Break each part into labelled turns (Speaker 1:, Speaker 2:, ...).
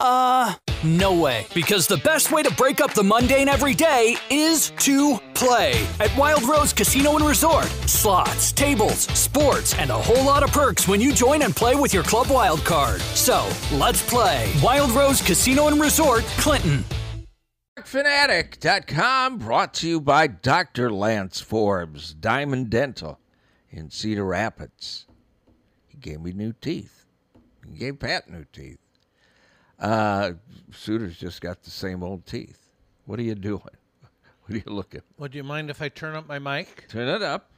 Speaker 1: Uh, no way. Because the best way to break up the mundane every day is to play at Wild Rose Casino and Resort. Slots, tables, sports, and a whole lot of perks when you join and play with your Club Wild card. So, let's play Wild Rose Casino and Resort, Clinton.
Speaker 2: Fanatic.com brought to you by Dr. Lance Forbes, Diamond Dental in Cedar Rapids. He gave me new teeth. He gave Pat new teeth. Uh, Suter's just got the same old teeth. What are you doing? What are you looking?
Speaker 3: Well, do you mind if I turn up my mic?
Speaker 2: Turn it up.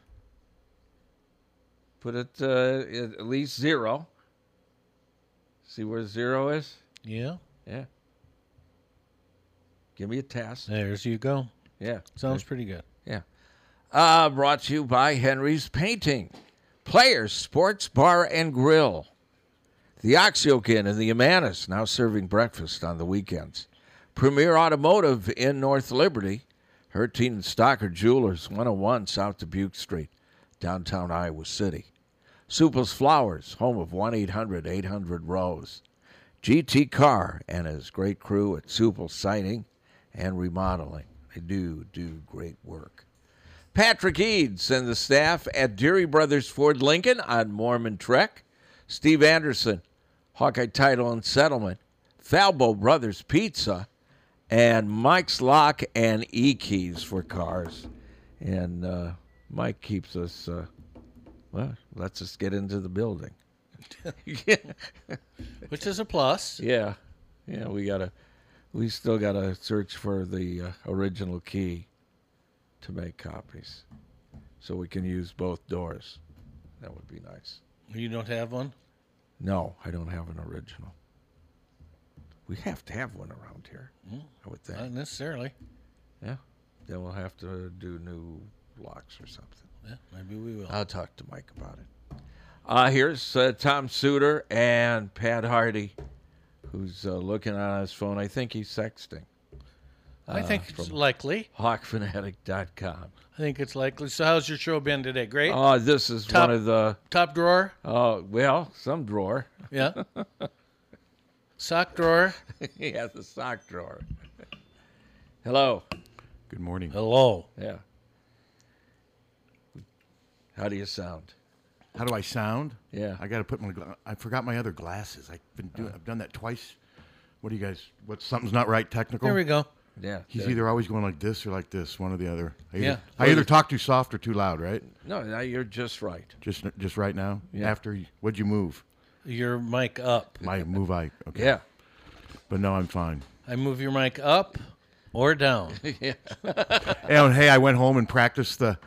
Speaker 2: Put it uh, at least zero. See where zero is?
Speaker 3: Yeah.
Speaker 2: Yeah. Give me a test.
Speaker 3: There's you go.
Speaker 2: Yeah.
Speaker 3: Sounds pretty good.
Speaker 2: Yeah. Uh, brought to you by Henry's Painting, Players Sports Bar and Grill, the Oxyokin and the Amanis, now serving breakfast on the weekends. Premier Automotive in North Liberty, Hertine and Stocker Jewelers, 101 South Dubuque Street, downtown Iowa City. Supple's Flowers, home of 1 800 800 Rose. GT Carr and his great crew at Suple Siding and Remodeling. They do do great work. Patrick Eads and the staff at Deary Brothers Ford Lincoln on Mormon Trek. Steve Anderson, Hawkeye Title and Settlement. Falbo Brothers Pizza. And Mike's Lock and E Keys for cars. And uh, Mike keeps us, uh, well, lets us get into the building.
Speaker 3: Which is a plus.
Speaker 2: Yeah, yeah, we gotta, we still gotta search for the uh, original key to make copies, so we can use both doors. That would be nice.
Speaker 3: You don't have one?
Speaker 2: No, I don't have an original. We have to have one around here. I would think.
Speaker 3: Hmm? Not necessarily.
Speaker 2: yeah. Then we'll have to do new locks or something.
Speaker 3: Yeah, maybe we will.
Speaker 2: I'll talk to Mike about it. Uh, here's uh, Tom Suter and Pat Hardy, who's uh, looking on his phone. I think he's sexting. uh,
Speaker 3: I think it's likely.
Speaker 2: Hawkfanatic.com.
Speaker 3: I think it's likely. So, how's your show been today? Great.
Speaker 2: Oh, this is
Speaker 3: Top-
Speaker 2: one of the,
Speaker 3: Top drawer.
Speaker 2: oh, well, some drawer.
Speaker 3: Yeah. Sock drawer.
Speaker 2: he has a sock drawer. Hello.
Speaker 4: Good morning.
Speaker 3: Hello.
Speaker 2: Yeah. How do you sound?
Speaker 4: How do I sound?
Speaker 2: Yeah. Uh.
Speaker 4: I got to put my. gla- I forgot my other glasses. I've been doing. I've done that twice. What do you guys? What something's not right? Technical.
Speaker 3: There we go.
Speaker 2: Yeah.
Speaker 4: He's
Speaker 2: there-
Speaker 4: either always going like this or like this, one or the other. I either,
Speaker 3: Yeah.
Speaker 4: I either talk too soft or too loud, right?
Speaker 2: No, no, you're just right.
Speaker 4: Just just right now.
Speaker 2: Yeah.
Speaker 4: After you- what'd you move?
Speaker 3: Your mic up.
Speaker 4: My move. I okay.
Speaker 2: Yeah.
Speaker 4: But no, I'm fine.
Speaker 3: I move your mic up or down.
Speaker 4: And hey, I went home and practiced the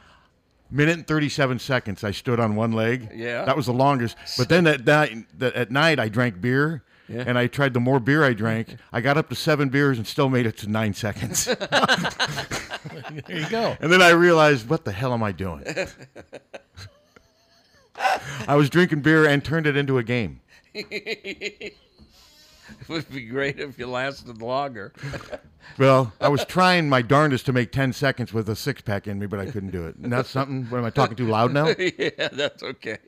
Speaker 4: minute and 37 seconds. I stood on one leg.
Speaker 2: Yeah.
Speaker 4: That was the longest. But then that night, that at night I drank beer.
Speaker 2: Yeah.
Speaker 4: And I tried the more beer I drank, I got up to seven beers and still made it to nine seconds. and
Speaker 3: There you go.
Speaker 4: then I realized, what the hell am I doing? I was drinking beer and turned it into a game.
Speaker 2: It would be great if you lasted longer.
Speaker 4: Well, I was trying my darndest to make 10 seconds with a six pack in me, but I couldn't do it. And that's something. What am I talking too loud now?
Speaker 2: yeah, that's okay.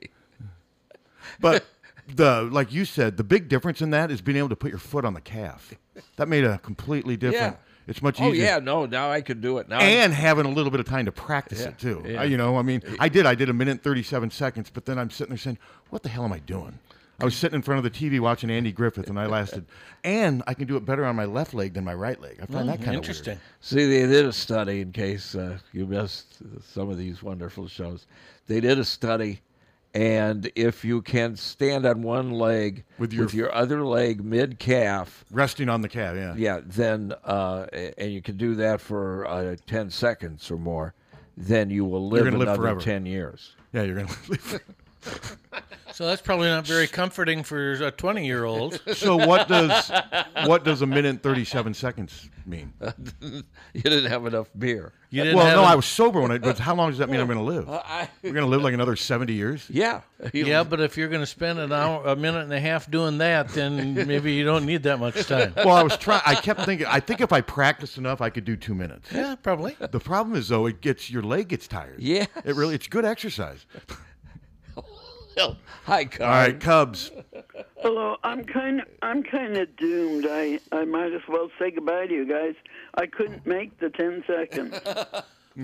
Speaker 4: But the like you said, the big difference in that is being able to put your foot on the calf. That made a completely different. It's much
Speaker 2: Oh
Speaker 4: easier.
Speaker 2: yeah, no, now I can do it. Now I'm-
Speaker 4: and having a little bit of time to practice it too.
Speaker 2: yeah.
Speaker 4: I- you know, I mean, I did. I did a minute and thirty-seven seconds, but then I'm sitting there saying, "What the hell am I doing?" I was sitting in front of the TV watching Andy Griffith, and I lasted. and I can do it better on my left leg than my right leg. I
Speaker 2: Mm,
Speaker 4: find that kind of
Speaker 3: Interesting.
Speaker 2: See, they did a study in case uh, you missed some of these wonderful shows. They did a study, and if you can stand on one leg
Speaker 4: With your-
Speaker 2: other leg mid calf,
Speaker 4: Resting on the calf, yeah.
Speaker 2: yeah, then uh, a- and you can do that for uh, ten seconds or more, then you will live
Speaker 4: gonna live
Speaker 2: another
Speaker 4: forever.
Speaker 2: ten years.
Speaker 4: Yeah, you're gonna. Leave.
Speaker 3: So that's probably not very comforting for a 20 year old.
Speaker 4: so what does what does a minute and thirty-seven seconds mean?
Speaker 2: You didn't have enough beer.
Speaker 3: You didn't
Speaker 4: Uh, Well,
Speaker 3: have
Speaker 4: no,
Speaker 3: a-
Speaker 4: I was sober when I. But how long does that mean I'm gonna live?
Speaker 2: I-
Speaker 4: We're gonna live like another seventy years.
Speaker 2: Yeah, You-
Speaker 3: Yeah, but if you're going to spend an hour, a minute and a half doing that, then maybe you don't need that much time.
Speaker 4: Well, I was trying. I kept thinking. I think if I practiced enough, I could do two minutes.
Speaker 3: Yeah, probably.
Speaker 4: The problem is though, it gets your leg gets tired.
Speaker 2: Yes.
Speaker 4: it really it's good exercise.
Speaker 2: Hi, Carl.
Speaker 4: All right, Cubs.
Speaker 5: Hello, I'm kind I'm kind of doomed. I I might as well say goodbye to you guys. I couldn't make the 10 seconds.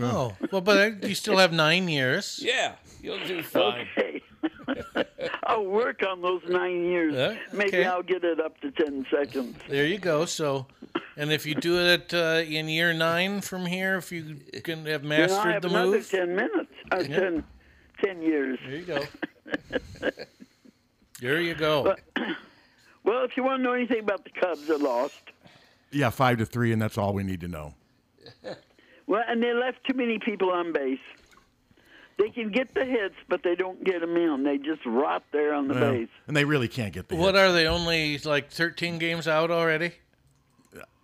Speaker 3: Oh, well, but you still have nine years.
Speaker 2: Yeah, you'll do fine.
Speaker 5: Hey. I'll work on those 9 years.
Speaker 3: Yeah,
Speaker 5: Maybe
Speaker 3: okay.
Speaker 5: I'll get it up to 10 seconds.
Speaker 3: There you go. So, and if you do it uh, in year nine from here, if you can have
Speaker 5: And I
Speaker 3: mastered
Speaker 5: have
Speaker 3: the
Speaker 5: another
Speaker 3: move,
Speaker 5: 10 minutes. Uh, 10 10 years.
Speaker 3: there you go. There you go.
Speaker 5: Well, if you want to know anything about the Cubs, they lost.
Speaker 4: Yeah, five to three, and that's all we need to know.
Speaker 5: Well, and they left too many people on base. They can get the hits, but they don't get them in. They just rot there on the
Speaker 4: Yeah.
Speaker 5: base.
Speaker 4: And they really can't get the.
Speaker 3: What
Speaker 4: hits.
Speaker 3: are they? Only like 13 games out already?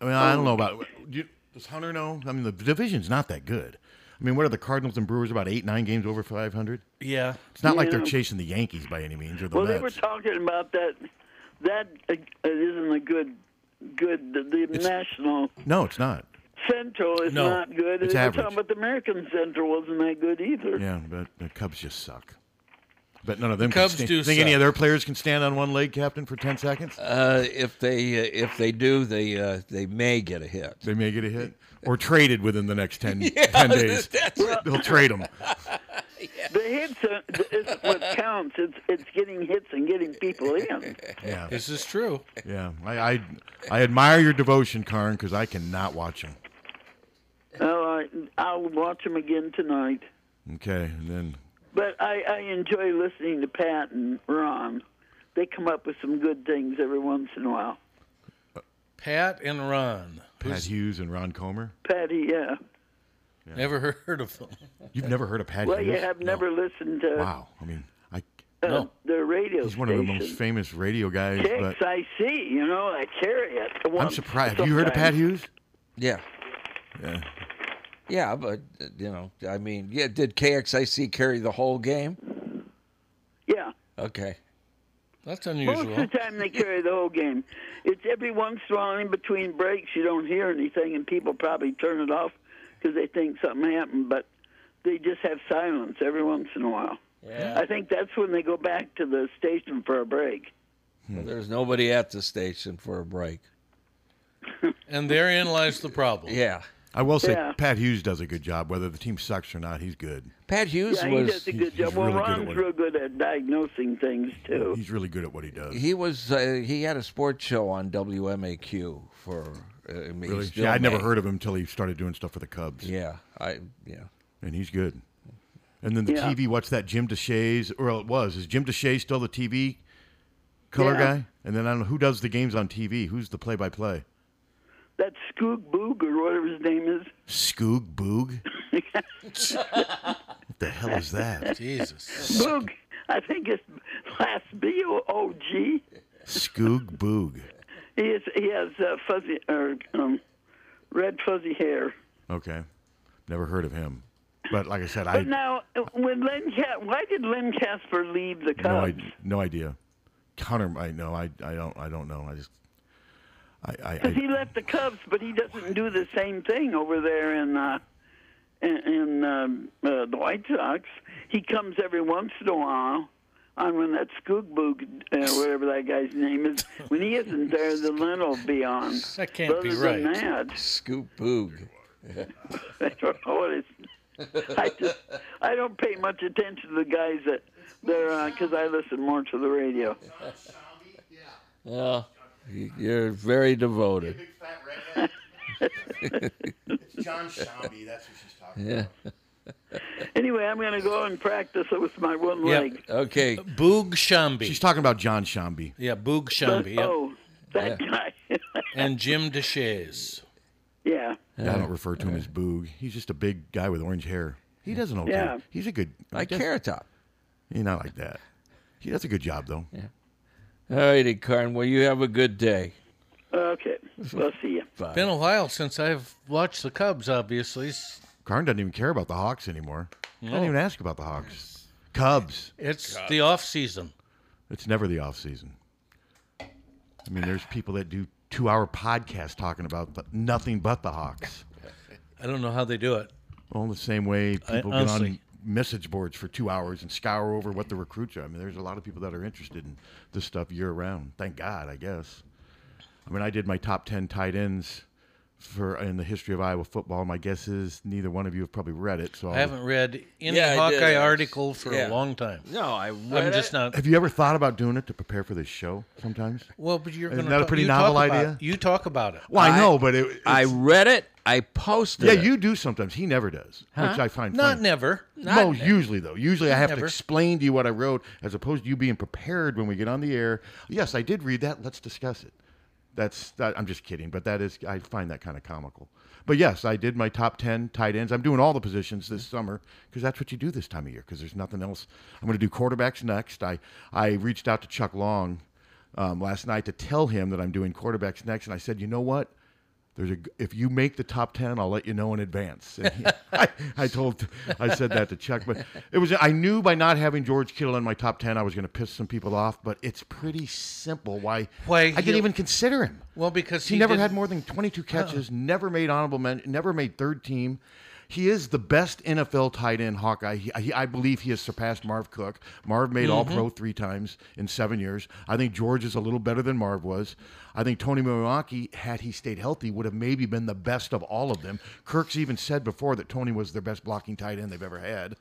Speaker 4: I, mean, I don't know about. Do you, does Hunter know? I mean, the division's not that good. I mean, what are the Cardinals and Brewers about eight, nine games over five hundred?
Speaker 3: Yeah.
Speaker 4: It's not like they're
Speaker 5: Yeah.
Speaker 4: chasing the Yankees by any means or the
Speaker 5: Well, they
Speaker 4: Mets.
Speaker 5: were talking about that. That uh, isn't a good, good. The, the national
Speaker 4: no, it's not.
Speaker 5: central is
Speaker 3: No,
Speaker 5: not good.
Speaker 4: it's
Speaker 5: They were
Speaker 4: average.
Speaker 5: talking about the American central wasn't that good either.
Speaker 4: Yeah, but the Cubs just suck. But none of them.
Speaker 3: Cubs
Speaker 4: can stand.
Speaker 3: do
Speaker 4: Think any
Speaker 3: suck.
Speaker 4: of their players can stand on one leg, Captain, for ten seconds?
Speaker 2: Uh, if they uh, if they do, they uh, they may get a hit.
Speaker 4: they may get a hit or traded within the next 10, 10 days. They'll trade them.
Speaker 5: The hits are, is what counts. It's it's getting hits and getting people in.
Speaker 4: Yeah,
Speaker 3: This is true.
Speaker 4: yeah. I, I, I admire your devotion, Karn, because I cannot watch them.
Speaker 5: Oh, I, I'll watch them again tonight.
Speaker 4: Okay, and then
Speaker 5: But I, I enjoy listening to Pat and Ron. They come up with some good things every once in a while.
Speaker 3: Pat and Ron.
Speaker 4: Pat Hughes and Ron Comer.
Speaker 5: Patty, yeah.
Speaker 3: Never heard of them.
Speaker 4: You've never heard of Pat
Speaker 5: Well, uh,
Speaker 4: Hughes?
Speaker 5: you have
Speaker 4: No.
Speaker 5: never listened to
Speaker 4: Wow, I mean, I,
Speaker 5: uh,
Speaker 3: No.
Speaker 5: the radio
Speaker 4: he's
Speaker 5: station.
Speaker 4: one of the most famous radio guys.
Speaker 5: Chicks,
Speaker 4: But
Speaker 5: I see. You know, I carry it.
Speaker 4: I'm surprised. Have you heard of Pat Hughes?
Speaker 2: Yeah,
Speaker 4: Yeah.
Speaker 2: yeah, but uh, you know, I mean, yeah. Did KXIC carry the whole game?
Speaker 5: Yeah.
Speaker 2: Okay.
Speaker 3: That's
Speaker 5: Most of
Speaker 3: unusual.
Speaker 5: the time they carry the whole game. It's every once in a while in between breaks you don't hear anything, and people probably turn it off because they think something happened. But they just have silence every once in a while.
Speaker 2: Yeah.
Speaker 5: I think that's when they go back to the station for a break.
Speaker 2: Well, Hmm. there's nobody at the station for a break.
Speaker 3: And therein lies the problem.
Speaker 2: Yeah.
Speaker 4: I will say
Speaker 5: Yeah.
Speaker 4: Pat Hughes does a good job, whether the team sucks or not. He's good.
Speaker 2: Pat Hughes
Speaker 5: Yeah, he
Speaker 2: was
Speaker 5: does a
Speaker 4: he's
Speaker 5: good job. Well,
Speaker 4: really good at
Speaker 5: Ron's
Speaker 4: what he-
Speaker 5: real good at diagnosing things too.
Speaker 4: He's really good at what he does.
Speaker 2: he was uh, he had a sports show on WMAQ for. Uh, I mean, he
Speaker 4: really,
Speaker 2: still
Speaker 4: yeah, I'd never
Speaker 2: may.
Speaker 4: heard of him until he started doing stuff for the Cubs.
Speaker 2: Yeah, I yeah.
Speaker 4: and he's good. And then the
Speaker 5: Yeah.
Speaker 4: TV, what's that? Jim DeShays, or it was. Is Jim DeShays still the TV color
Speaker 5: Yeah.
Speaker 4: guy? And then I don't know who does the games on TV. Who's the play-by-play?
Speaker 5: That Skoog Boog or whatever his name is.
Speaker 4: Skoog Boog. what the hell is that?
Speaker 3: Jesus.
Speaker 5: Boog. I think it's last B O O G.
Speaker 4: Skoog Boog.
Speaker 5: He is. He has uh, fuzzy or um, red fuzzy hair.
Speaker 4: Okay, never heard of him. But like I said, I
Speaker 5: But now, when Len Ca- why did Len Casper leave the
Speaker 4: no,
Speaker 5: Cubs?
Speaker 4: I no idea. Hunter, I know. I I don't I don't know. I just I I,
Speaker 5: Because
Speaker 4: I
Speaker 5: he left the Cubs, but he doesn't do the same thing over there in uh, in, in um, uh, the White Sox. He comes every once in a while, on when that Skoogboog, uh, whatever that guy's name is, when he isn't there, the Lynn will be on.
Speaker 3: That can't
Speaker 5: But
Speaker 3: be
Speaker 5: other than
Speaker 3: right.
Speaker 5: that,
Speaker 2: Scoop boog.
Speaker 5: I don't know what it's. I just I don't pay much attention to the guys that they're on because I listen more to the radio.
Speaker 2: Well, y- you're very devoted.
Speaker 4: John Shambi, that's who she's talking
Speaker 2: Yeah.
Speaker 5: Anyway, I'm going to go and practice with my one
Speaker 3: Yep.
Speaker 5: leg.
Speaker 2: Okay.
Speaker 3: Uh, Boog Shambi.
Speaker 4: She's talking about John Shambi.
Speaker 3: yeah, Boog Shambi. Yep.
Speaker 5: Oh, that guy.
Speaker 3: And Jim DeShays.
Speaker 5: yeah.
Speaker 2: Uh,
Speaker 4: I don't refer to him as Boog. He's just a big guy with orange hair. He does an okay.
Speaker 5: Yeah.
Speaker 4: He's a good.
Speaker 2: Like
Speaker 4: does-
Speaker 2: Carrot Top.
Speaker 4: He's not like that. He does a good job though.
Speaker 2: All righty, Karn. Well, you have a good day.
Speaker 5: Okay. We'll see you.
Speaker 3: Been a while since I've watched the Cubs, obviously. S-
Speaker 4: Karn doesn't even care about the Hawks anymore. I didn't even ask about the Hawks. Cubs.
Speaker 3: It's the off season.
Speaker 4: It's never the off season. I mean, there's people that do two-hour podcasts talking about the, nothing but the Hawks.
Speaker 3: I don't know how they do it.
Speaker 4: All the same way people get on
Speaker 3: honestly-
Speaker 4: message boards for two hours and scour over what the recruits are. I mean, there's a lot of people that are interested in this stuff year round. Thank God, I guess. I mean, I did my top ten tight ends for in the history of Iowa football. My guess is neither one of you have probably read it. So
Speaker 3: I haven't read any
Speaker 2: Yeah, I did.
Speaker 3: Hawkeye article for
Speaker 2: Yeah.
Speaker 3: a long time.
Speaker 2: No, I read
Speaker 3: I'm just not.
Speaker 4: Have you ever thought about doing it to prepare for this show? Sometimes.
Speaker 3: Well, but you're
Speaker 4: Isn't
Speaker 3: going
Speaker 4: that a pretty novel idea?
Speaker 3: You talk about it.
Speaker 4: Well, I,
Speaker 2: I-
Speaker 4: know, but it,
Speaker 2: I
Speaker 4: it's-
Speaker 2: read it. I posted
Speaker 4: yeah,
Speaker 2: it.
Speaker 4: you do sometimes. He never does, which I find
Speaker 3: Not
Speaker 4: funny.
Speaker 3: never.
Speaker 4: no, usually though. Usually I have to
Speaker 3: Never.
Speaker 4: explain to you what I wrote, as opposed to you being prepared when we get on the air. Yes, I did read that. Let's discuss it. That's that, I'm just kidding, but that is I find that kind of comical. But yes, I did my top ten tight ends. I'm doing all the positions this summer because that's what you do this time of year. Because there's nothing else. I'm going to do quarterbacks next. I I reached out to Chuck Long um, last night to tell him that I'm doing quarterbacks next, and I said, you know what? There's a if you make the top ten, I'll let you know in advance. And he- I, I told I said that to Chuck, but it was I knew by not having George Kittle in my top ten, I was going to piss some people off. But it's pretty simple why
Speaker 3: Why
Speaker 4: I didn't
Speaker 3: he'll-
Speaker 4: even consider him.
Speaker 3: Well, because
Speaker 4: He,
Speaker 3: he
Speaker 4: never
Speaker 3: didn't- Oh.
Speaker 4: had more than 22 catches, never made honorable men, never made third team. He is the best NFL tight end Hawkeye. He, he, I believe he has surpassed Marv Cook. Marv made
Speaker 3: Mm-hmm.
Speaker 4: All Pro three times in seven years. I think George is a little better than Marv was. I think Tony Milwaukee, had he stayed healthy, would have maybe been the best of all of them. Kirk's even said before that Tony was their best blocking tight end they've ever had.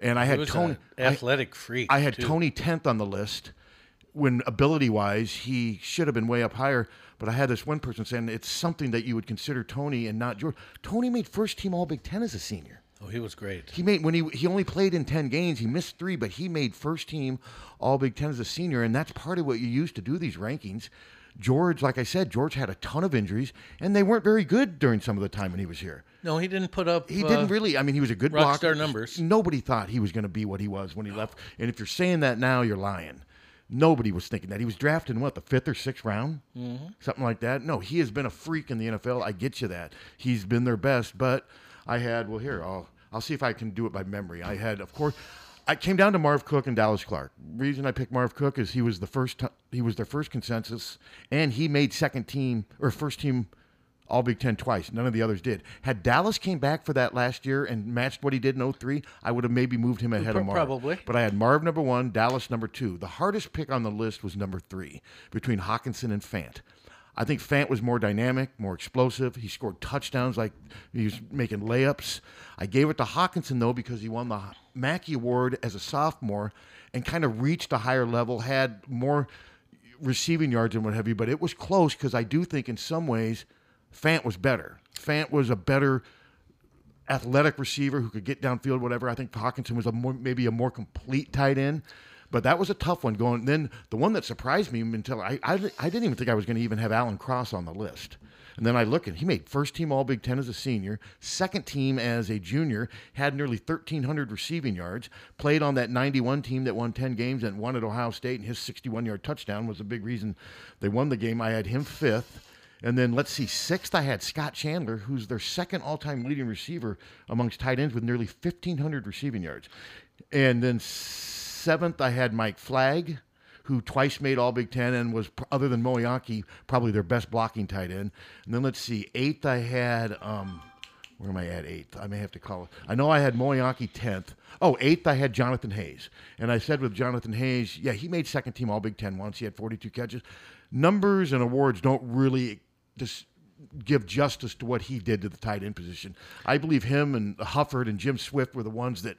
Speaker 4: And I
Speaker 3: He
Speaker 4: had
Speaker 3: was
Speaker 4: Tony.
Speaker 3: an athletic freak.
Speaker 4: I had
Speaker 3: too.
Speaker 4: Tony tenth on the list. When ability wise, he should have been way up higher. But I had this one person saying it's something that you would consider Tony and not George. Tony made first team All Big Ten as a senior.
Speaker 3: Oh, he was great.
Speaker 4: He made when he he only played in ten games. He missed three, but he made first team All Big Ten as a senior, and that's part of what you use to do these rankings. George, like I said, George had a ton of injuries, and they weren't very good during some of the time when he was here.
Speaker 3: No, he didn't put up.
Speaker 4: He
Speaker 3: uh,
Speaker 4: didn't really. I mean, he was a good
Speaker 3: rock
Speaker 4: blocker.
Speaker 3: star numbers.
Speaker 4: Nobody thought he was going to be what he was when he left. And if you're saying that now, you're lying. Nobody was thinking that he was drafted in what the fifth or sixth round,
Speaker 3: Mm-hmm.
Speaker 4: something like that. No, he has been a freak in the NFL. I get you that he's been their best, but I had well here I'll I'll see if I can do it by memory. I had of course. I came down to Marv Cook and Dallas Clark. Reason I picked Marv Cook is he was the first t- he was their first consensus, and he made second team or first team all Big Ten twice. None of the others did. Had Dallas came back for that last year and matched what he did in 03, I would have maybe moved him ahead of Marv.
Speaker 3: probably.
Speaker 4: But I had Marv number one, Dallas number two. The hardest pick on the list was number three between Hawkinson and Fant. I think Fant was more dynamic, more explosive. He scored touchdowns like he was making layups. I gave it to Hawkinson though because he won the Mackey Award as a sophomore and kind of reached a higher level, had more receiving yards and what have you, but it was close because I do think in some ways Fant was better. Fant was a better athletic receiver who could get downfield, whatever. I think Hawkinson was a more, maybe a more complete tight end, but that was a tough one going. Then the one that surprised me until I, I, I didn't even think I was going to even have Alan Cross on the list. And then I look and he made first team All Big Ten as a senior, second team as a junior, had nearly 1,300 receiving yards, played on that 91 team that won 10 games and won at Ohio State, and his 61 yard touchdown was a big reason they won the game. I had him fifth. And then let's see, sixth, I had Scott Chandler, who's their second all time leading receiver amongst tight ends with nearly 1,500 receiving yards. And then seventh, I had Mike Flagg, who twice made All Big Ten and was, other than Moyaki, probably their best blocking tight end. And then let's see, eighth, I had um, Where am I at? Eighth. I may have to call it. I know I had Moyaki 10th. Oh, eighth, I had Jonathan Hayes. And I said with Jonathan Hayes, yeah, he made second team All Big Ten once. He had 42 catches. Numbers and awards don't really just give justice to what he did to the tight end position. I believe him and Hufford and Jim Swift were the ones that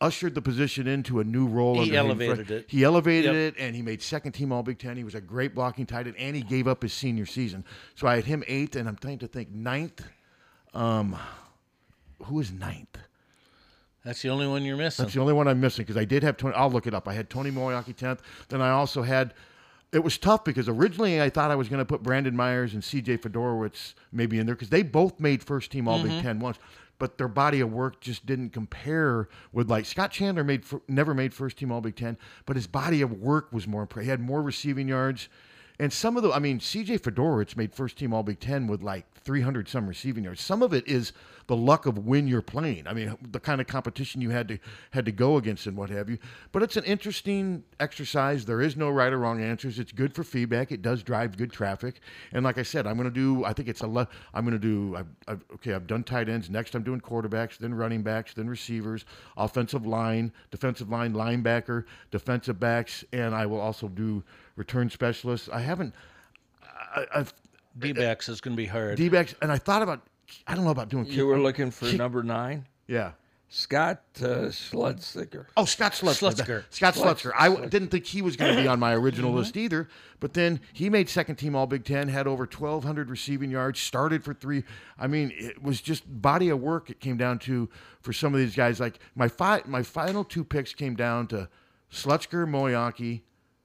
Speaker 4: ushered the position into a new role.
Speaker 3: He
Speaker 4: under Hayden
Speaker 3: elevated
Speaker 4: Fry-
Speaker 3: it.
Speaker 4: He elevated
Speaker 3: Yep.
Speaker 4: it, and he made second team All Big Ten. He was a great blocking tight end, and he gave up his senior season. So I had him eighth, and I'm trying to think ninth. Um, who is ninth?
Speaker 3: That's the only one you're missing.
Speaker 4: That's the only one I'm missing because I did have Tony. I'll look it up. I had Tony Moriaki 10th. Then I also had. It was tough because originally I thought I was going to put Brandon Myers and C.J. Fedorowicz maybe in there because they both made first team All
Speaker 3: Mhm.
Speaker 4: Big Ten once, but their body of work just didn't compare with like Scott Chandler made fir- never made first team All Big Ten, but his body of work was more. impre- He had more receiving yards, and some of the I mean C.J. Fedorowicz made first team All Big Ten with like 300 some receiving yards. Some of it is the luck of when you're playing. I mean, the kind of competition you had to had to go against and what have you. But it's an interesting exercise. There is no right or wrong answers. It's good for feedback. It does drive good traffic. And like I said, I'm going to do. I think it's a. Le- I'm going to do. I've, I've, okay, I've done tight ends. Next, I'm doing quarterbacks, then running backs, then receivers, offensive line, defensive line, linebacker, defensive backs, and I will also do return specialists. I haven't. I, I've
Speaker 3: D backs is going to be hard.
Speaker 4: D backs, and I thought about. I don't know about doing.
Speaker 2: You were looking for number nine?
Speaker 4: Yeah.
Speaker 2: Scott uh, Slutziger.
Speaker 4: Oh, Scott Slutsker.
Speaker 2: Slutsker.
Speaker 4: Scott Slutsker.
Speaker 2: Slutsker.
Speaker 4: I w- didn't think he was going to be on my original list either, but then he made second team All Big Ten, had over 1,200 receiving yards, started for three. I mean, it was just body of work it came down to for some of these guys. Like my fi- my final two picks came down to Slutsker, Moyaki,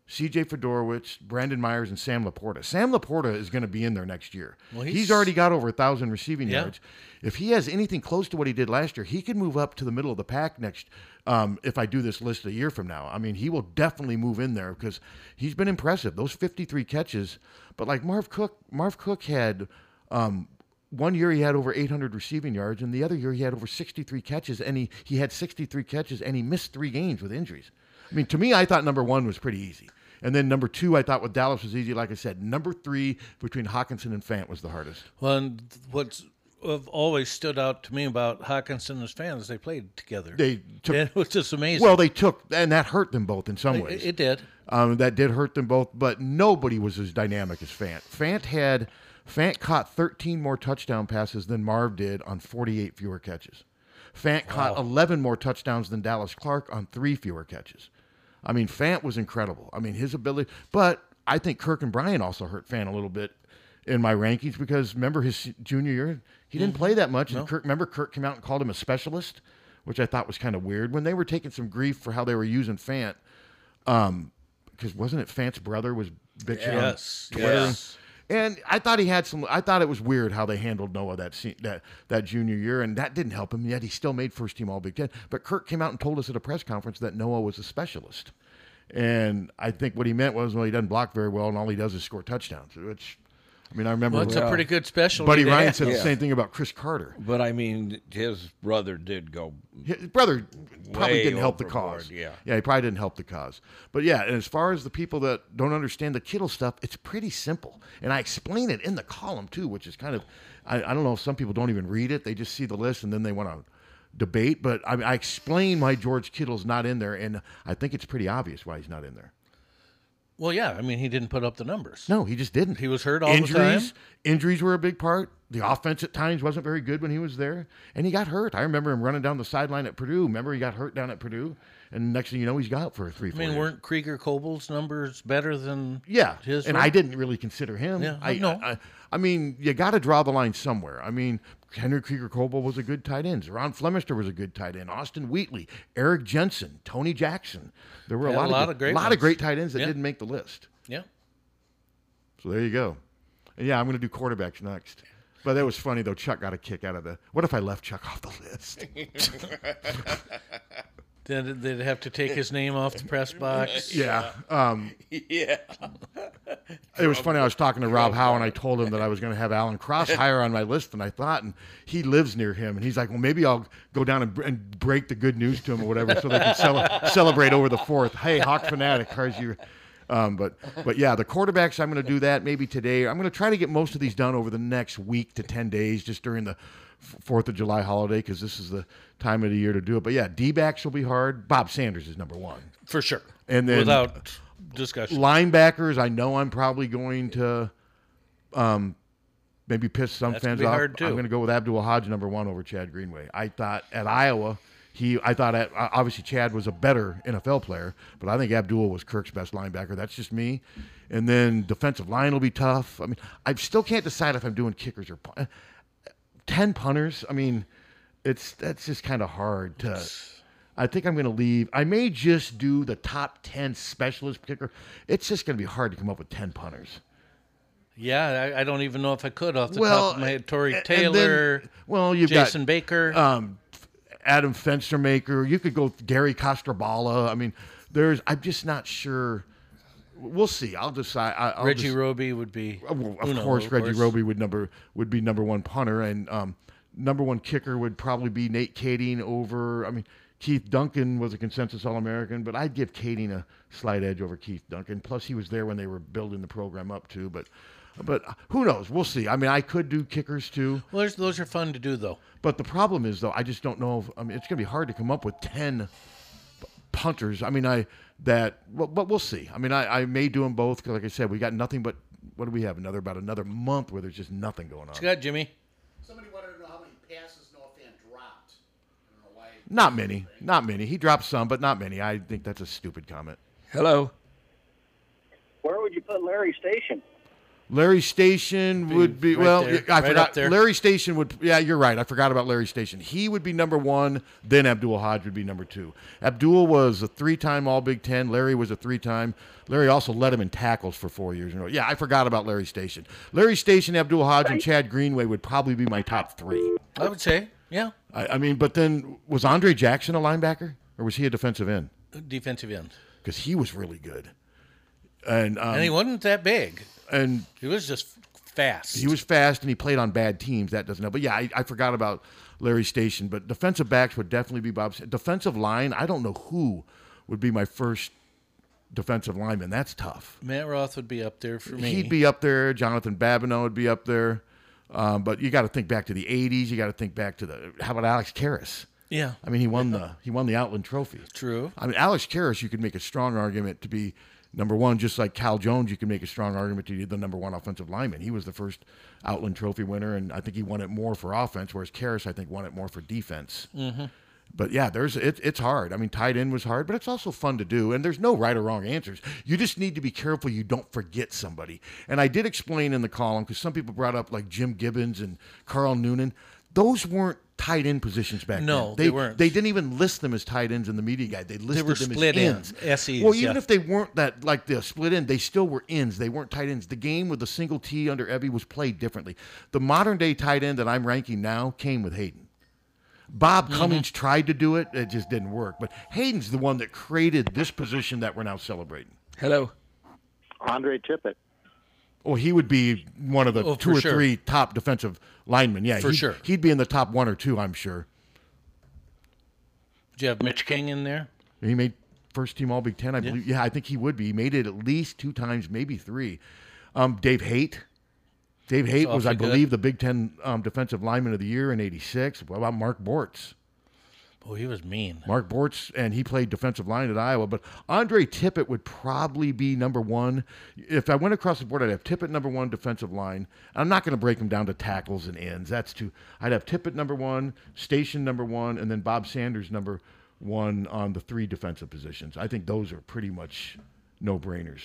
Speaker 4: C.J. Fedorowicz, Brandon Myers, and Sam Laporta. Sam Laporta is going to be in there next year.
Speaker 3: Well,
Speaker 4: he's,
Speaker 3: he's-
Speaker 4: already got over a thousand receiving
Speaker 3: Yeah.
Speaker 4: yards. If he has anything close to what he did last year, he could move up to the middle of the pack next. Um, if I do this list a year from now, I mean, he will definitely move in there because he's been impressive. Those fifty-three catches, but like Marv Cook, Marv Cook had um, one year he had over eight hundred receiving yards, and the other year he had over sixty-three catches, and he he had sixty-three catches, and he missed three games with injuries. I mean, to me, I thought number one was pretty easy. And then number two, I thought with Dallas was easy. Like I said, number three between Hawkinson and Fant was the hardest.
Speaker 3: Well, and what's have always stood out to me about Hawkinson and his fans, they played together.
Speaker 4: They took-
Speaker 3: it was just amazing.
Speaker 4: Well, they took, and that hurt them both in some
Speaker 3: It-
Speaker 4: ways.
Speaker 3: it did.
Speaker 4: Um, that did hurt them both, but nobody was as dynamic as Fant. Fant had Fant caught 13 more touchdown passes than Marv did on 48 fewer catches. Fant caught 11 more touchdowns than Dallas Clark on three fewer catches. I mean, Fant was incredible. I mean, his ability, but I think Kirk and Brian also hurt Fant a little bit in my rankings because remember his junior year, he
Speaker 3: Mm-hmm.
Speaker 4: didn't play that much. And Kirk, remember Kirk came out and called him a specialist, which I thought was kind of weird when they were taking some grief for how they were using Fant. Um, because wasn't it Fant's brother was bitching
Speaker 3: Yes,
Speaker 4: on Twitter?
Speaker 3: yes.
Speaker 4: And I thought he had some. I thought it was weird how they handled Noah that se- that that junior year, and that didn't help him. Yet he still made first team All Big Ten. But Kirk came out and told us at a press conference that Noah was a specialist, and I think what he meant was, well, he doesn't block very well, and all he does is score touchdowns. Which, I mean, I remember.
Speaker 2: Well, it's a
Speaker 4: when-
Speaker 2: pretty good specialty
Speaker 4: Buddy
Speaker 2: to
Speaker 4: Ryan
Speaker 2: have.
Speaker 4: said the
Speaker 2: Yeah.
Speaker 4: same thing about Chris Carter.
Speaker 2: But I mean, his brother did go.
Speaker 4: His brother probably
Speaker 2: Way
Speaker 4: didn't help the
Speaker 2: overboard,
Speaker 4: cause.
Speaker 2: yeah.
Speaker 4: yeah, he probably didn't help the cause. But yeah, and as far as the people that don't understand the Kittle stuff, it's pretty simple, and I explain it in the column too, which is kind of, I, I don't know if some people don't even read it; they just see the list and then they want to debate. But I, I explain why George Kittle's not in there, and I think it's pretty obvious why he's not in there.
Speaker 3: Well, yeah. I mean, he didn't put up the numbers.
Speaker 4: No, he just didn't. He
Speaker 3: was hurt all
Speaker 4: injuries,
Speaker 3: the time.
Speaker 4: Injuries were a big part. The offense at times wasn't very good when he was there, and he got hurt. I remember him running down the sideline at Purdue. Remember he got hurt down at Purdue, and next thing you know, he's out for three.
Speaker 3: I
Speaker 4: Four
Speaker 3: mean,
Speaker 4: years.
Speaker 3: weren't Krieger Kobel's numbers better than
Speaker 4: yeah,
Speaker 3: his?
Speaker 4: and
Speaker 3: were?
Speaker 4: I didn't really consider him.
Speaker 3: Yeah,
Speaker 4: I,
Speaker 3: no.
Speaker 4: I, I mean, you got to draw the line somewhere. I mean, Henry Krieger Coble was a good tight end. Ron Flemister was a good tight end. Austin Wheatley, Eric Jensen, Tony Jackson. There were a
Speaker 3: Yeah,
Speaker 4: lot, of, good-
Speaker 3: great
Speaker 4: lot
Speaker 3: ones.
Speaker 4: of great tight ends that
Speaker 3: Yeah.
Speaker 4: didn't make the list.
Speaker 3: Yeah.
Speaker 4: So there you go. And yeah, I'm going to do quarterbacks next. But that was funny though. Chuck got a kick out of the. What if I left Chuck off the list?
Speaker 3: Then they'd have to take his name off the press box.
Speaker 4: Yeah. Um,
Speaker 2: Yeah.
Speaker 4: it was funny. I was talking to Rob Howe and I told him that I was going to have Alan Cross higher on my list than I thought, and he lives near him, and he's like, "Well, maybe I'll go down and, and break the good news to him or whatever, so they can cele- celebrate over the fourth. Hey, Hawk fanatic, how's your? Um, but but yeah, the quarterbacks. I'm going to do that maybe today. I'm going to try to get most of these done over the next week to ten days, just during the F- Fourth of July holiday because this is the time of the year to do it. But yeah, D backs will be hard. Bob Sanders is number one.
Speaker 3: for sure.
Speaker 4: And then-
Speaker 3: without discussion,
Speaker 4: Linebackers, I know I'm probably going to um, maybe piss some
Speaker 3: That's gonna
Speaker 4: fans
Speaker 3: be
Speaker 4: off.
Speaker 3: hard, too.
Speaker 4: I'm going to go with Abdul Hodge number one over Chad Greenway. I thought at Iowa, he I thought at, obviously Chad was a better NFL player, but I think Abdul was Kirk's best linebacker. That's just me. And then defensive line will be tough. I mean, I still can't decide if I'm doing kickers or pun- uh, ten punters. I mean, it's that's just kind of hard to. I think I'm going to leave. I may just do the top ten specialist kicker. It's just going to be hard to come up with ten punters.
Speaker 3: yeah, I, I don't even know if I could off the
Speaker 4: Well,
Speaker 3: top of my head. Tory
Speaker 4: and then-
Speaker 3: Taylor,
Speaker 4: well, you've got-
Speaker 3: Jason Baker.
Speaker 4: um, Adam Fenstermaker. You could go with Gary Costrobala. I mean, there's. I'm just not sure. We'll see. I'll decide. I, I'll
Speaker 3: Reggie
Speaker 4: just-
Speaker 3: Roby would be,
Speaker 4: Well, of
Speaker 3: Uno,
Speaker 4: course, Reggie Roby would number would be number one punter, and um, number one kicker would probably be Nate Kading over. I mean, Keith Duncan was a consensus All American, but I'd give Kading a slight edge over Keith Duncan. Plus, he was there when they were building the program up too. But, but who knows? We'll see. I mean, I could do kickers too.
Speaker 3: Well, those- those are fun to do though.
Speaker 4: But the problem is, though, I just don't know. If, I mean, it's going to be hard to come up with ten p- punters. I mean, I that, well, but we'll see. I mean, I, I may do them both because, like I said, we got nothing but what do we have? Another about another month where there's just nothing going on.
Speaker 3: What you got, Jimmy?
Speaker 6: Somebody wanted to know how many passes Noah Fan dropped. I don't know why.
Speaker 4: Not many, not many. He dropped some, but not many. I think that's a stupid comment.
Speaker 2: Hello.
Speaker 7: Where would you put Larry Station?
Speaker 4: Larry Station would be
Speaker 3: right
Speaker 4: well.
Speaker 3: there,
Speaker 4: I
Speaker 3: right
Speaker 4: forgot.
Speaker 3: up there.
Speaker 4: Larry Station would. Yeah, you're right. I forgot about Larry Station. He would be number one. Then Abdul Hodge would be number two. Abdul was a three-time All Big Ten. Larry was a three-time. Larry also led him in tackles for four years. in a row. Yeah, I forgot about Larry Station. Larry Station, Abdul Hodge, and Chad Greenway would probably be my top three.
Speaker 3: I would say, yeah,
Speaker 4: I, I mean, but then was Andre Jackson a linebacker or was he a defensive end?
Speaker 3: uh, defensive end,
Speaker 4: Because he was really good. And um,
Speaker 3: and he wasn't that big.
Speaker 4: and
Speaker 3: He was just fast.
Speaker 4: He was fast and he played on bad teams. That doesn't help. But yeah, I, I forgot about Larry Station. But defensive backs would definitely be Bob's. Defensive line, I don't know who would be my first defensive lineman. That's tough.
Speaker 3: Matt Roth would be up there for me.
Speaker 4: He'd be up there. Jonathan Babineau would be up there. Um, but you got to think back to the '80s. You got to think back to the. How about Alex Karras?
Speaker 3: yeah,
Speaker 4: I mean, he won the he won the Outland Trophy.
Speaker 3: true.
Speaker 4: I mean, Alex Karras, you could make a strong argument to be number one, just like Cal Jones, you can make a strong argument to be the number one offensive lineman. He was the first Outland Trophy winner, and I think he won it more for offense, whereas Karras, I think, won it more for defense.
Speaker 3: Mm-hmm.
Speaker 4: But yeah, there's it, it's hard. I mean, tight end was hard, but it's also fun to do. And there's no right or wrong answers. You just need to be careful you don't forget somebody. And I did explain in the column because some people brought up like Jim Gibbons and Carl Noonan. Those weren't tight end positions back
Speaker 3: No,
Speaker 4: then.
Speaker 3: they weren't.
Speaker 4: They didn't even list them as tight ends in the media guide. They listed
Speaker 3: were
Speaker 4: them
Speaker 3: split
Speaker 4: as ends.
Speaker 3: ends, SEs,
Speaker 4: well, even
Speaker 3: yeah.
Speaker 4: if they weren't that like the split end, they still were ends. They weren't tight ends. The game with the single T under Ebby was played differently. The modern day tight end that I'm ranking now came with Hayden. Bob
Speaker 3: Mm-hmm.
Speaker 4: Cummings tried to do it, it just didn't work. But Hayden's the one that created this position that we're now celebrating.
Speaker 2: Hello.
Speaker 7: Andre Tippett.
Speaker 4: Well, he would be one of the
Speaker 3: Oh,
Speaker 4: two
Speaker 3: for
Speaker 4: or
Speaker 3: sure.
Speaker 4: three top defensive linemen. Yeah,
Speaker 3: For
Speaker 4: he'd-
Speaker 3: sure.
Speaker 4: He'd be in the top one or two, I'm sure.
Speaker 3: Did you have Mitch King in there?
Speaker 4: He made first team All Big Ten, I believe. Yeah, I think he would be. He made it at least two times, maybe three. Um, Dave Haight. Dave Haight was, I
Speaker 3: awfully good.
Speaker 4: believe, the Big Ten um, Defensive Lineman of the Year in '86. What about Mark Bortz?
Speaker 3: Oh, he was mean.
Speaker 4: Mark Bortz, and he played defensive line at Iowa. But Andre Tippett would probably be number one. If I went across the board, I'd have Tippett number one, defensive line. I'm not going to break him down to tackles and ends. That's too. I'd have Tippett number one, Station number one, and then Bob Sanders number one on the three defensive positions. I think those are pretty much no brainers.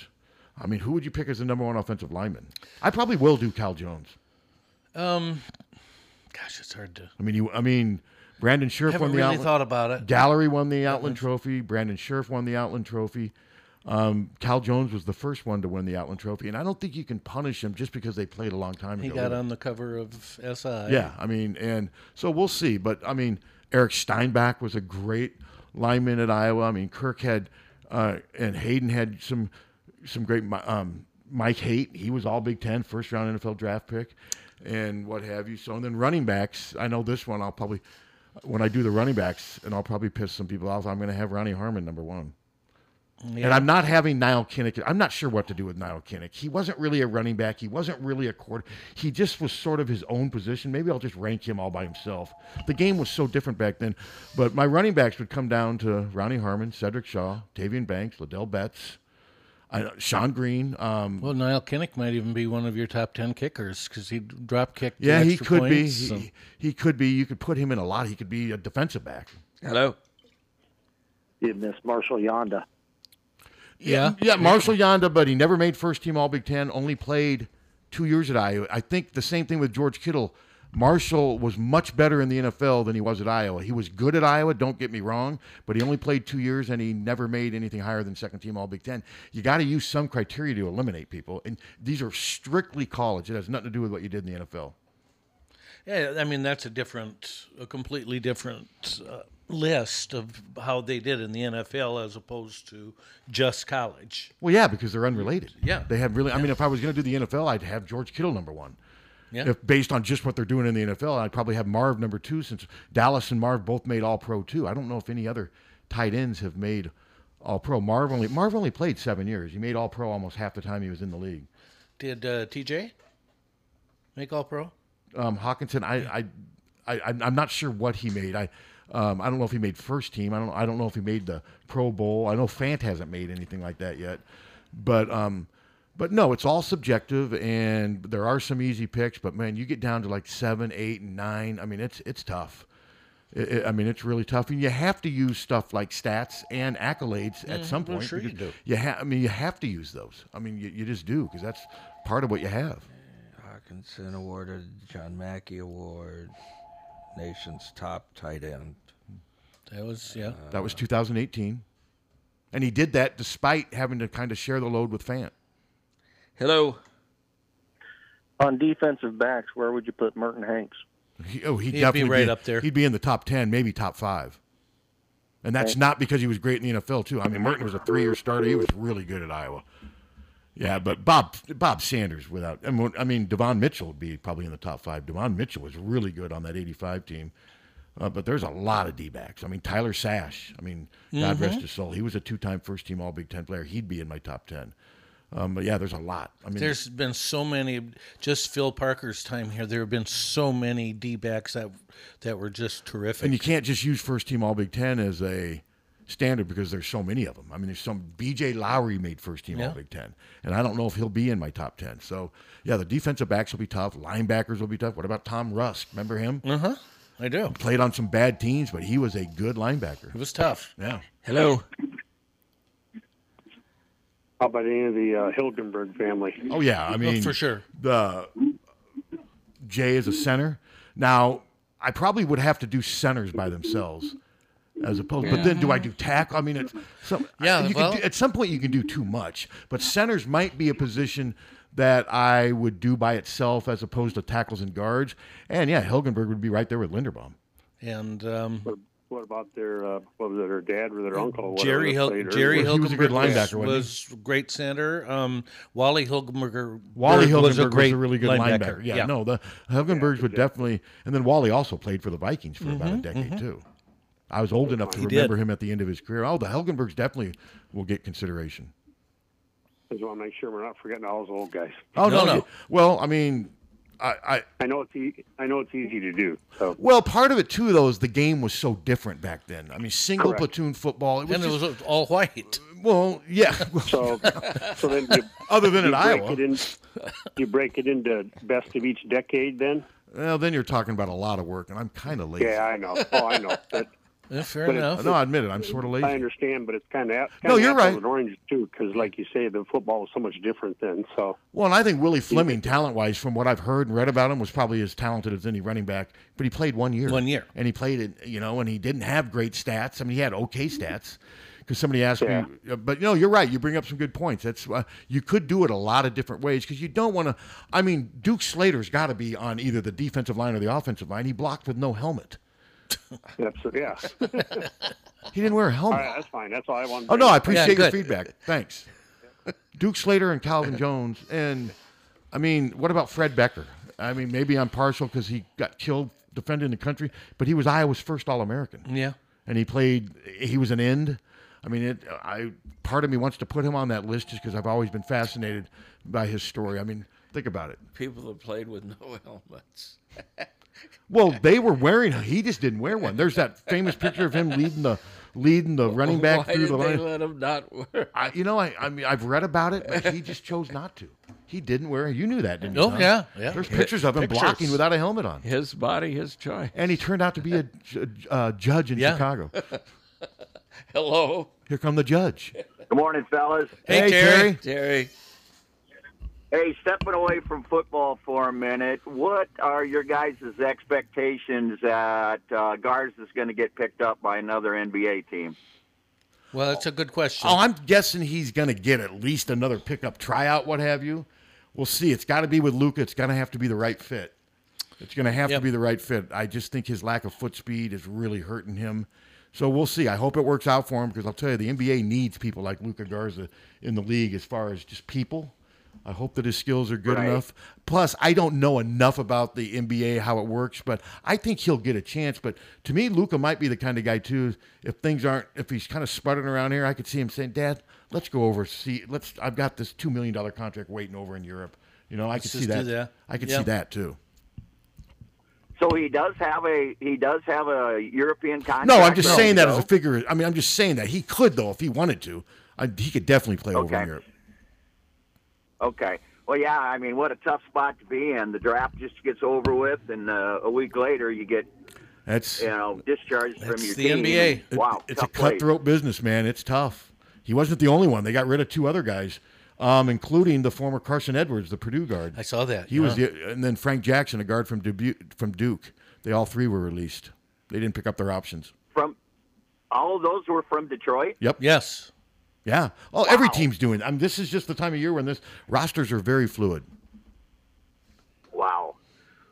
Speaker 4: I mean, who would you pick as the number one offensive lineman? I probably will do Cal Jones.
Speaker 3: Um, gosh, it's hard to.
Speaker 4: I mean, you. I mean, Brandon Scherf
Speaker 3: Haven't
Speaker 4: won the
Speaker 3: really
Speaker 4: Outland-
Speaker 3: thought about it.
Speaker 4: Gallery won the Outland Trophy. Brandon Scherf won the Outland Trophy. Um, Cal Jones was the first one to win the Outland Trophy, and I don't think you can punish him just because they played a long time
Speaker 3: He
Speaker 4: ago.
Speaker 3: got on the cover of SI.
Speaker 4: Yeah, I mean, and so we'll see. But I mean, Eric Steinbach was a great lineman at Iowa. I mean, Kirk had uh, and Hayden had some some great. mi- Um, Mike Haight, he was all Big Ten, first round NFL draft pick, and what have you. So, and then running backs. I know this one. I'll probably when I do the running backs, and I'll probably piss some people off. I'm going to have Ronnie Harmon number one.
Speaker 3: Mm,
Speaker 4: And I'm not having Niall Kinnick. I'm not sure what to do with Niall Kinnick. He wasn't really a running back. He wasn't really a quarter. He just was sort of his own position. Maybe I'll just rank him all by himself. The game was so different back then. But my running backs would come down to Ronnie Harmon, Cedric Shaw, Tavian Banks, Liddell Betts, I, Sean Green. Um,
Speaker 3: well, Niall Kinnick might even be one of your top ten kickers because he drop kicked. the
Speaker 4: yeah, he
Speaker 3: extra
Speaker 4: could be.
Speaker 3: points,
Speaker 4: He,
Speaker 3: so-
Speaker 4: he could be. You could put him in a lot. He could be a defensive back.
Speaker 2: Hello.
Speaker 7: You miss Marshall Yonda.
Speaker 4: Yeah. Yeah, Marshall Yonda, but he never made first team All Big Ten, only played two years at Iowa. I think the same thing with George Kittle. Marshall was much better in the NFL than he was at Iowa. He was good at Iowa, don't get me wrong, but he only played two years and he never made anything higher than second team All Big Ten. You got to use some criteria to eliminate people. And these are strictly college. It has nothing to do with what you did in the NFL.
Speaker 3: Yeah, I mean that's a different, a completely different uh, list of how they did in the NFL as opposed to just college.
Speaker 4: Well, yeah, because they're unrelated.
Speaker 3: Yeah.
Speaker 4: They have really, I mean, if I was going to do the NFL, I'd have George Kittle number one.
Speaker 3: Yeah.
Speaker 4: If based on just what they're doing in the NFL, I'd probably have Marv number two since Dallas and Marv both made All Pro too. I don't know if any other tight ends have made All Pro. Marv only Marv only played seven years. He made All Pro almost half the time he was in the league.
Speaker 3: Did uh, TJ make All Pro?
Speaker 4: Um, Hawkinson, I, I, I, I'm- I'm not sure what he made. I, um, I don't know if he made first team. I don't, I don't know if he made the Pro Bowl. I know Fant hasn't made anything like that yet, but, um, but no, it's all subjective, and there are some easy picks. But man, you get down to like seven, eight, and nine. I mean, it's it's tough. I- I I mean, it's really tough, and you have to use stuff like stats and accolades at
Speaker 3: Mhm,
Speaker 4: some
Speaker 3: well,
Speaker 4: point.
Speaker 3: sure you
Speaker 4: because
Speaker 3: do.
Speaker 4: You ha- I mean, you have to use those. I mean, you, you just do because that's part of what you have.
Speaker 2: Hawkinson awarded John Mackey Award, nation's top tight end.
Speaker 3: That was yeah.
Speaker 4: That was 2018. And he did that despite having to kind of share the load with Fant.
Speaker 2: Hello.
Speaker 7: On defensive backs, where would you put Merton Hanks?
Speaker 4: He, oh, he'd,
Speaker 3: He'd be
Speaker 4: definitely
Speaker 3: right up there.
Speaker 4: He'd be in the top 10, maybe top five. And that's not because he was great in the NFL, too. I mean, Merton was a three year starter. He was really good at Iowa. Yeah, but Bob Bob Sanders without I mean, I mean Devon Mitchell would be probably in the top five. Devon Mitchell was really good on that '85 team, uh, but there's a lot of D backs. I mean Tyler Sash. I mean God
Speaker 3: Mm-hmm.
Speaker 4: rest his soul. He was a two-time first-team All Big Ten player. He'd be in my top ten. Um, but yeah, there's a lot. I mean,
Speaker 3: There's been so many. Just Phil Parker's time here, there have been so many D backs that that were just terrific.
Speaker 4: And you can't just use first team All Big Ten as a standard because there's so many of them. I mean, there's some. B.J. Lowry made first team All
Speaker 3: Yeah.
Speaker 4: Big Ten, and I don't know if he'll be in my top ten. So yeah, the defensive backs will be tough. Linebackers will be tough. What about Tom Rusk? Remember him?
Speaker 3: uh huh. I do.
Speaker 4: Played on some bad teams, but he was a good linebacker.
Speaker 3: It was tough.
Speaker 4: Yeah.
Speaker 2: Hello.
Speaker 8: How about any of the uh, Hilgenberg family?
Speaker 4: Oh yeah. I mean,
Speaker 3: for sure.
Speaker 4: the Jay is a center. Now, I probably would have to do centers by themselves as opposed. But then, do I do tackle? I mean, it's some,
Speaker 3: Yeah,
Speaker 4: You
Speaker 3: well-
Speaker 4: can do, at some point, you can do too much. But centers might be a position that I would do by itself as opposed to tackles and guards. And yeah, Hilgenberg would be right there with Linderbaum.
Speaker 3: And um,
Speaker 8: What about their uh, what was it, their dad or their uncle? Or whatever
Speaker 3: Jerry
Speaker 8: that
Speaker 3: Hil-
Speaker 8: played earlier?
Speaker 3: Jerry
Speaker 4: Well, he was a good
Speaker 3: Hilgenberg was,
Speaker 4: linebacker, wasn't he?
Speaker 3: was great center. Um, Wally Hilgenberger
Speaker 4: Wally Hilgenberg
Speaker 3: was a great
Speaker 4: really good linebacker. Yeah, no, the Hilgenbergs would definitely. And then Wally also played for the Vikings for about a
Speaker 3: Mm-hmm,
Speaker 4: decade too. I was old enough to
Speaker 3: did.
Speaker 4: remember him at the end of his career. Oh, the Helgenbergs definitely will get consideration.
Speaker 8: Just want to make sure we're not forgetting all those old guys.
Speaker 4: Oh
Speaker 3: No,
Speaker 4: no,
Speaker 3: no.
Speaker 4: you- well, I mean, I, I
Speaker 8: I know it's e- I know it's easy to do. So
Speaker 4: well, part of it too though is the game was so different back then. I mean, single platoon football. It was
Speaker 3: and it
Speaker 4: just-
Speaker 3: was all white.
Speaker 4: well, yeah.
Speaker 8: so so then you,
Speaker 4: Other than
Speaker 8: you
Speaker 4: at
Speaker 8: break
Speaker 4: Iowa.
Speaker 8: it in, you break it into best of each decade. Then
Speaker 4: well, then you're talking about a lot of work, and I'm kind of lazy.
Speaker 8: yeah, I know. Oh, I know. But
Speaker 3: Yeah, fair
Speaker 8: But it-
Speaker 3: enough.
Speaker 4: no, I admit it. I'm sort of lazy.
Speaker 8: I understand, but it's kind of
Speaker 4: No, you're right.
Speaker 8: And oranges too, because like you say, the football was so much different then. So
Speaker 4: Well, and I think Willie Fleming, talent wise, from what I've heard and read about him, was probably as talented as any running back. But he played one year.
Speaker 3: One year.
Speaker 4: And he played it, you know, and he didn't have great stats. I mean, he had okay stats. Because somebody asked me, uh, but no, you're right. You bring up some good points. That's uh, you could do it a lot of different ways because you don't want to. I mean, Duke Slater's got to be on either the defensive line or the offensive line. He blocked with no helmet.
Speaker 8: absolutely, yeah. all
Speaker 4: He didn't wear a helmet.
Speaker 8: right, that's fine. That's all I want.
Speaker 4: Oh no, I appreciate your
Speaker 3: good.
Speaker 4: feedback. Thanks. Duke Slater and Calvin Jones, and I mean, what about Fred Becker? I mean, maybe I'm partial because he got killed defending the country, but he was Iowa's first All-American,
Speaker 3: Yeah.
Speaker 4: and he played. He was an end. I mean, it, I part of me wants to put him on that list just because I've always been fascinated by his story. I mean, think about it.
Speaker 2: People that played with no helmets.
Speaker 4: Well, they were wearing. He just didn't wear one. There's that famous picture of him leading the leading the running back
Speaker 2: Why
Speaker 4: through
Speaker 2: did
Speaker 4: the
Speaker 2: they
Speaker 4: line.
Speaker 2: let him not wear?
Speaker 4: I, you know, I, I mean, I've read about it, but he just chose not to. He didn't wear. You knew that, didn't you?
Speaker 2: Oh,
Speaker 4: Tom?
Speaker 2: yeah, yeah.
Speaker 4: There's pictures of him
Speaker 2: Pictures.
Speaker 4: blocking without a helmet on,
Speaker 2: His body, his choice.
Speaker 4: and he turned out to be a ju- uh, judge in
Speaker 2: Yeah.
Speaker 4: Chicago.
Speaker 2: Hello.
Speaker 4: Here come the judge.
Speaker 9: Good morning, fellas.
Speaker 4: Hey, Hey, Terry.
Speaker 2: Terry.
Speaker 9: Hey, stepping away from football for a minute, what are your guys' expectations that uh, Garz is going to get picked up by another NBA team?
Speaker 3: Well, that's a good question.
Speaker 4: Oh, I'm guessing he's going to get at least another pickup tryout, what have you. We'll see. It's got to be with Luca. It's going to have to be the right fit. It's going to have to be the right fit. I just think his lack of foot speed is really hurting him. So we'll see. I hope it works out for him because I'll tell you, the NBA needs people like Luca Garza in the league as far as just people. I hope that his skills are good
Speaker 9: Right.
Speaker 4: enough. Plus, I don't know enough about the NBA how it works, but I think he'll get a chance. But to me, Luca might be the kind of guy too. If things aren't, if he's kind of sputtering around here, I could see him saying, "Dad, let's go over see. Let's. I've got this two million dollar contract waiting over in Europe. You know, I
Speaker 3: Let's
Speaker 4: could see
Speaker 3: just
Speaker 4: that.
Speaker 3: do that.
Speaker 4: I could
Speaker 3: Yeah.
Speaker 4: see that too.
Speaker 9: So he does have a he does have a European contract.
Speaker 4: No, I'm just saying that
Speaker 9: though.
Speaker 4: as a figure. I mean, I'm just saying that he could though if he wanted to. I, he could definitely play over in
Speaker 9: Okay.
Speaker 4: Europe.
Speaker 9: Okay. Well, yeah. I mean, what a tough spot to be in. The draft just gets over with, and uh, a week later you get
Speaker 4: That's
Speaker 9: you know discharged from
Speaker 3: That's
Speaker 9: your
Speaker 3: the
Speaker 9: team.
Speaker 3: NBA.
Speaker 4: It-
Speaker 9: Wow,
Speaker 4: it's a
Speaker 9: tough place.
Speaker 4: cutthroat business, man. It's tough. He wasn't the only one. They got rid of two other guys, um, including the former Carson Edwards, the Purdue guard.
Speaker 3: I saw that.
Speaker 4: He was,
Speaker 3: yeah.
Speaker 4: the, and then Frank Jackson, a guard from Dubuque, from Duke. They all three were released. They didn't pick up their options.
Speaker 9: From all of those were from Detroit.
Speaker 4: Yep.
Speaker 3: Yes.
Speaker 4: Yeah. Oh, every team's doing. I mean, this is just the time of year when this rosters are very fluid.
Speaker 9: Wow.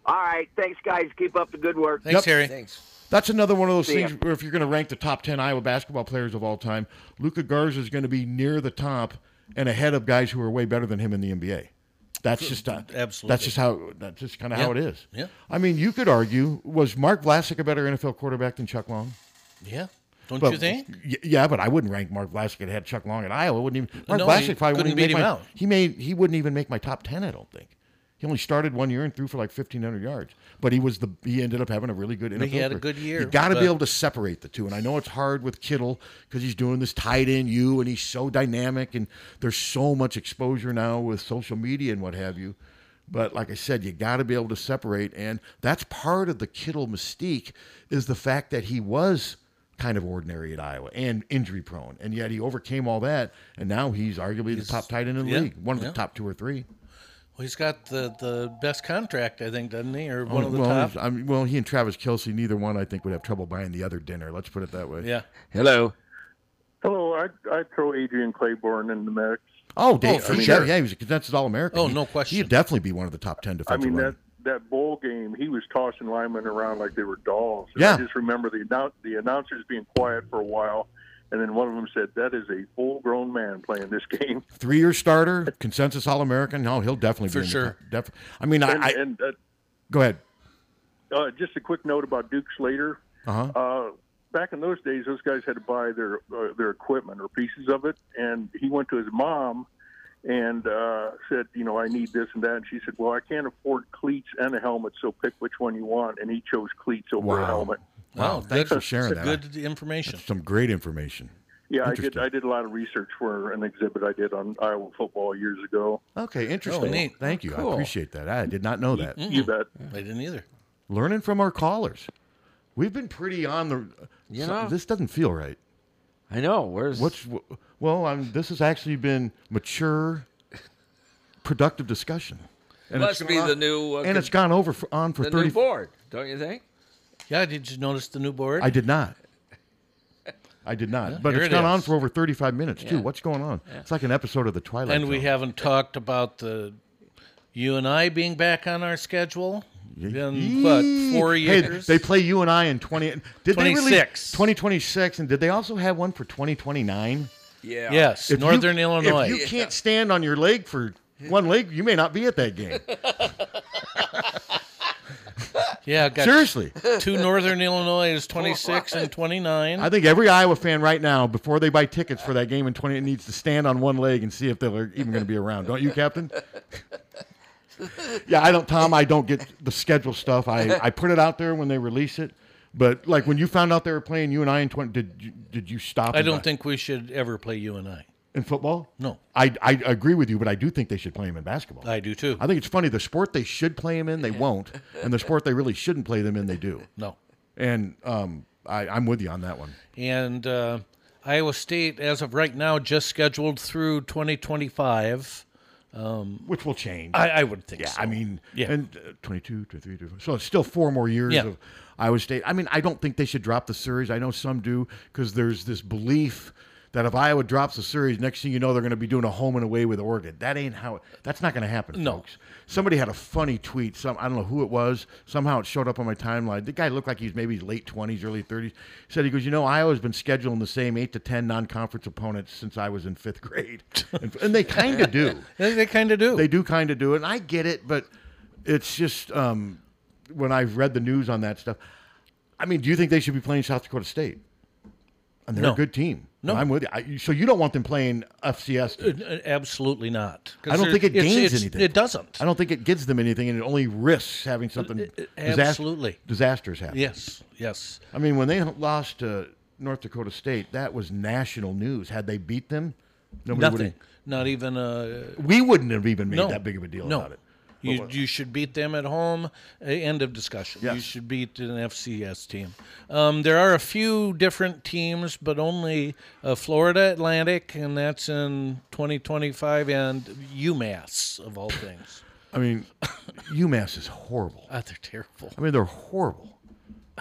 Speaker 9: All right. Thanks, guys. Keep up the good work.
Speaker 3: Thanks,
Speaker 4: Yep.
Speaker 3: Terry.
Speaker 2: Thanks.
Speaker 4: That's another one of those
Speaker 9: See
Speaker 4: things
Speaker 9: ya.
Speaker 4: where if you're going to rank the top 10 Iowa basketball players of all time, Luca Garza is going to be near the top and ahead of guys who are way better than him in the NBA. That's just uh,
Speaker 3: Absolutely.
Speaker 4: That's just how that's just kind of how it
Speaker 3: Yeah.
Speaker 4: is.
Speaker 3: Yeah.
Speaker 4: I mean, you could argue was Mark Vlasic a better NFL quarterback than Chuck Long?
Speaker 3: Yeah. Don't
Speaker 4: But-
Speaker 3: you think?
Speaker 4: Y- yeah, but I wouldn't rank Mark Vlasic ahead of Chuck Long at Iowa. Wouldn't even Mark
Speaker 3: No,
Speaker 4: Vlasic
Speaker 3: he
Speaker 4: probably
Speaker 3: couldn't
Speaker 4: wouldn't even
Speaker 3: beat
Speaker 4: make
Speaker 3: him
Speaker 4: my,
Speaker 3: out.
Speaker 4: He made he wouldn't even make my top 10. I don't think. He only started one year and threw for like 1500 yards, but he was the he ended up having a really good. NFL
Speaker 3: he had a
Speaker 4: career.
Speaker 3: good year,
Speaker 4: You got to
Speaker 3: but-
Speaker 4: be able to separate the two, and I know it's hard with Kittle because he's doing this tight end you, and he's so dynamic, and there's so much exposure now with social media and what have you. But like I said, you got to be able to separate, and that's part of the Kittle mystique is the fact that he was kind of ordinary at Iowa and injury prone, and yet he overcame all that, and now he's arguably the top tight end in the
Speaker 3: yeah,
Speaker 4: league, one of
Speaker 3: yeah.
Speaker 4: the top two or three.
Speaker 3: Well, he's got the, the best contract, I think, doesn't he? Or one of the
Speaker 4: Oh, well,
Speaker 3: top.
Speaker 4: he's- I mean, well, he and Travis Kelsey, neither one I think would have trouble buying the other dinner. Let's put it that way.
Speaker 3: Yeah.
Speaker 2: Hello.
Speaker 7: Hello, I'd, I'd throw Adrian Claiborne in the mix.
Speaker 4: Oh, Dave,
Speaker 3: for
Speaker 4: for sure.
Speaker 3: sure.
Speaker 4: Yeah, he was a consensus All American.
Speaker 3: Oh, no question.
Speaker 4: He'd definitely be one of the top 10
Speaker 7: I
Speaker 4: defensive
Speaker 7: mean that
Speaker 4: linemen.
Speaker 7: that bowl game, he was tossing linemen around like they were dolls. And
Speaker 4: Yeah.
Speaker 7: I just remember the annou- the announcers being quiet for a while, and then one of them said, "That is a full grown man playing this game."
Speaker 4: Three year starter, consensus All American. No, he'll definitely be
Speaker 3: For
Speaker 4: in the
Speaker 3: sure.
Speaker 4: top- def- I mean, I,
Speaker 7: And,
Speaker 4: I
Speaker 7: and uh,
Speaker 4: go ahead.
Speaker 7: uh, just a quick note about Duke Slater.
Speaker 4: Uh-huh.
Speaker 7: Uh, back in those days, those guys had to buy their uh, their equipment or pieces of it, and he went to his mom and uh, said, "You know, I need this and that." And she said, "Well, I can't afford cleats and a helmet, so pick which one you want." And he chose cleats over
Speaker 4: Wow.
Speaker 7: a helmet.
Speaker 4: Wow, thanks for sharing that.
Speaker 3: Good information.
Speaker 4: Some great information.
Speaker 7: Yeah, I did.
Speaker 4: Interesting.
Speaker 7: I did a lot of research for an exhibit I did on Iowa football years ago.
Speaker 4: Okay, interesting.
Speaker 3: Oh, neat. mm-hmm.
Speaker 4: Thank you. I
Speaker 2: Cool.
Speaker 4: appreciate that. I did not know that.
Speaker 7: You bet.
Speaker 3: I didn't either.
Speaker 4: Learning from our callers. We've been pretty on the.
Speaker 2: You
Speaker 4: so-
Speaker 2: know.
Speaker 4: this doesn't feel right.
Speaker 2: I know. Where's
Speaker 4: What's well? I'm, this has actually been mature, productive discussion. And
Speaker 2: Must
Speaker 4: it's
Speaker 2: be
Speaker 4: gone on-
Speaker 2: the new uh,
Speaker 4: and it's gone over for, on for
Speaker 2: the
Speaker 4: thirty.
Speaker 2: new board, don't you think?
Speaker 3: Yeah, did you notice the new board?
Speaker 4: I did not. I did not. but
Speaker 3: here
Speaker 4: it's
Speaker 3: it
Speaker 4: gone on
Speaker 3: is.
Speaker 4: for over thirty-five minutes too. What's going on? It's like an episode of the Twilight.
Speaker 3: and we
Speaker 4: Zone.
Speaker 3: haven't talked about the you and I being back on our schedule. Been
Speaker 4: Yee.
Speaker 3: what four
Speaker 4: Mm. Hey,
Speaker 3: years?
Speaker 4: they play you and I in twenty. Did they really
Speaker 3: 26.
Speaker 4: twenty twenty six? And did they also have one for twenty twenty nine?
Speaker 2: Yeah.
Speaker 3: yes,
Speaker 4: If you-
Speaker 3: Northern Illinois.
Speaker 4: If you can't stand on your leg for one leg, you may not be at that game.
Speaker 3: Yeah, got
Speaker 4: Seriously.
Speaker 3: Two Northern Illinois is 26 and 29.
Speaker 4: I think every Iowa fan right now, before they buy tickets for that game in 20, needs to stand on one leg and see if they're even going to be around. Don't you, Captain? yeah, I don't, Tom. I don't get the schedule stuff. I, I put it out there when they release it. But like when you found out they were playing you and I in 20, did you, did you stop?
Speaker 3: I
Speaker 4: and
Speaker 3: don't think we should ever play you and I.
Speaker 4: In football?
Speaker 3: No.
Speaker 4: I, I agree with you, but I do think they should play him in basketball.
Speaker 3: I do too.
Speaker 4: I think it's funny. The sport they should play him in, they won't. And the sport they really shouldn't play them in, they do.
Speaker 3: No.
Speaker 4: And um, I, I'm with you on that one.
Speaker 3: And uh, Iowa State, as of right now, just scheduled through 2025. Um,
Speaker 4: Which will change.
Speaker 3: I, I would think
Speaker 4: yeah,
Speaker 3: so.
Speaker 4: I mean,
Speaker 3: yeah.
Speaker 4: and uh, 22, 23, 24. So it's still four more years
Speaker 3: Yeah.
Speaker 4: of Iowa State. I mean, I don't think they should drop the series. I know some do because there's this belief that if Iowa drops the series, next thing you know, they're going to be doing a home and away with Oregon. That ain't how it, that's not going to happen, no. folks. Somebody had a funny tweet. Some I don't know who it was. Somehow it showed up on my timeline. The guy looked like he was maybe late 20s, early 30s. Said he goes, you know, Iowa's been scheduling the same eight to 10 non-conference opponents since I was in fifth grade, and, and they kind of do.
Speaker 3: They, kind of do.
Speaker 4: They do kind of do, it. and I get it, but it's just um, when I've read the news on that stuff. I mean, do you think they should be playing South Dakota State? And they're
Speaker 3: No.
Speaker 4: a good team.
Speaker 3: No.
Speaker 4: I'm with you. I, so you don't want them playing FCS.
Speaker 3: Uh, uh, Absolutely not. 'Cause
Speaker 4: I don't
Speaker 3: there-
Speaker 4: think it
Speaker 3: it's-
Speaker 4: gains
Speaker 3: it's-
Speaker 4: anything.
Speaker 3: It doesn't.
Speaker 4: I
Speaker 3: Uh,
Speaker 4: don't think it gives them anything, and it only risks having something disas-
Speaker 3: absolutely.
Speaker 4: disastrous happen.
Speaker 3: Yes, yes.
Speaker 4: I mean, when they lost to North Dakota State, that was national news. Had they beat them, nobody would've-
Speaker 3: Nothing. Not even a.
Speaker 4: We wouldn't have even made
Speaker 3: no,
Speaker 4: that big of a deal
Speaker 3: no.
Speaker 4: about it.
Speaker 3: You, you should beat them at home. Uh, End of discussion. You should beat an FCS team. Um, there are a few different teams, but only uh, Florida Atlantic, and that's in 2025, and UMass, of all things.
Speaker 4: I mean, UMass is horrible.
Speaker 3: Ah, they're terrible.
Speaker 4: I mean, they're horrible.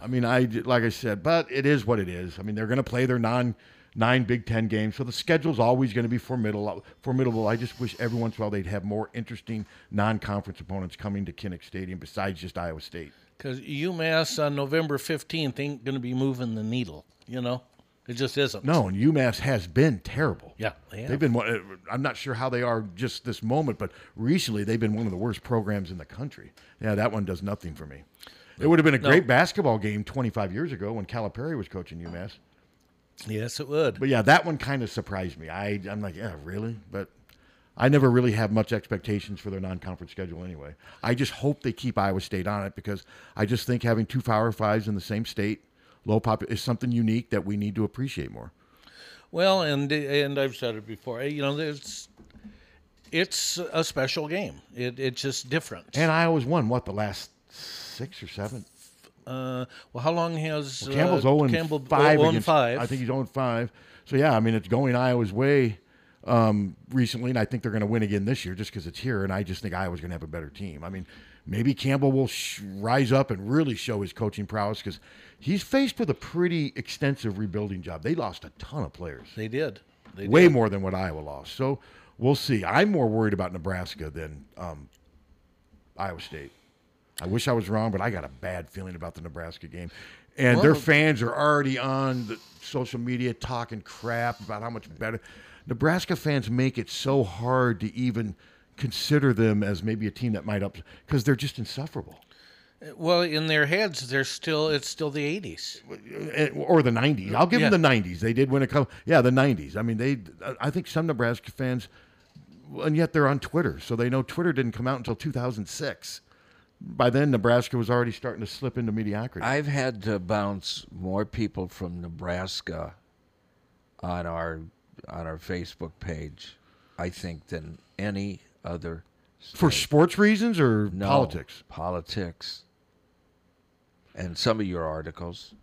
Speaker 4: I mean, I like I said, but it is what it is. I mean, they're going to play their non nine Big Ten games, so the schedule's always going to be formidable. Formidable. I just wish every once in a while they'd have more interesting non conference opponents coming to Kinnick Stadium besides just Iowa State.
Speaker 3: Because UMass on November 15th ain't going to be moving the needle, you know? It just isn't.
Speaker 4: No, and UMass has been terrible.
Speaker 3: Yeah, they have.
Speaker 4: they've been. one- uh, I'm not sure how they are just this moment, but recently they've been one of the worst programs in the country. Yeah, that one does nothing for me. It would have been a
Speaker 3: No.
Speaker 4: great basketball game 25 years ago when Calipari was coaching UMass.
Speaker 3: Yes, it would.
Speaker 4: But yeah, that one kind of surprised me. I I'm like, yeah, really? But I never really have much expectations for their non-conference schedule anyway. I just hope they keep Iowa State on it because I just think having two Power Fives in the same state, low pop, is something unique that we need to appreciate more.
Speaker 3: Well, and and I've said it before. You know, it's it's a special game. It, it's just different.
Speaker 4: And Iowa's won what the last six or seven.
Speaker 3: Uh, well, how long has
Speaker 4: Well, Campbell's
Speaker 3: uh,
Speaker 4: 0 and
Speaker 3: Campbell
Speaker 4: 5
Speaker 3: 0 and
Speaker 4: against-
Speaker 3: five?
Speaker 4: I think he's 0 and 5. So, yeah, I mean, it's going Iowa's way um, recently, and I think they're going to win again this year just because it's here, and I just think Iowa's going to have a better team. I mean, maybe Campbell will sh- rise up and really show his coaching prowess because he's faced with a pretty extensive rebuilding job. They lost a ton of players,
Speaker 3: they did. They
Speaker 4: way
Speaker 3: did.
Speaker 4: more than what Iowa lost. So, we'll see. I'm more worried about Nebraska than um, Iowa State. I wish I was wrong, but I got a bad feeling about the Nebraska game. And their
Speaker 3: Well-
Speaker 4: fans are already on the social media talking crap about how much better. Nebraska fans make it so hard to even consider them as maybe a team that might up because they're just insufferable.
Speaker 3: Well, in their heads, they're still. It's still the eighties.
Speaker 4: Eh, Or the 90s. I'll give them the 90s. They did win a couple. Yeah, the 90s. I mean, they. I think some Nebraska fans, and yet they're on Twitter, so they know Twitter didn't come out until 2006. By then, Nebraska was already starting to slip into mediocrity.
Speaker 2: I've had to bounce more people from Nebraska on our on our Facebook page, I think, than any other
Speaker 4: For sports reasons or
Speaker 2: no,
Speaker 4: politics?
Speaker 2: Politics. And some of your articles.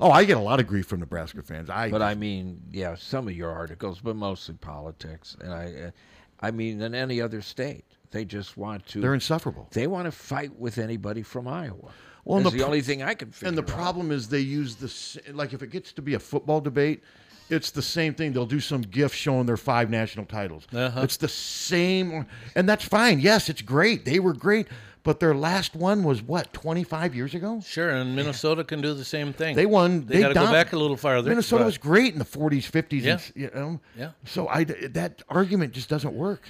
Speaker 4: Oh, I get a lot of grief from Nebraska fans. I
Speaker 2: but I mean, yeah, some of your articles, but mostly politics. And I, uh, I mean, in any other state, they just want to.
Speaker 4: They're insufferable.
Speaker 2: They want to fight with anybody from Iowa.
Speaker 4: Well,
Speaker 2: Well,
Speaker 4: and
Speaker 2: the,
Speaker 4: the pro-
Speaker 2: only thing I can figure.
Speaker 4: and the
Speaker 2: out.
Speaker 4: problem is they use the s- like if it gets to be a football debate, it's the same thing. They'll do some gif showing their five national titles.
Speaker 3: Uh-huh.
Speaker 4: It's the same, and that's fine. Yes, it's great. They were great, but their last one was what twenty five years ago.
Speaker 3: Sure, and Minnesota can do the same thing.
Speaker 4: They won.
Speaker 3: They, got to
Speaker 4: dom-
Speaker 3: go back a little farther.
Speaker 4: Minnesota
Speaker 3: but-
Speaker 4: was great in the forties, fifties.
Speaker 3: Yeah.
Speaker 4: you know.
Speaker 3: Yeah.
Speaker 4: So I that argument just doesn't work.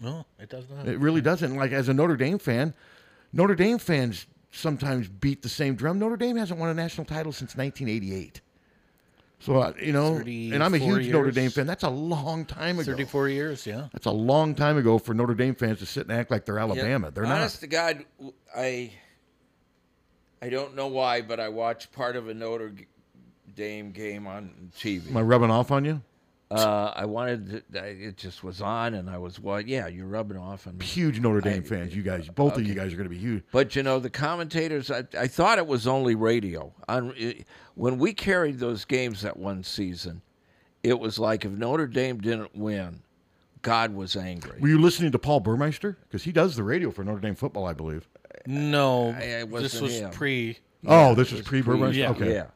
Speaker 3: No, it does not.
Speaker 4: It really doesn't. Like as a Notre Dame fan, Notre Dame fans sometimes beat the same drum. Notre Dame hasn't won a national title since 1988. So uh, you know, and I'm a
Speaker 3: 34
Speaker 4: huge Notre
Speaker 3: years.
Speaker 4: Dame fan. That's a long time ago.
Speaker 3: 34 years, yeah.
Speaker 4: That's a long time ago for Notre Dame fans to sit and act like they're Alabama. They're not.
Speaker 2: Honest to God, w- I I don't know why, but I watched part of a Notre G- Dame game on TV.
Speaker 4: Am I rubbing off on you?
Speaker 2: Uh, I wanted to, I, it just was on, and I was what? yeah, you're rubbing off on me.
Speaker 4: Huge Notre Dame fans. You guys, both of you guys are going to be huge.
Speaker 2: But you know, the commentators, I, I thought it was only radio. On it- when we carried those games that one season, it was like if Notre Dame didn't win, God was angry.
Speaker 4: Were you listening to Paul Burmeister? Because he does the radio for Notre Dame football, I believe.
Speaker 3: No, this
Speaker 2: wasn't
Speaker 3: was
Speaker 2: him.
Speaker 3: pre.
Speaker 4: Oh, this was pre Burmeister.
Speaker 2: Yeah.
Speaker 4: Okay.
Speaker 2: Yeah.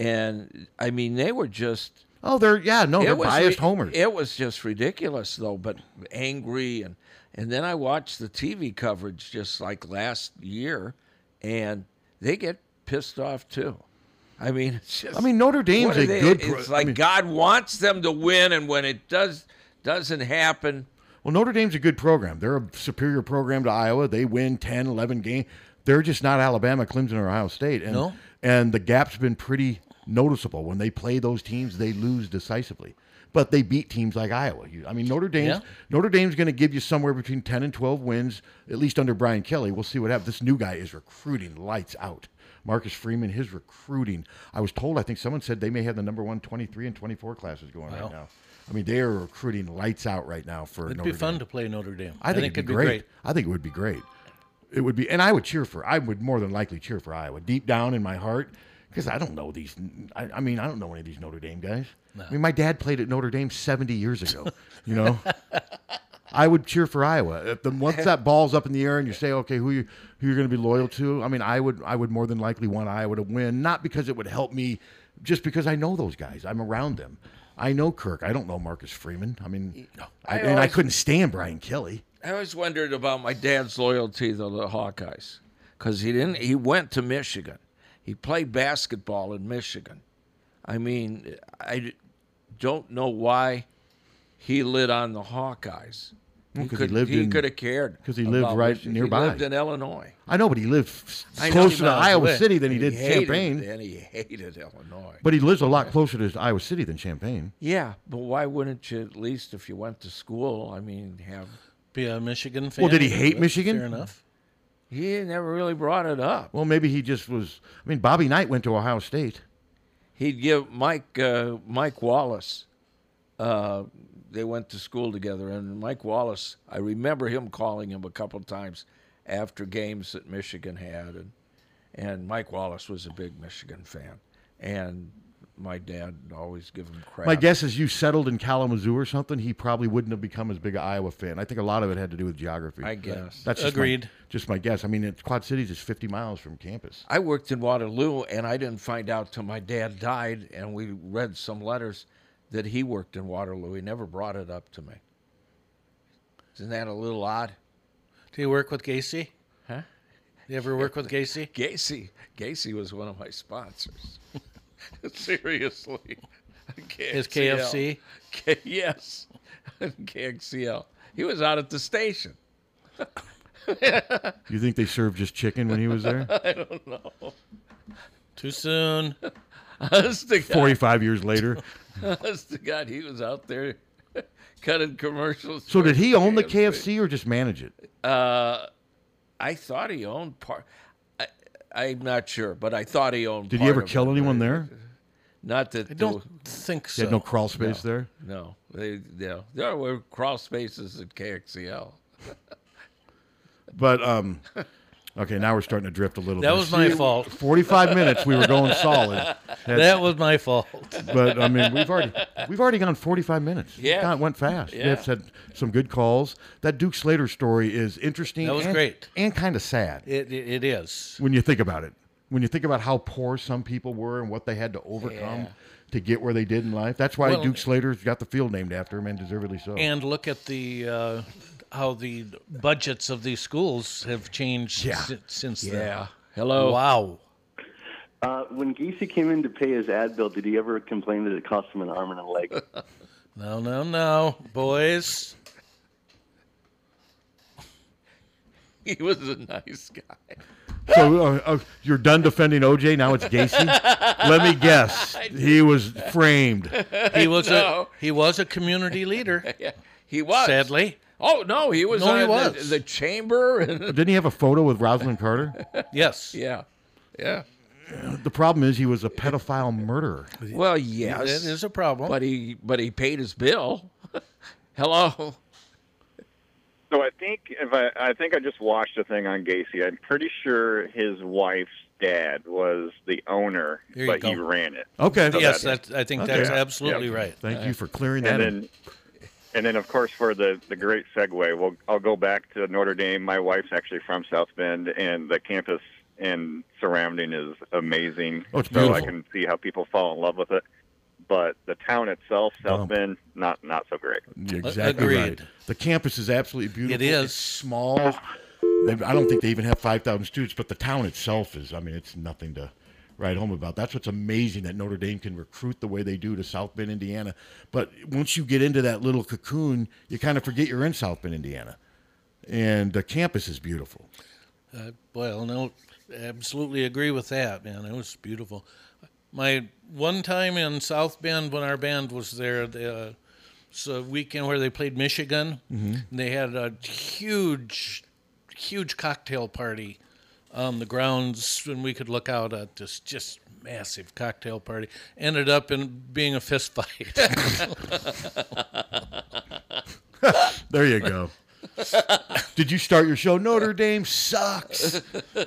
Speaker 2: And I mean, they were just.
Speaker 4: Oh, they're yeah no,
Speaker 2: It
Speaker 4: they're
Speaker 2: was
Speaker 4: biased
Speaker 2: ri-
Speaker 4: homers.
Speaker 2: It was just ridiculous though, but angry and and then I watched the TV coverage just like last year, and they get pissed off too. I mean, it's just.
Speaker 4: I mean, Notre Dame's
Speaker 2: what are
Speaker 4: a good pro-
Speaker 2: It's
Speaker 4: I
Speaker 2: like
Speaker 4: mean-
Speaker 2: God wants them to win, and when it does doesn't happen,
Speaker 4: Well, Notre Dame's a good program. They're a superior program to Iowa. They win 10, 11 games. They're just not Alabama, Clemson, or Ohio State. And,
Speaker 3: No.
Speaker 4: And the gap's been pretty noticeable. When they play those teams, they lose decisively. But they beat teams like Iowa. You- I mean, Notre Dame's
Speaker 3: Yeah.
Speaker 4: Notre Dame's going to give you somewhere between 10 and 12 wins, at least under Brian Kelly. We'll see what happens. This new guy is recruiting lights out. Marcus Freeman, his recruiting. I was told, I think someone said they may have the number one 23 and 24 classes going
Speaker 3: Wow.
Speaker 4: right now. I mean, they are recruiting lights out right now for
Speaker 3: It'd
Speaker 4: Notre
Speaker 3: be fun
Speaker 4: Dame.
Speaker 3: to play Notre Dame.
Speaker 4: I think, it'd be great. I think it would be great. It would be, and I would cheer for. I would more than likely cheer for Iowa deep down in my heart because I don't know these. I, I mean, I don't know any of these Notre Dame guys. I mean, my dad played at Notre Dame seventy years ago. you know, I would cheer for Iowa. If the, once that ball's up in the air and you say, okay, who you who you're going to be loyal to? I mean, I would I would more than likely want Iowa to win, not because it would help me, just because I know those guys. I'm around them. I know Kirk. I don't know Marcus Freeman. I mean, I,
Speaker 2: I
Speaker 4: and I
Speaker 2: always-
Speaker 4: couldn't stand Brian Kelly.
Speaker 2: I always wondered about my dad's loyalty to the Hawkeyes because he didn't. He went to Michigan. He played basketball in Michigan. I mean, I don't know why he lit on the Hawkeyes.
Speaker 4: Well, 'cause he
Speaker 2: could-
Speaker 4: lived
Speaker 2: he
Speaker 4: in-
Speaker 2: could have cared
Speaker 4: 'cause he lived
Speaker 2: about
Speaker 4: right
Speaker 2: Michigan.
Speaker 4: nearby.
Speaker 2: He lived in Illinois.
Speaker 4: I know, but he lived s-
Speaker 2: I know
Speaker 4: closer
Speaker 2: he
Speaker 4: to
Speaker 2: miles
Speaker 4: Iowa
Speaker 2: away.
Speaker 4: City than he did
Speaker 2: hated-
Speaker 4: Champaign.
Speaker 2: And he hated Illinois.
Speaker 4: But he lives a lot closer to Iowa City than Champaign.
Speaker 2: Yeah, but why wouldn't you at least if you went to school? I mean, have
Speaker 3: Be a Michigan fan.
Speaker 4: Well, did he hate Michigan?
Speaker 3: Fair enough.
Speaker 2: he never really brought it up.
Speaker 4: Well, maybe he just was. I mean, Bobby Knight went to Ohio State.
Speaker 2: he'd give Mike uh, Mike Wallace. Uh, they went to school together, and Mike Wallace. I remember him calling him a couple times after games that Michigan had, and and Mike Wallace was a big Michigan fan, and my dad would always give him credit.
Speaker 4: My guess is you settled in Kalamazoo or something. He probably wouldn't have become as big an Iowa fan. I think a lot of it had to do with geography.
Speaker 2: I guess.
Speaker 4: that's just my-
Speaker 2: Agreed.
Speaker 4: just my guess. I mean, it's Quad Cities is 50 miles from campus.
Speaker 2: I worked in Waterloo, and I didn't find out till my dad died, and we read some letters that he worked in Waterloo. He never brought it up to me. Isn't that a little odd?
Speaker 3: Did he work with Gacy?
Speaker 2: Huh?
Speaker 3: You ever work with Gacy?
Speaker 2: Gacy. Gacy was one of my sponsors. Seriously. KXCL.
Speaker 3: His KFC?
Speaker 2: K- yes. KXCL. He was out at the station.
Speaker 4: You think they served just chicken when he was there?
Speaker 2: I don't know.
Speaker 3: Too soon.
Speaker 2: Honest to God.
Speaker 4: 45 years later.
Speaker 2: Honest to God, he was out there cutting commercials.
Speaker 4: So
Speaker 2: for
Speaker 4: did he own the KFC or just manage it?
Speaker 2: Uh, I thought he owned part. I, I'm not sure, but I thought he owned.
Speaker 4: Did
Speaker 2: part
Speaker 4: he ever
Speaker 2: of it.
Speaker 4: kill anyone there?
Speaker 2: Not that
Speaker 3: I don't
Speaker 2: there-
Speaker 3: think
Speaker 4: He had so. no crawl space
Speaker 2: No,
Speaker 4: there?
Speaker 2: No, they yeah, there were crawl spaces at KXCL.
Speaker 4: But um, okay, now we're starting to drift a little.
Speaker 3: That
Speaker 4: bit.
Speaker 3: was my fault.
Speaker 4: Forty-five minutes, we were going solid.
Speaker 3: That was my fault.
Speaker 4: But I mean, we've already we've already gone forty-five minutes.
Speaker 3: Yeah.
Speaker 4: God, it went fast.
Speaker 3: Yeah.
Speaker 4: We've had some good calls. That Duke Slater story is interesting.
Speaker 3: That was
Speaker 4: and-
Speaker 3: great.
Speaker 4: and kind of sad
Speaker 3: It, it, it is.
Speaker 4: when you think about it. When you think about how poor some people were and what they had to overcome
Speaker 3: Yeah.
Speaker 4: to get where they did in life, that's why
Speaker 3: Well-
Speaker 4: Duke Slater's got the field named after him, and deservedly so.
Speaker 3: And look at the uh, how the budgets of these schools have changed
Speaker 4: Yeah.
Speaker 3: si- since then.
Speaker 10: Yeah.
Speaker 2: Hello.
Speaker 3: Wow.
Speaker 10: Uh, when Giese came in to pay his ad bill, did he ever complain that it cost him an arm and a leg?
Speaker 3: No, no, no, boys.
Speaker 2: He was a nice guy.
Speaker 4: So uh, uh, you're done defending OJ. Now it's Gacy. Let me guess. He was framed.
Speaker 3: He was
Speaker 11: No.
Speaker 3: a he was a community leader.
Speaker 11: He was.
Speaker 3: Sadly.
Speaker 11: Oh no, he was
Speaker 3: No, he
Speaker 11: on the-
Speaker 3: was.
Speaker 11: The, chamber. And
Speaker 4: Didn't he have a photo with Rosalind Carter?
Speaker 3: yes.
Speaker 11: Yeah. Yeah.
Speaker 4: The problem is he was a pedophile murderer.
Speaker 11: Well, yes,
Speaker 3: That is a problem.
Speaker 11: But he but he paid his bill. Hello.
Speaker 12: So I think if I, I think I just watched a thing on Gacy. I'm pretty sure his wife's dad was the owner,
Speaker 3: There you
Speaker 12: but
Speaker 3: go.
Speaker 12: he ran it.
Speaker 4: Okay.
Speaker 12: So
Speaker 3: Yes, that's, I think
Speaker 4: Okay.
Speaker 3: that's absolutely right. Uh,
Speaker 4: Thank you for clearing that.
Speaker 12: and
Speaker 4: in.
Speaker 12: then, and then of course for the the great segue, we'll I'll go back to Notre Dame. My wife's actually from South Bend, and the campus and surrounding is amazing.
Speaker 4: Oh, it's
Speaker 12: so I
Speaker 4: beautiful.
Speaker 12: can see how people fall in love with it. But the town itself, South Bend, not not so great.
Speaker 4: You're exactly right. The campus is absolutely beautiful.
Speaker 12: It is.
Speaker 4: It's small. They- I don't think they even have 5,000 students, but the town itself is. I mean, it's nothing to write home about. That's what's amazing that Notre Dame can recruit the way they do to South Bend, Indiana. But once you get into that little cocoon, you kind of forget you're in South Bend, Indiana. And the campus is beautiful.
Speaker 3: Uh, well, no, absolutely agree with that, man. It was beautiful. My one time in South Bend when our band was there, the, uh, it's a weekend where they played Michigan.
Speaker 13: Mhm.
Speaker 4: Mm-hmm.
Speaker 3: And they had a huge, huge cocktail party on the grounds, and we could look out at this just massive cocktail party. Ended up in being a fist fight.
Speaker 4: There you go. Did you start your show? Notre Dame sucks.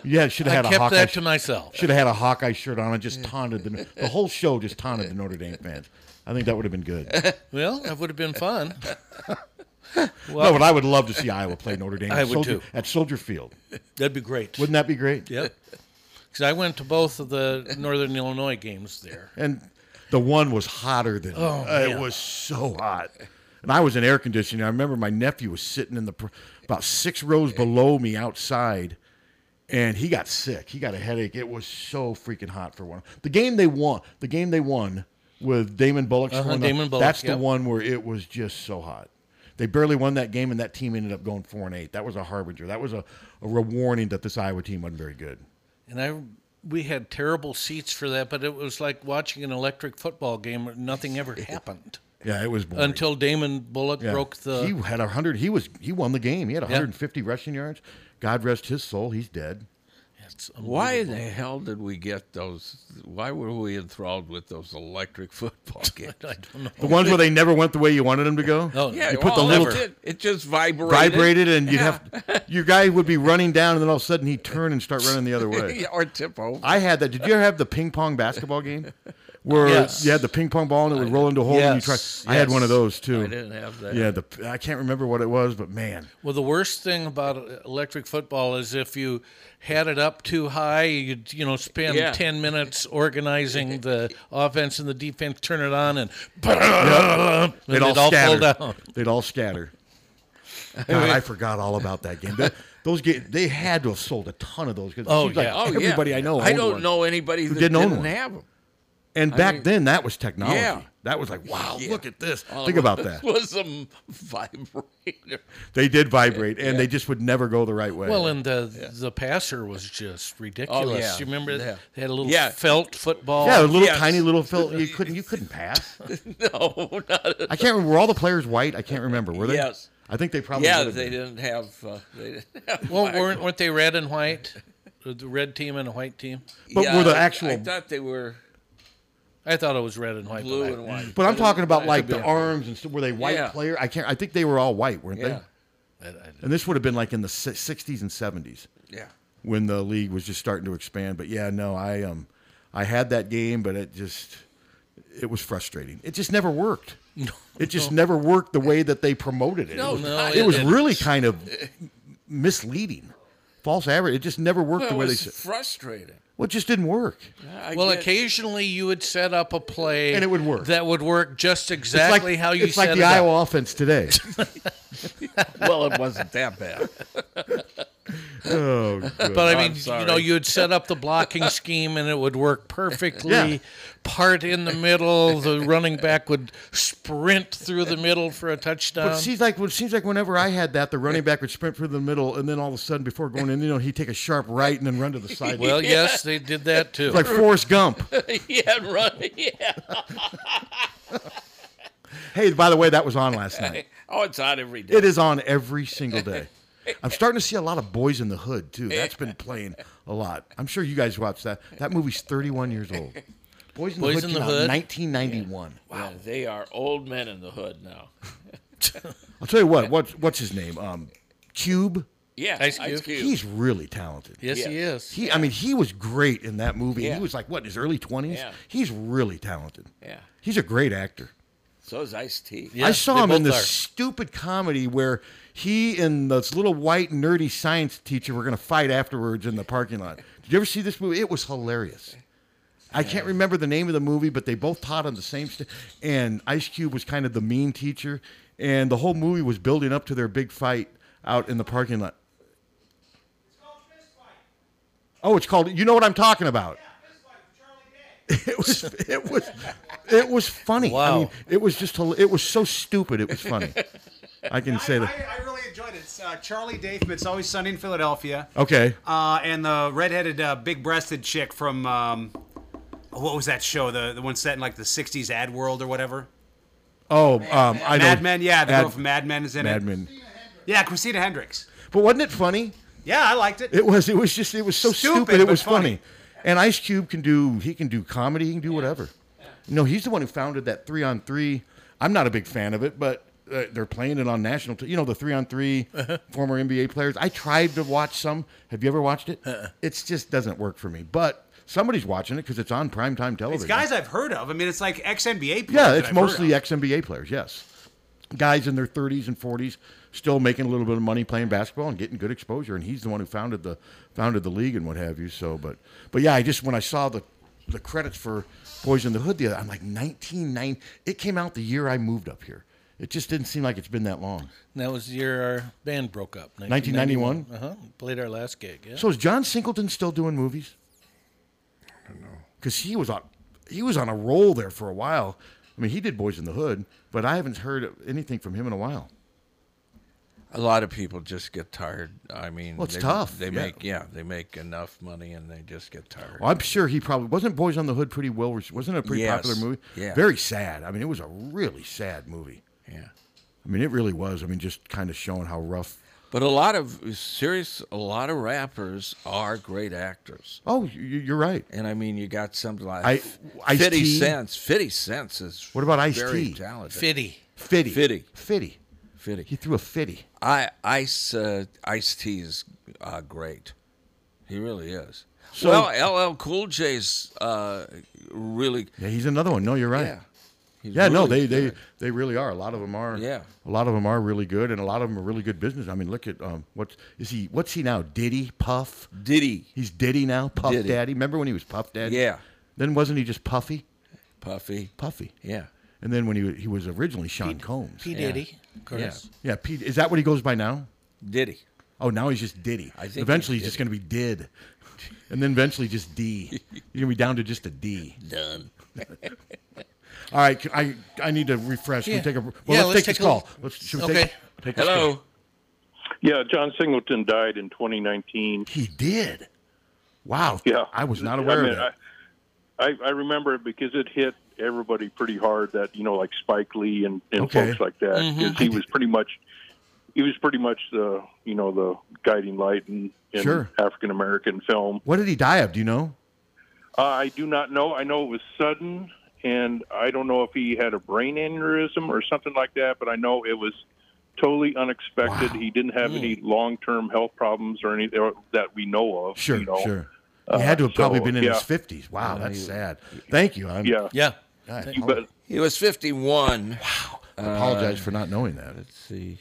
Speaker 4: Yeah, should
Speaker 3: I
Speaker 4: have had a
Speaker 3: kept
Speaker 4: Hawkeye
Speaker 3: that
Speaker 4: sh-
Speaker 3: to myself.
Speaker 4: Should have had a Hawkeye shirt on and just taunted the the whole show. Just taunted the Notre Dame fans. I think that would have been good.
Speaker 3: well, that would have been fun.
Speaker 4: no, but I would love to see Iowa play Notre Dame.
Speaker 3: I
Speaker 4: at
Speaker 3: would
Speaker 4: Soldier,
Speaker 3: too.
Speaker 4: at Soldier Field.
Speaker 3: That'd be great.
Speaker 4: Wouldn't that be great?
Speaker 3: Yep. Because I went to both of the Northern Illinois games there.
Speaker 4: And the one was hotter than
Speaker 3: Oh,
Speaker 4: uh, it
Speaker 3: man.
Speaker 4: was so hot. And I was in air conditioning. I remember my nephew was sitting in the pr- about six rows below me outside, and he got sick. He got a headache. It was so freaking hot for one. The game they won. The game they won with Damon Bullock.
Speaker 3: Uh-huh,
Speaker 4: scoring the-
Speaker 3: Damon Bullock,
Speaker 4: That's the
Speaker 3: yep.
Speaker 4: one where it was just so hot. They barely won that game, and that team ended up going four and eight. That was a harbinger. That was a, a warning that this Iowa team wasn't very good.
Speaker 3: And I, we had terrible seats for that, but it was like watching an electric football game. where Nothing ever happened.
Speaker 4: Yeah, it was boring.
Speaker 3: Until Damon Bullock
Speaker 4: Yeah.
Speaker 3: broke the.
Speaker 4: He had a hundred. He was he won the game. He had
Speaker 3: Yeah.
Speaker 4: 150 rushing yards. God rest his soul. He's dead.
Speaker 11: Why in the hell did we get those? Why were we enthralled with those electric football games? I
Speaker 3: don't know.
Speaker 4: The ones where they never went the way you wanted them to go.
Speaker 3: No,
Speaker 11: yeah,
Speaker 4: you put the
Speaker 11: well,
Speaker 4: little
Speaker 11: It, did. It just vibrated.
Speaker 4: vibrated, and you'd
Speaker 11: Yeah.
Speaker 4: have your guy would be running down, and then all of a sudden he'd turn and start running the other way.
Speaker 11: Yeah, or tip over.
Speaker 4: I had that. Did you ever have the ping pong basketball game where
Speaker 11: Yes.
Speaker 4: you had the ping pong ball and it would roll into a hole? and you try.
Speaker 3: Yes,
Speaker 4: I had
Speaker 3: yes.
Speaker 4: one of those too.
Speaker 3: I didn't have that.
Speaker 4: Yeah, the I can't remember what it was, but man,
Speaker 3: Well, the worst thing about electric football is if you had it up too high, you'd you know spend
Speaker 11: Yeah.
Speaker 3: ten minutes organizing the offense and the defense, turn it on, and
Speaker 4: Yep.
Speaker 3: and
Speaker 4: They'd all,
Speaker 3: fall
Speaker 4: scatter.
Speaker 3: down.
Speaker 4: They'd all scatter. God, I forgot all about that game. Th- Those games, they had to have sold a ton of those. 'cause it
Speaker 11: Oh,
Speaker 4: seems like
Speaker 11: yeah. Oh, yeah.
Speaker 4: everybody I know.
Speaker 11: I
Speaker 4: owned
Speaker 11: don't
Speaker 4: one.
Speaker 11: know anybody
Speaker 4: who
Speaker 11: that
Speaker 4: didn't, own
Speaker 11: didn't
Speaker 4: one.
Speaker 11: have 'em.
Speaker 4: And
Speaker 11: I
Speaker 4: back
Speaker 11: mean-
Speaker 4: then, that was technology.
Speaker 11: Yeah.
Speaker 4: That was like, wow,
Speaker 11: Yeah.
Speaker 4: look at this.
Speaker 11: All
Speaker 4: Think
Speaker 11: it
Speaker 4: about
Speaker 11: was
Speaker 4: that.
Speaker 11: Was a vibrator.
Speaker 4: They did vibrate, and
Speaker 11: Yeah.
Speaker 4: they just would never go the right way.
Speaker 3: Well, and the the passer was just ridiculous.
Speaker 4: Oh,
Speaker 3: You remember
Speaker 11: Yeah.
Speaker 3: they had a little
Speaker 11: Yeah.
Speaker 3: felt football.
Speaker 4: yeah, a little tiny little fill. You couldn't, you couldn't pass.
Speaker 11: no, not at
Speaker 4: I can't remember. Were all the players white? I can't remember. Were they?
Speaker 11: Yes.
Speaker 4: I think they probably.
Speaker 11: yeah,
Speaker 4: would have
Speaker 11: they
Speaker 4: been.
Speaker 11: didn't have. Uh, they didn't have
Speaker 3: Well, weren't, weren't they red and white? The- The red team and the white team.
Speaker 4: But
Speaker 11: Yeah,
Speaker 4: were the
Speaker 11: I-
Speaker 4: actual-
Speaker 11: I thought they were.
Speaker 3: I thought it was red and white.
Speaker 11: Blue
Speaker 3: I-
Speaker 11: and white.
Speaker 4: But I'm talking about
Speaker 3: Could
Speaker 4: like
Speaker 3: be.
Speaker 4: the arms and stuff. Were they white
Speaker 3: Yeah.
Speaker 4: player? I can't. I think they were all white, weren't
Speaker 3: Yeah.
Speaker 4: they?
Speaker 3: I- I-
Speaker 4: and this would have been like in the si- '60s and '70s.
Speaker 11: Yeah.
Speaker 4: When the league was just starting to expand. But yeah, no, I um, I had that game, but it just, it was frustrating. It just never worked. No, it just never worked the way that they promoted it.
Speaker 11: No,
Speaker 4: it was,
Speaker 11: no,
Speaker 4: it,
Speaker 11: it
Speaker 4: was
Speaker 11: didn't.
Speaker 4: really kind of misleading, false average. It just never worked
Speaker 11: Well,
Speaker 4: the
Speaker 11: it
Speaker 4: way they
Speaker 11: was
Speaker 4: said.
Speaker 11: frustrating.
Speaker 4: Well, it just didn't work.
Speaker 3: well, occasionally you would set up a play,
Speaker 4: And it would work.
Speaker 3: That would work just
Speaker 4: It's like-
Speaker 3: exactly how you
Speaker 4: It's like
Speaker 3: set
Speaker 4: the
Speaker 3: it up.
Speaker 4: Iowa offense today.
Speaker 11: well, it wasn't that bad.
Speaker 4: Oh,
Speaker 3: but I mean, you know, you'd set up the blocking scheme and it would work perfectly.
Speaker 4: Yeah.
Speaker 3: Part in the middle, the running back would sprint through the middle for a touchdown.
Speaker 4: But it seems like well, it seems like whenever I had that, the running back would sprint through the middle, and then all of a sudden, before going in, you know, he'd take a sharp right and then run to the side.
Speaker 3: well, yes, they did that too.
Speaker 4: It's like Forrest Gump.
Speaker 2: yeah, right. Yeah.
Speaker 4: Hey, by the way, that was on last night.
Speaker 2: oh, it's on every day.
Speaker 4: It is on every single day. I'm starting to see a lot of Boys in the Hood too. That's been playing a lot. I'm sure you guys watch that. That movie's 31 years old. Boys in the
Speaker 2: Boys
Speaker 4: Hood
Speaker 2: in
Speaker 4: came
Speaker 2: the
Speaker 4: out in
Speaker 2: Hood?
Speaker 4: 1991.
Speaker 2: Wow, they are old men in the hood now.
Speaker 4: I'll tell you what. What's what's his name? Um, Cube.
Speaker 2: Yeah, Ice Ice Cube. Cube.
Speaker 4: He's really talented.
Speaker 2: Yes, he Yeah. is.
Speaker 4: He, I mean, he was great in that movie.
Speaker 2: Yeah.
Speaker 4: He was like what in his early 20s.
Speaker 2: Yeah.
Speaker 4: He's really talented.
Speaker 2: Yeah.
Speaker 4: He's a great actor.
Speaker 2: so is Ice T.
Speaker 4: I saw him in this stupid comedy where he and this little white nerdy science teacher were going to fight afterwards in the parking lot. Did you ever see this movie? It was hilarious. I can't remember the name of the movie, but they both taught on the same st- and Ice Cube was kind of the mean teacher, and the whole movie was building up to their big fight out in the parking lot. Oh, it's called. You know what I'm talking about? It was. It was. It was funny. I mean, it was just. hil- It was so stupid. It was funny. I can say that.
Speaker 14: I really enjoyed it. It's uh, Charlie Day from It's Always Sunny in Philadelphia.
Speaker 4: Okay.
Speaker 14: Uh, and the redheaded, uh, big-breasted chick from um, what was that show? The the one set in like the '60s ad world or whatever.
Speaker 4: Oh, um, I
Speaker 14: Mad
Speaker 4: know-
Speaker 14: Men. Yeah, the girl
Speaker 4: Ad-
Speaker 14: from Mad Men is in
Speaker 4: Mad
Speaker 14: it.
Speaker 4: Men.
Speaker 14: Yeah, Christina Hendricks.
Speaker 4: But wasn't it funny?
Speaker 14: Yeah, I liked it.
Speaker 4: It was. It was just. It was so stupid.
Speaker 14: Stupid,
Speaker 4: it
Speaker 14: but
Speaker 4: was
Speaker 14: funny.
Speaker 4: funny. And Ice Cube can do. He can do comedy. He can do whatever. No, he's the one who founded that three on three. I'm not a big fan of it, but uh, they're playing it on national. T- you know the three on 3
Speaker 14: Uh-huh.
Speaker 4: former NBA players. I tried to watch some. Have you ever watched it?
Speaker 14: Uh-uh.
Speaker 4: It's just doesn't work for me. But somebody's watching it because it's on primetime
Speaker 14: It's
Speaker 4: television.
Speaker 14: guys I've heard of. I mean, it's like ex NBA.
Speaker 4: Yeah, it's mostly ex NBA players. Yes, guys in their 30s and 40s still making a little bit of money playing basketball and getting good exposure. And he's the one who founded the founded the league and what have you. So, but but yeah, I just when I saw the the credits for Boys in the Hood the other, I'm like 1990. It came out the year I moved up here. It just didn't seem like it's been that long.
Speaker 3: And that was the year our band broke up.
Speaker 4: 1991?
Speaker 3: Uh-huh. Played our last gig. Yeah.
Speaker 4: So is John Singleton still doing movies? I don't know because he was on he was on a roll there for a while. I mean, he did Boys in the Hood, but I haven't heard anything from him in a while.
Speaker 2: A lot of people just get tired. I mean,
Speaker 4: Well, it's
Speaker 2: they,
Speaker 4: tough,
Speaker 2: They
Speaker 4: yeah.
Speaker 2: make yeah, they make enough money and they just get tired.
Speaker 4: Well, I'm sure he probably wasn't. Boys on the Hood pretty well. rec- Wasn't it a pretty
Speaker 2: Yes,
Speaker 4: popular movie?
Speaker 2: yeah.
Speaker 4: Very sad. I mean, it was a really sad movie.
Speaker 2: Yeah.
Speaker 4: I mean, it really was. I mean, just kind of showing how rough.
Speaker 2: But a lot of serious, a lot of rappers are great actors.
Speaker 4: Oh, you- you're right.
Speaker 2: And I mean, you got something like
Speaker 4: I- Ice-T.
Speaker 2: Fifty Cent. Fifty Cent is
Speaker 4: What about Ice
Speaker 2: very
Speaker 4: T?
Speaker 2: talented.
Speaker 3: Fitty.
Speaker 4: Fitty.
Speaker 2: Fitty.
Speaker 4: Fitty.
Speaker 2: Fitty.
Speaker 4: He threw a fitty.
Speaker 2: I Ice uh, Ice T is uh, great. He really is.
Speaker 4: So-
Speaker 2: well, LL Cool J's uh, really
Speaker 4: Yeah, he's another one. No, you're right.
Speaker 2: Yeah. He's
Speaker 4: Yeah, no,
Speaker 2: really
Speaker 4: they, they they really are. A lot of them are.
Speaker 2: Yeah.
Speaker 4: A lot of them are really good, and a lot of them are really good business. I mean, look at um, what's is he? What's he now? Diddy, Puff,
Speaker 2: Diddy.
Speaker 4: He's Diddy now. Puff
Speaker 2: Diddy.
Speaker 4: Daddy. Remember when he was Puff Daddy?
Speaker 2: Yeah.
Speaker 4: Then wasn't he just Puffy?
Speaker 2: Puffy.
Speaker 4: Puffy.
Speaker 2: Yeah.
Speaker 4: And then when he wa- he was originally Sean Combs.
Speaker 3: P. Diddy, of course.
Speaker 4: Yeah. yeah P, is that what he goes by now?
Speaker 2: Diddy.
Speaker 4: Oh, now he's just Diddy. I
Speaker 2: think
Speaker 4: eventually
Speaker 2: he's
Speaker 4: he's, just going to be Did, and then eventually just D. You're going to be down to just a D.
Speaker 2: Done.
Speaker 4: All right, c- I I need to refresh.
Speaker 7: Yeah.
Speaker 4: We take a well.
Speaker 7: Yeah,
Speaker 4: let's,
Speaker 7: let's
Speaker 4: take,
Speaker 7: take
Speaker 4: this
Speaker 7: a-
Speaker 4: call. Let's, should we
Speaker 7: Okay.
Speaker 4: Take, take this
Speaker 7: Hello.
Speaker 4: call?
Speaker 7: Yeah, John Singleton died in 2019.
Speaker 4: He did. Wow.
Speaker 7: Yeah,
Speaker 4: I was not aware of
Speaker 7: mean,
Speaker 4: that.
Speaker 7: I, I I remember it because it hit everybody pretty hard. That you know, like Spike Lee and, and
Speaker 4: Okay.
Speaker 7: folks like that, because
Speaker 4: Mhm.
Speaker 7: he was pretty much he was pretty much the you know the guiding light in, in
Speaker 4: Sure.
Speaker 7: African American film.
Speaker 4: What did he die of? Do you know?
Speaker 7: Uh, I do not know. I know it was sudden, and I don't know if he had a brain aneurysm or something like that. But I know it was totally unexpected. He didn't have any long-term health problems or anything that we know of.
Speaker 4: Sure,
Speaker 7: Oh, you know.
Speaker 4: sure.
Speaker 7: Uh,
Speaker 4: He had to have probably
Speaker 7: so,
Speaker 4: been in
Speaker 7: yeah.
Speaker 4: his fifties. Wow,
Speaker 2: Yeah,
Speaker 4: that's
Speaker 2: he-
Speaker 4: sad. Thank you. I'm,
Speaker 7: Yeah.
Speaker 3: Yeah.
Speaker 4: God,
Speaker 7: You bet.
Speaker 2: He was Uh, 51.
Speaker 4: Wow. I apologize for not knowing that.
Speaker 2: Let's see.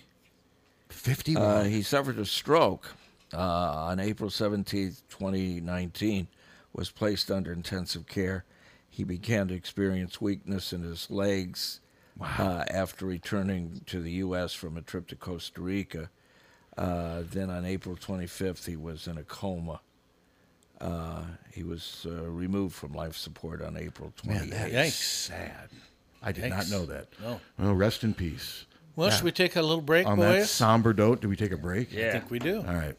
Speaker 4: 51.
Speaker 2: Uh, he suffered a stroke uh, on April 17th, 2019, was placed under intensive care. He began to experience weakness in his legs uh, after returning to the U.S. from a trip to Costa Rica. Uh, then on April 25th, he was in a coma. Uh, he was uh, removed from life support on April 28th.
Speaker 4: Man, that is sad. I did not know that. Well, rest in peace.
Speaker 15: Well, should we take a little break,
Speaker 4: On that
Speaker 15: boys?
Speaker 4: somber note, do we take a break?
Speaker 15: Yeah. I think we do.
Speaker 4: All right.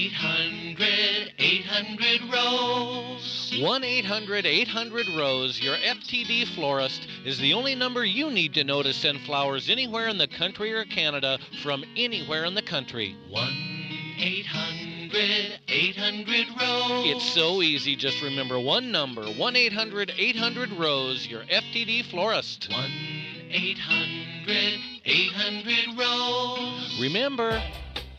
Speaker 16: 800 800 Rose.
Speaker 3: 1 800 800 Rose, your FTD florist, is the only number you need to know to send flowers anywhere in the country or Canada from anywhere in the country. 1
Speaker 16: 800 800 Rose.
Speaker 3: It's so easy, just remember one number 1 800 800 Rose, your FTD florist. 1
Speaker 16: 800 800 Rose.
Speaker 3: Remember,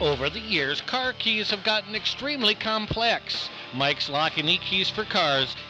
Speaker 3: Over the years, car keys have gotten extremely complex. Mike's Lock and E Keys for Cars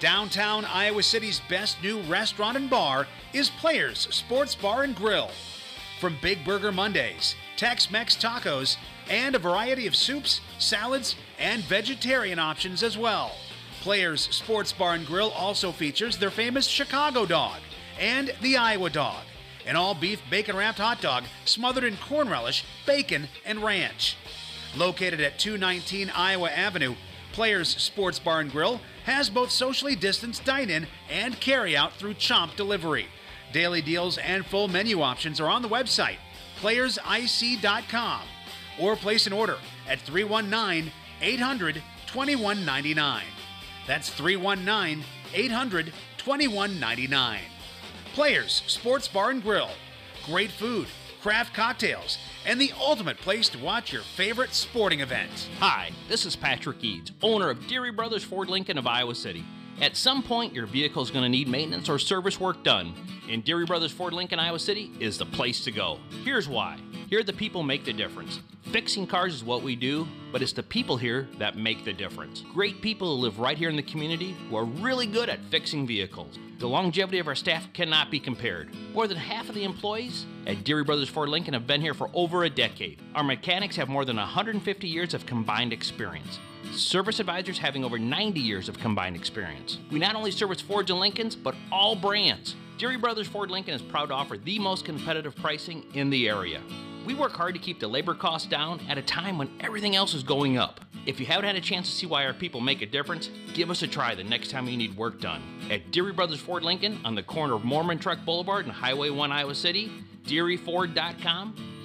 Speaker 14: Downtown Iowa City's best new restaurant and bar is Players Sports Bar and Grill. From Big Burger Mondays, Tex Mex tacos, and a variety of soups, salads, and vegetarian options as well. Players Sports Bar and Grill also features their famous Chicago dog and the Iowa dog, an all beef bacon wrapped hot dog smothered in corn relish, bacon, and ranch. Located at 219 Iowa Avenue, Players Sports Bar and Grill has both socially distanced dine in and carry out through Chomp delivery. Daily deals and full menu options are on the website, playersic.com, or place an order at 319 800 2199. That's 319 800 2199. Players Sports Bar and Grill. Great food, craft cocktails, and the ultimate place to watch your favorite sporting event.
Speaker 17: Hi, this is Patrick Eads, owner of Deary Brothers Ford Lincoln of Iowa City. At some point, your vehicle is going to need maintenance or service work done, and Deary Brothers Ford Lincoln, Iowa City is the place to go. Here's why. Here, the people make the difference. Fixing cars is what we do, but it's the people here that make the difference. Great people who live right here in the community who are really good at fixing vehicles. The longevity of our staff cannot be compared. More than half of the employees at Deary Brothers Ford Lincoln have been here for over a decade. Our mechanics have more than 150 years of combined experience. Service advisors having over 90 years of combined experience. We not only service Fords and Lincolns, but all brands. Deary Brothers Ford Lincoln is proud to offer the most competitive pricing in the area. We work hard to keep the labor costs down at a time when everything else is going up. If you haven't had a chance to see why our people make a difference, give us a try the next time you need work done. At Deary Brothers Ford Lincoln on the corner of Mormon Truck Boulevard and Highway 1 Iowa City, DearyFord.com,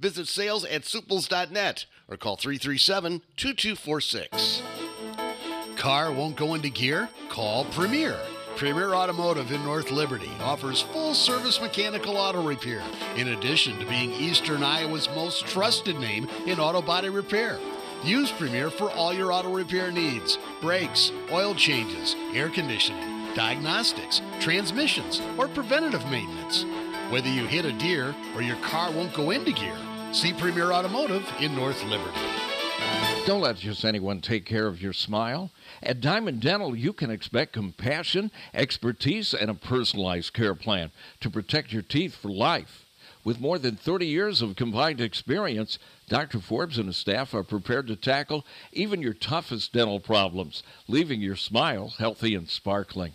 Speaker 18: Visit sales at suples.net or call 337 2246. Car won't go into gear? Call Premier. Premier Automotive in North Liberty offers full service mechanical auto repair, in addition to being Eastern Iowa's most trusted name in auto body repair. Use Premier for all your auto repair needs brakes, oil changes, air conditioning, diagnostics, transmissions, or preventative maintenance. Whether you hit a deer or your car won't go into gear, see Premier Automotive in North Liberty.
Speaker 2: Don't let just anyone take care of your smile. At Diamond Dental, you can expect compassion, expertise, and a personalized care plan to protect your teeth for life. With more than 30 years of combined experience, Dr. Forbes and his staff are prepared to tackle even your toughest dental problems, leaving your smile healthy and sparkling.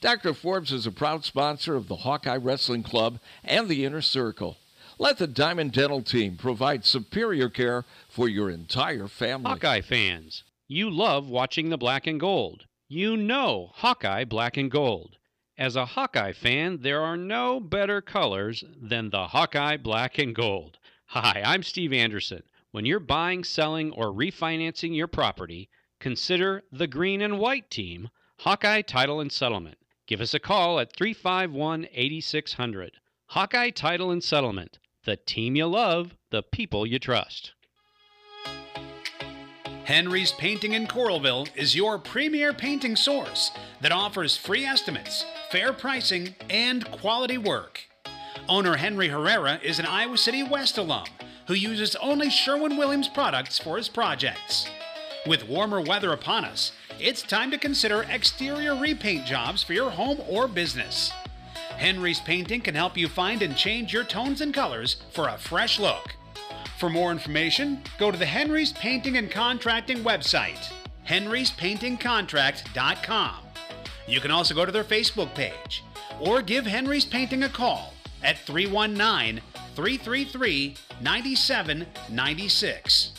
Speaker 2: Dr. Forbes is a proud sponsor of the Hawkeye Wrestling Club and the Inner Circle. Let the Diamond Dental team provide superior care for your entire family.
Speaker 19: Hawkeye fans, you love watching the black and gold. You know Hawkeye black and gold. As a Hawkeye fan, there are no better colors than the Hawkeye black and gold. Hi, I'm Steve Anderson. When you're buying, selling, or refinancing your property, consider the green and white team, Hawkeye Title and Settlement. Give us a call at 351 8600. Hawkeye Title and Settlement, the team you love, the people you trust.
Speaker 14: Henry's Painting in Coralville is your premier painting source that offers free estimates, fair pricing, and quality work. Owner Henry Herrera is an Iowa City West alum who uses only Sherwin Williams products for his projects. With warmer weather upon us, it's time to consider exterior repaint jobs for your home or business. Henry's Painting can help you find and change your tones and colors for a fresh look. For more information, go to the Henry's Painting and Contracting website, henryspaintingcontract.com. You can also go to their Facebook page or give Henry's Painting a call at 319 333 9796.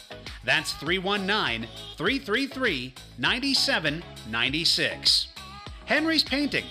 Speaker 14: That's 319 333 9796. Henry's Painting.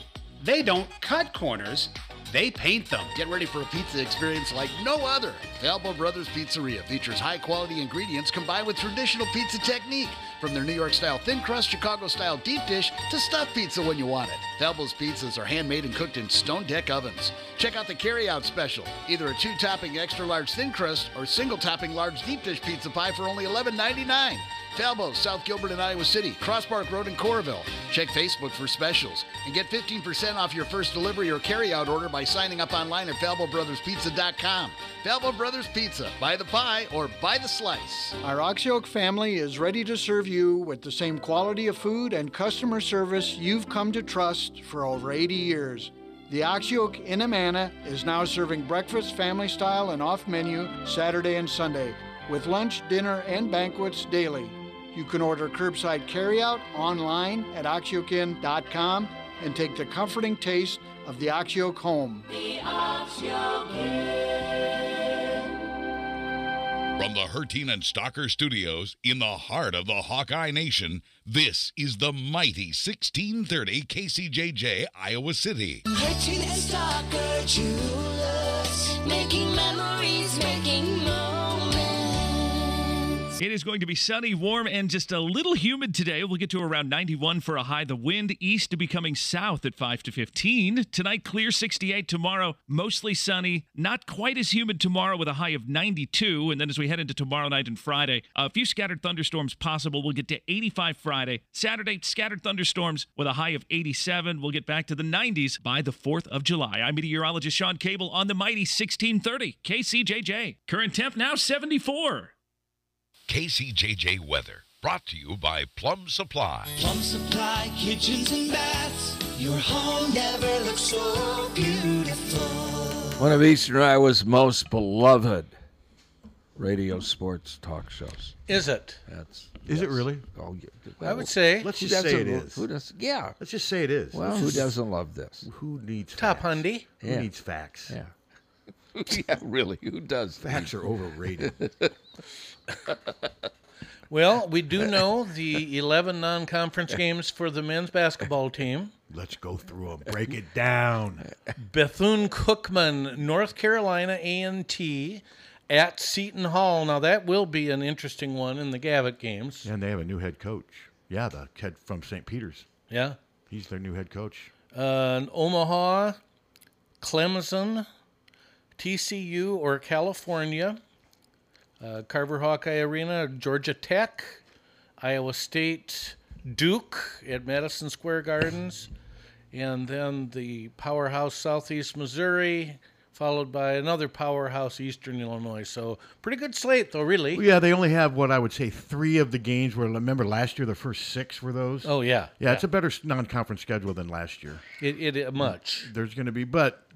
Speaker 14: They don't cut corners, they paint them.
Speaker 18: Get ready for a pizza experience like no other. The Elbow Brothers Pizzeria features high quality ingredients combined with traditional pizza technique. From their New York style thin crust, Chicago style deep dish, to stuffed pizza when you want it. The Elbow's pizzas are handmade and cooked in stone deck ovens. Check out the carryout special either a two topping extra large thin crust or single topping large deep dish pizza pie for only $11.99. Falbo, South Gilbert and Iowa City, Cross Park Road in Corville. Check Facebook for specials and get 15% off your first delivery or carryout order by signing up online at FalboBrothersPizza.com. Falbo Brothers Pizza, buy the pie or buy the slice.
Speaker 20: Our Oxy Oak family is ready to serve you with the same quality of food and customer service you've come to trust for over 80 years. The Oxy Oak in Amana is now serving breakfast, family style, and off menu Saturday and Sunday, with lunch, dinner, and banquets daily. You can order curbside carryout online at oxyokin.com and take the comforting taste of the Oxyoke home.
Speaker 21: From the Hertine and Stalker Studios in the heart of the Hawkeye Nation, this is the mighty 1630 KCJJ Iowa City.
Speaker 16: Hitching and Stalker Jewelers, making memories, making moments.
Speaker 22: It is going to be sunny, warm, and just a little humid today. We'll get to around 91 for a high. The wind east to becoming south at 5 to 15. Tonight, clear 68. Tomorrow, mostly sunny. Not quite as humid tomorrow with a high of 92. And then as we head into tomorrow night and Friday, a few scattered thunderstorms possible. We'll get to 85 Friday. Saturday, scattered thunderstorms with a high of 87. We'll get back to the 90s by the 4th of July. I'm meteorologist Sean Cable on the mighty 1630 KCJJ. Current temp now 74.
Speaker 21: KCJJ Weather, brought to you by Plum Supply.
Speaker 16: Plum Supply kitchens and baths. Your home never looks so beautiful.
Speaker 2: One of Eastern Iowa's most beloved radio sports talk shows.
Speaker 3: Is it?
Speaker 2: That's
Speaker 4: Is it
Speaker 2: yes.
Speaker 4: really?
Speaker 2: Oh, yeah.
Speaker 3: I would say-
Speaker 4: Let's
Speaker 2: Who
Speaker 4: just say it
Speaker 2: doesn't-
Speaker 4: is.
Speaker 2: Who does? Yeah.
Speaker 4: Let's just say it is.
Speaker 2: Well, who doesn't love this?
Speaker 4: Who needs
Speaker 3: Top hundy.
Speaker 4: Who
Speaker 2: Yeah.
Speaker 4: needs facts?
Speaker 2: Yeah. yeah, really. Who does?
Speaker 4: Facts are overrated.
Speaker 3: Well, we do know the 11 non conference games for the men's basketball team.
Speaker 4: Let's go through them. Break it down.
Speaker 3: Bethune Cookman, North Carolina A&T at Seton Hall. Now that will be an interesting one in the Gavitt games.
Speaker 4: And they have a new head coach. Yeah, the kid from St. Peter's.
Speaker 3: Yeah.
Speaker 4: He's their new head coach.
Speaker 3: Uh, and Omaha, Clemson, TCU or California, uh, Carver Hawkeye Arena, Georgia Tech, Iowa State, Duke at Madison Square Gardens, and then the powerhouse Southeast Missouri, followed by another powerhouse Eastern Illinois. So pretty good slate, though, really.
Speaker 4: Well, yeah, they only have what I would say three of the games where remember last year the first six were those.
Speaker 3: Oh, yeah.
Speaker 4: yeah, it's
Speaker 3: Yeah.
Speaker 4: a better s- non-conference schedule than last year.
Speaker 3: It, it, it much.
Speaker 4: There's going to be, but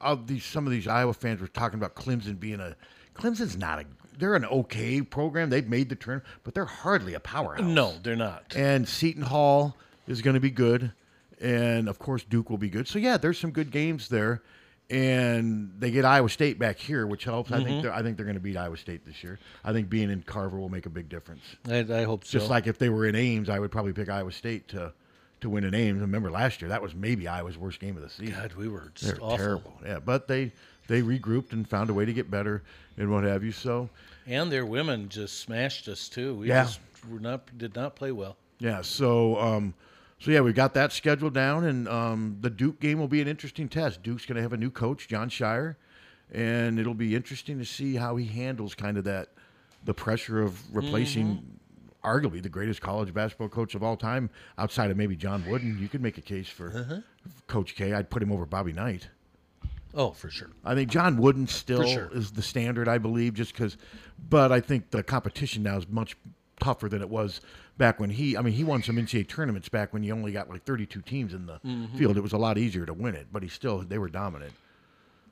Speaker 4: of these, some of these Iowa fans were talking about Clemson being a. Clemson's not a. They're an okay program. They've made the turn, but they're hardly a powerhouse.
Speaker 3: No, they're not.
Speaker 4: And Seton Hall is going to be good, and of course Duke will be good. So yeah, there's some good games there, and they get Iowa State back here, which helps. I
Speaker 3: Mhm.
Speaker 4: think they're, I think they're going to beat Iowa State this year. I think being in Carver will make a big difference.
Speaker 3: I, I hope so.
Speaker 4: Just like if they were in Ames, I would probably pick Iowa State to to win in Ames. Remember last year, that was maybe Iowa's worst game of the season.
Speaker 3: God, we were
Speaker 4: They're
Speaker 3: just awful.
Speaker 4: terrible. Yeah, but they they regrouped and found a way to get better and what have you. So
Speaker 3: And their women just smashed us too. We
Speaker 4: Yeah.
Speaker 3: just were not did not play well.
Speaker 4: Yeah. So, um, so yeah, we've got that scheduled down, and um, the Duke game will be an interesting test. Duke's going to have a new coach, John Shire, and it'll be interesting to see how he handles kind of that the pressure of replacing.
Speaker 3: Mm-hmm.
Speaker 4: Arguably the greatest college basketball coach of all time, outside of maybe John Wooden, you could make a case for
Speaker 3: Uh-huh.
Speaker 4: Coach K. I'd put him over Bobby Knight.
Speaker 3: Oh, for sure.
Speaker 4: I think John Wooden still
Speaker 3: sure.
Speaker 4: is the standard, I believe, just because. But I think the competition now is much tougher than it was back when he. I mean, he won some NCAA tournaments back when you only got like 32 teams in the
Speaker 3: Mhm.
Speaker 4: field. It was a lot easier to win it, but he still they were dominant.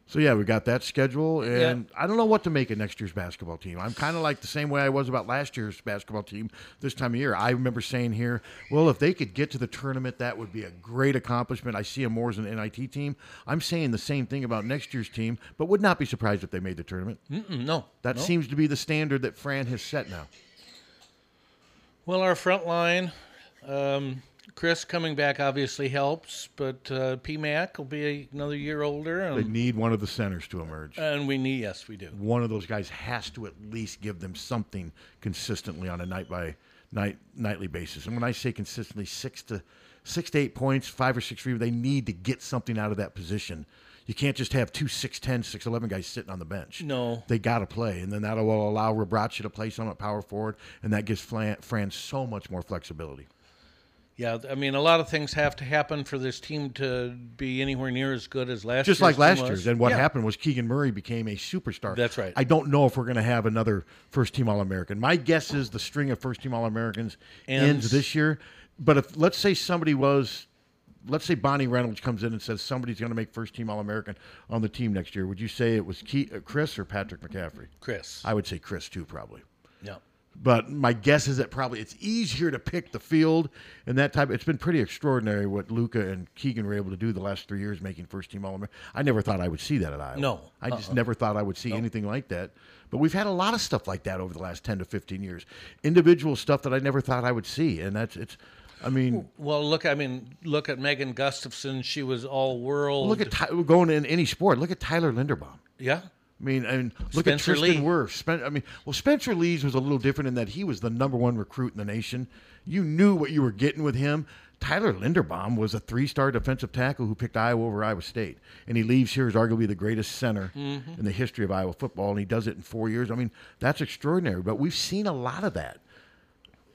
Speaker 4: So yeah, we got that schedule, and I don't know what to make of next year's basketball team. I'm kind of like the same way I was about last year's basketball team this time of year. I remember saying here, well, if they could get to the tournament, that would be a great accomplishment. I see them more as an NIT team. I'm saying the same thing about next year's team, but would not be surprised if they made the tournament.
Speaker 3: Mm-mm, no,
Speaker 4: that
Speaker 3: no.
Speaker 4: seems to be the standard that Fran has set now.
Speaker 3: Well, our front line, um, Chris coming back obviously helps, but uh, PMAC will be another year older,
Speaker 4: they
Speaker 3: and,
Speaker 4: need one of the centers to emerge.
Speaker 3: and we need yes, we do.
Speaker 4: One of those guys has to at least give them something consistently on a night by night nightly basis. And when I say consistently, six to six to eight points, five or six rebounds, they need to get something out of that position. You can't just have two 6'10", 6'11 guys sitting on the bench.
Speaker 3: No.
Speaker 4: They got to play, and then that will allow Rabracha to play some at power forward, and that gives Fran, Fran so much more flexibility.
Speaker 3: Yeah, I mean a lot of things have to happen for this team to be anywhere near as good as last.
Speaker 4: just
Speaker 3: year's
Speaker 4: like
Speaker 3: team
Speaker 4: last
Speaker 3: was.
Speaker 4: year's. And what
Speaker 3: Yeah.
Speaker 4: happened was Keegan Murray became a superstar.
Speaker 3: That's right.
Speaker 4: I don't know if we're going to have another first team All American. My guess is the string of first team All Americans
Speaker 3: Ends.
Speaker 4: ends this year. But if let's say somebody was, let's say Bonnie Reynolds comes in and says somebody's going to make first team All American on the team next year, would you say it was Ke- uh, Chris or Patrick McCaffrey?
Speaker 3: Chris.
Speaker 4: I would say Chris too, probably.
Speaker 3: Yeah.
Speaker 4: But my guess is that probably it's easier to pick the field and that type. It's been pretty extraordinary what Luca and Keegan were able to do the last three years, making first team All American. I never thought I would see that at Iowa.
Speaker 3: No.
Speaker 4: I just
Speaker 3: Uh-uh.
Speaker 4: never thought I would see anything like that. But we've had a lot of stuff like that over the last ten to fifteen years, individual stuff that I never thought I would see, and that's it's. I mean,
Speaker 3: Well, look, I mean, look at Megan Gustafson. She was all world.
Speaker 4: look at Ty- going in any sport. Look at Tyler Linderbaum.
Speaker 3: yeah.
Speaker 4: I mean, and look at
Speaker 3: Spencer
Speaker 4: Tristan
Speaker 3: Lee.
Speaker 4: Wirf. Spen- I mean, well, Spencer Lees was a little different in that he was the number one recruit in the nation. You knew what you were getting with him. Tyler Linderbaum was a three-star defensive tackle who picked Iowa over Iowa State, and he leaves here as arguably the greatest center
Speaker 3: Mm-hmm.
Speaker 1: Mhm.
Speaker 4: in the history of Iowa football, and he does it in four years. I mean, that's extraordinary. But we've seen a lot of that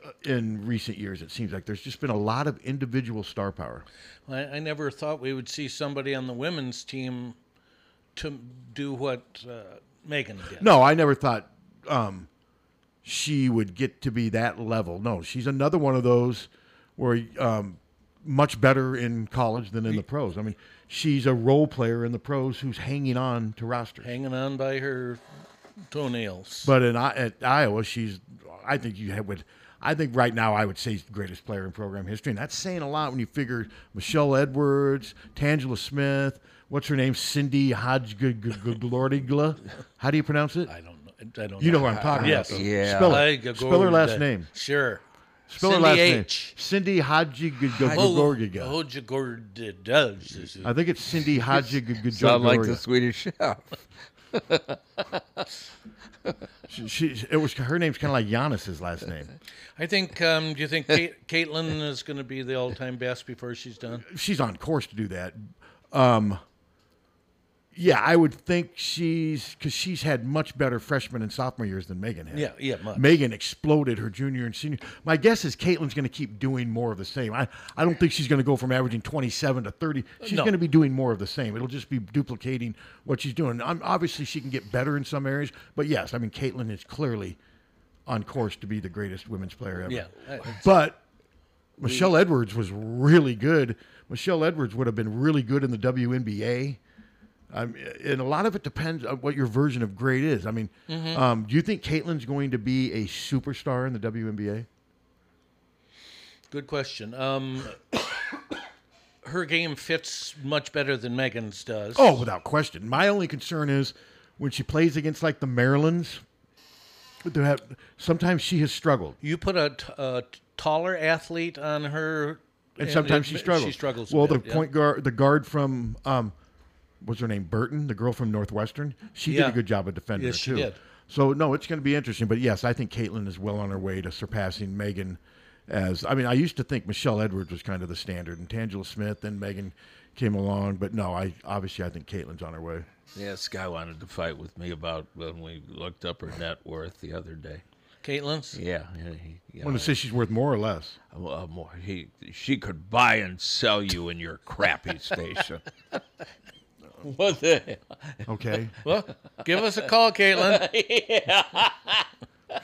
Speaker 4: uh, in recent years. It seems like there's just been a lot of individual star power.
Speaker 3: I, I never thought we would see somebody on the women's team to do what uh, Megan did.
Speaker 4: No, I never thought um, she would get to be that level. No, she's another one of those where um, much better in college than in the pros. I mean, she's a role player in the pros who's hanging on to rosters.
Speaker 3: Hanging on by her toenails.
Speaker 4: But in I- at Iowa, she's. I think you had would. I think right now I would say she's the greatest player in program history, and that's saying a lot when you figure Michelle Edwards, Tangela Smith, what's her name, Cindy Hodgegordigla. How do you pronounce it? I
Speaker 3: don't know. I don't
Speaker 4: You know
Speaker 3: know.
Speaker 4: what I'm talking
Speaker 3: Yes.
Speaker 4: about. though.
Speaker 3: Yeah.
Speaker 4: Spell
Speaker 3: Hi,
Speaker 4: it. Spell her last
Speaker 3: Gagorda.
Speaker 4: name.
Speaker 3: Sure.
Speaker 4: Spell her
Speaker 3: Cindy
Speaker 4: last
Speaker 3: H.
Speaker 4: name. Cindy Hodgegordigla.
Speaker 3: Oh, Hojegord does.
Speaker 4: I think it's Cindy Hodgegordigla.
Speaker 2: Sound like the Swedish chef.
Speaker 4: She, she, it was her name's kind of like Giannis's last name.
Speaker 3: I think. Um, do you think Kate, Caitlin is going to be the all-time best before she's done?
Speaker 4: she's on course to do that. Um, Yeah, I would think she's because she's had much better freshman and sophomore years than Megan had.
Speaker 3: Yeah, yeah, much.
Speaker 4: Megan exploded her junior and senior. My guess is Caitlin's going to keep doing more of the same. I, I don't think she's going to go from averaging 27 to 30. She's
Speaker 3: No.
Speaker 4: going to be doing more of the same. It'll just be duplicating what she's doing. i obviously, she can get better in some areas, but yes, I mean, Caitlin is clearly on course to be the greatest women's player ever.
Speaker 3: Yeah, I- it's-
Speaker 4: but Michelle Edwards was really good. Michelle Edwards would have been really good in the WNBA. Um, and a lot of it depends on what your version of great is. I mean,
Speaker 23: Mhm.
Speaker 4: um, do you think Caitlin's going to be a superstar in the WNBA?
Speaker 3: Good question. Um, her game fits much better than Megan's does.
Speaker 4: Oh, without question. My only concern is when she plays against like the Marylands. they have- Sometimes she has struggled.
Speaker 3: You put a, t- a t- taller athlete on her,
Speaker 4: and sometimes she
Speaker 3: it-
Speaker 4: struggles.
Speaker 3: She struggles. a
Speaker 4: Well,
Speaker 3: bit,
Speaker 4: the
Speaker 3: yeah.
Speaker 4: point guard, the guard from, um, what's her name, Burton, the girl from Northwestern, she did
Speaker 3: Yeah.
Speaker 4: a good job of defending
Speaker 3: Yes,
Speaker 4: her
Speaker 3: she
Speaker 4: too.
Speaker 3: did.
Speaker 4: So no, it's going to be interesting. But yes, I think Caitlin is well on her way to surpassing Megan. As I mean, I used to think Michelle Edwards was kind of the standard, and Tangela Smith, then Megan came along. But no, I obviously I think Caitlin's on her way.
Speaker 2: Yeah, this guy wanted to fight with me about when we looked up her net worth the other day.
Speaker 3: Caitlin's.
Speaker 2: Yeah. yeah, he-
Speaker 4: I
Speaker 2: yeah.
Speaker 4: want to say she's worth more or less.
Speaker 2: Uh, more. He, she could buy and sell you in your crappy station. what the hell?
Speaker 4: Okay.
Speaker 3: Well, give us a call, Caitlin.
Speaker 2: yeah.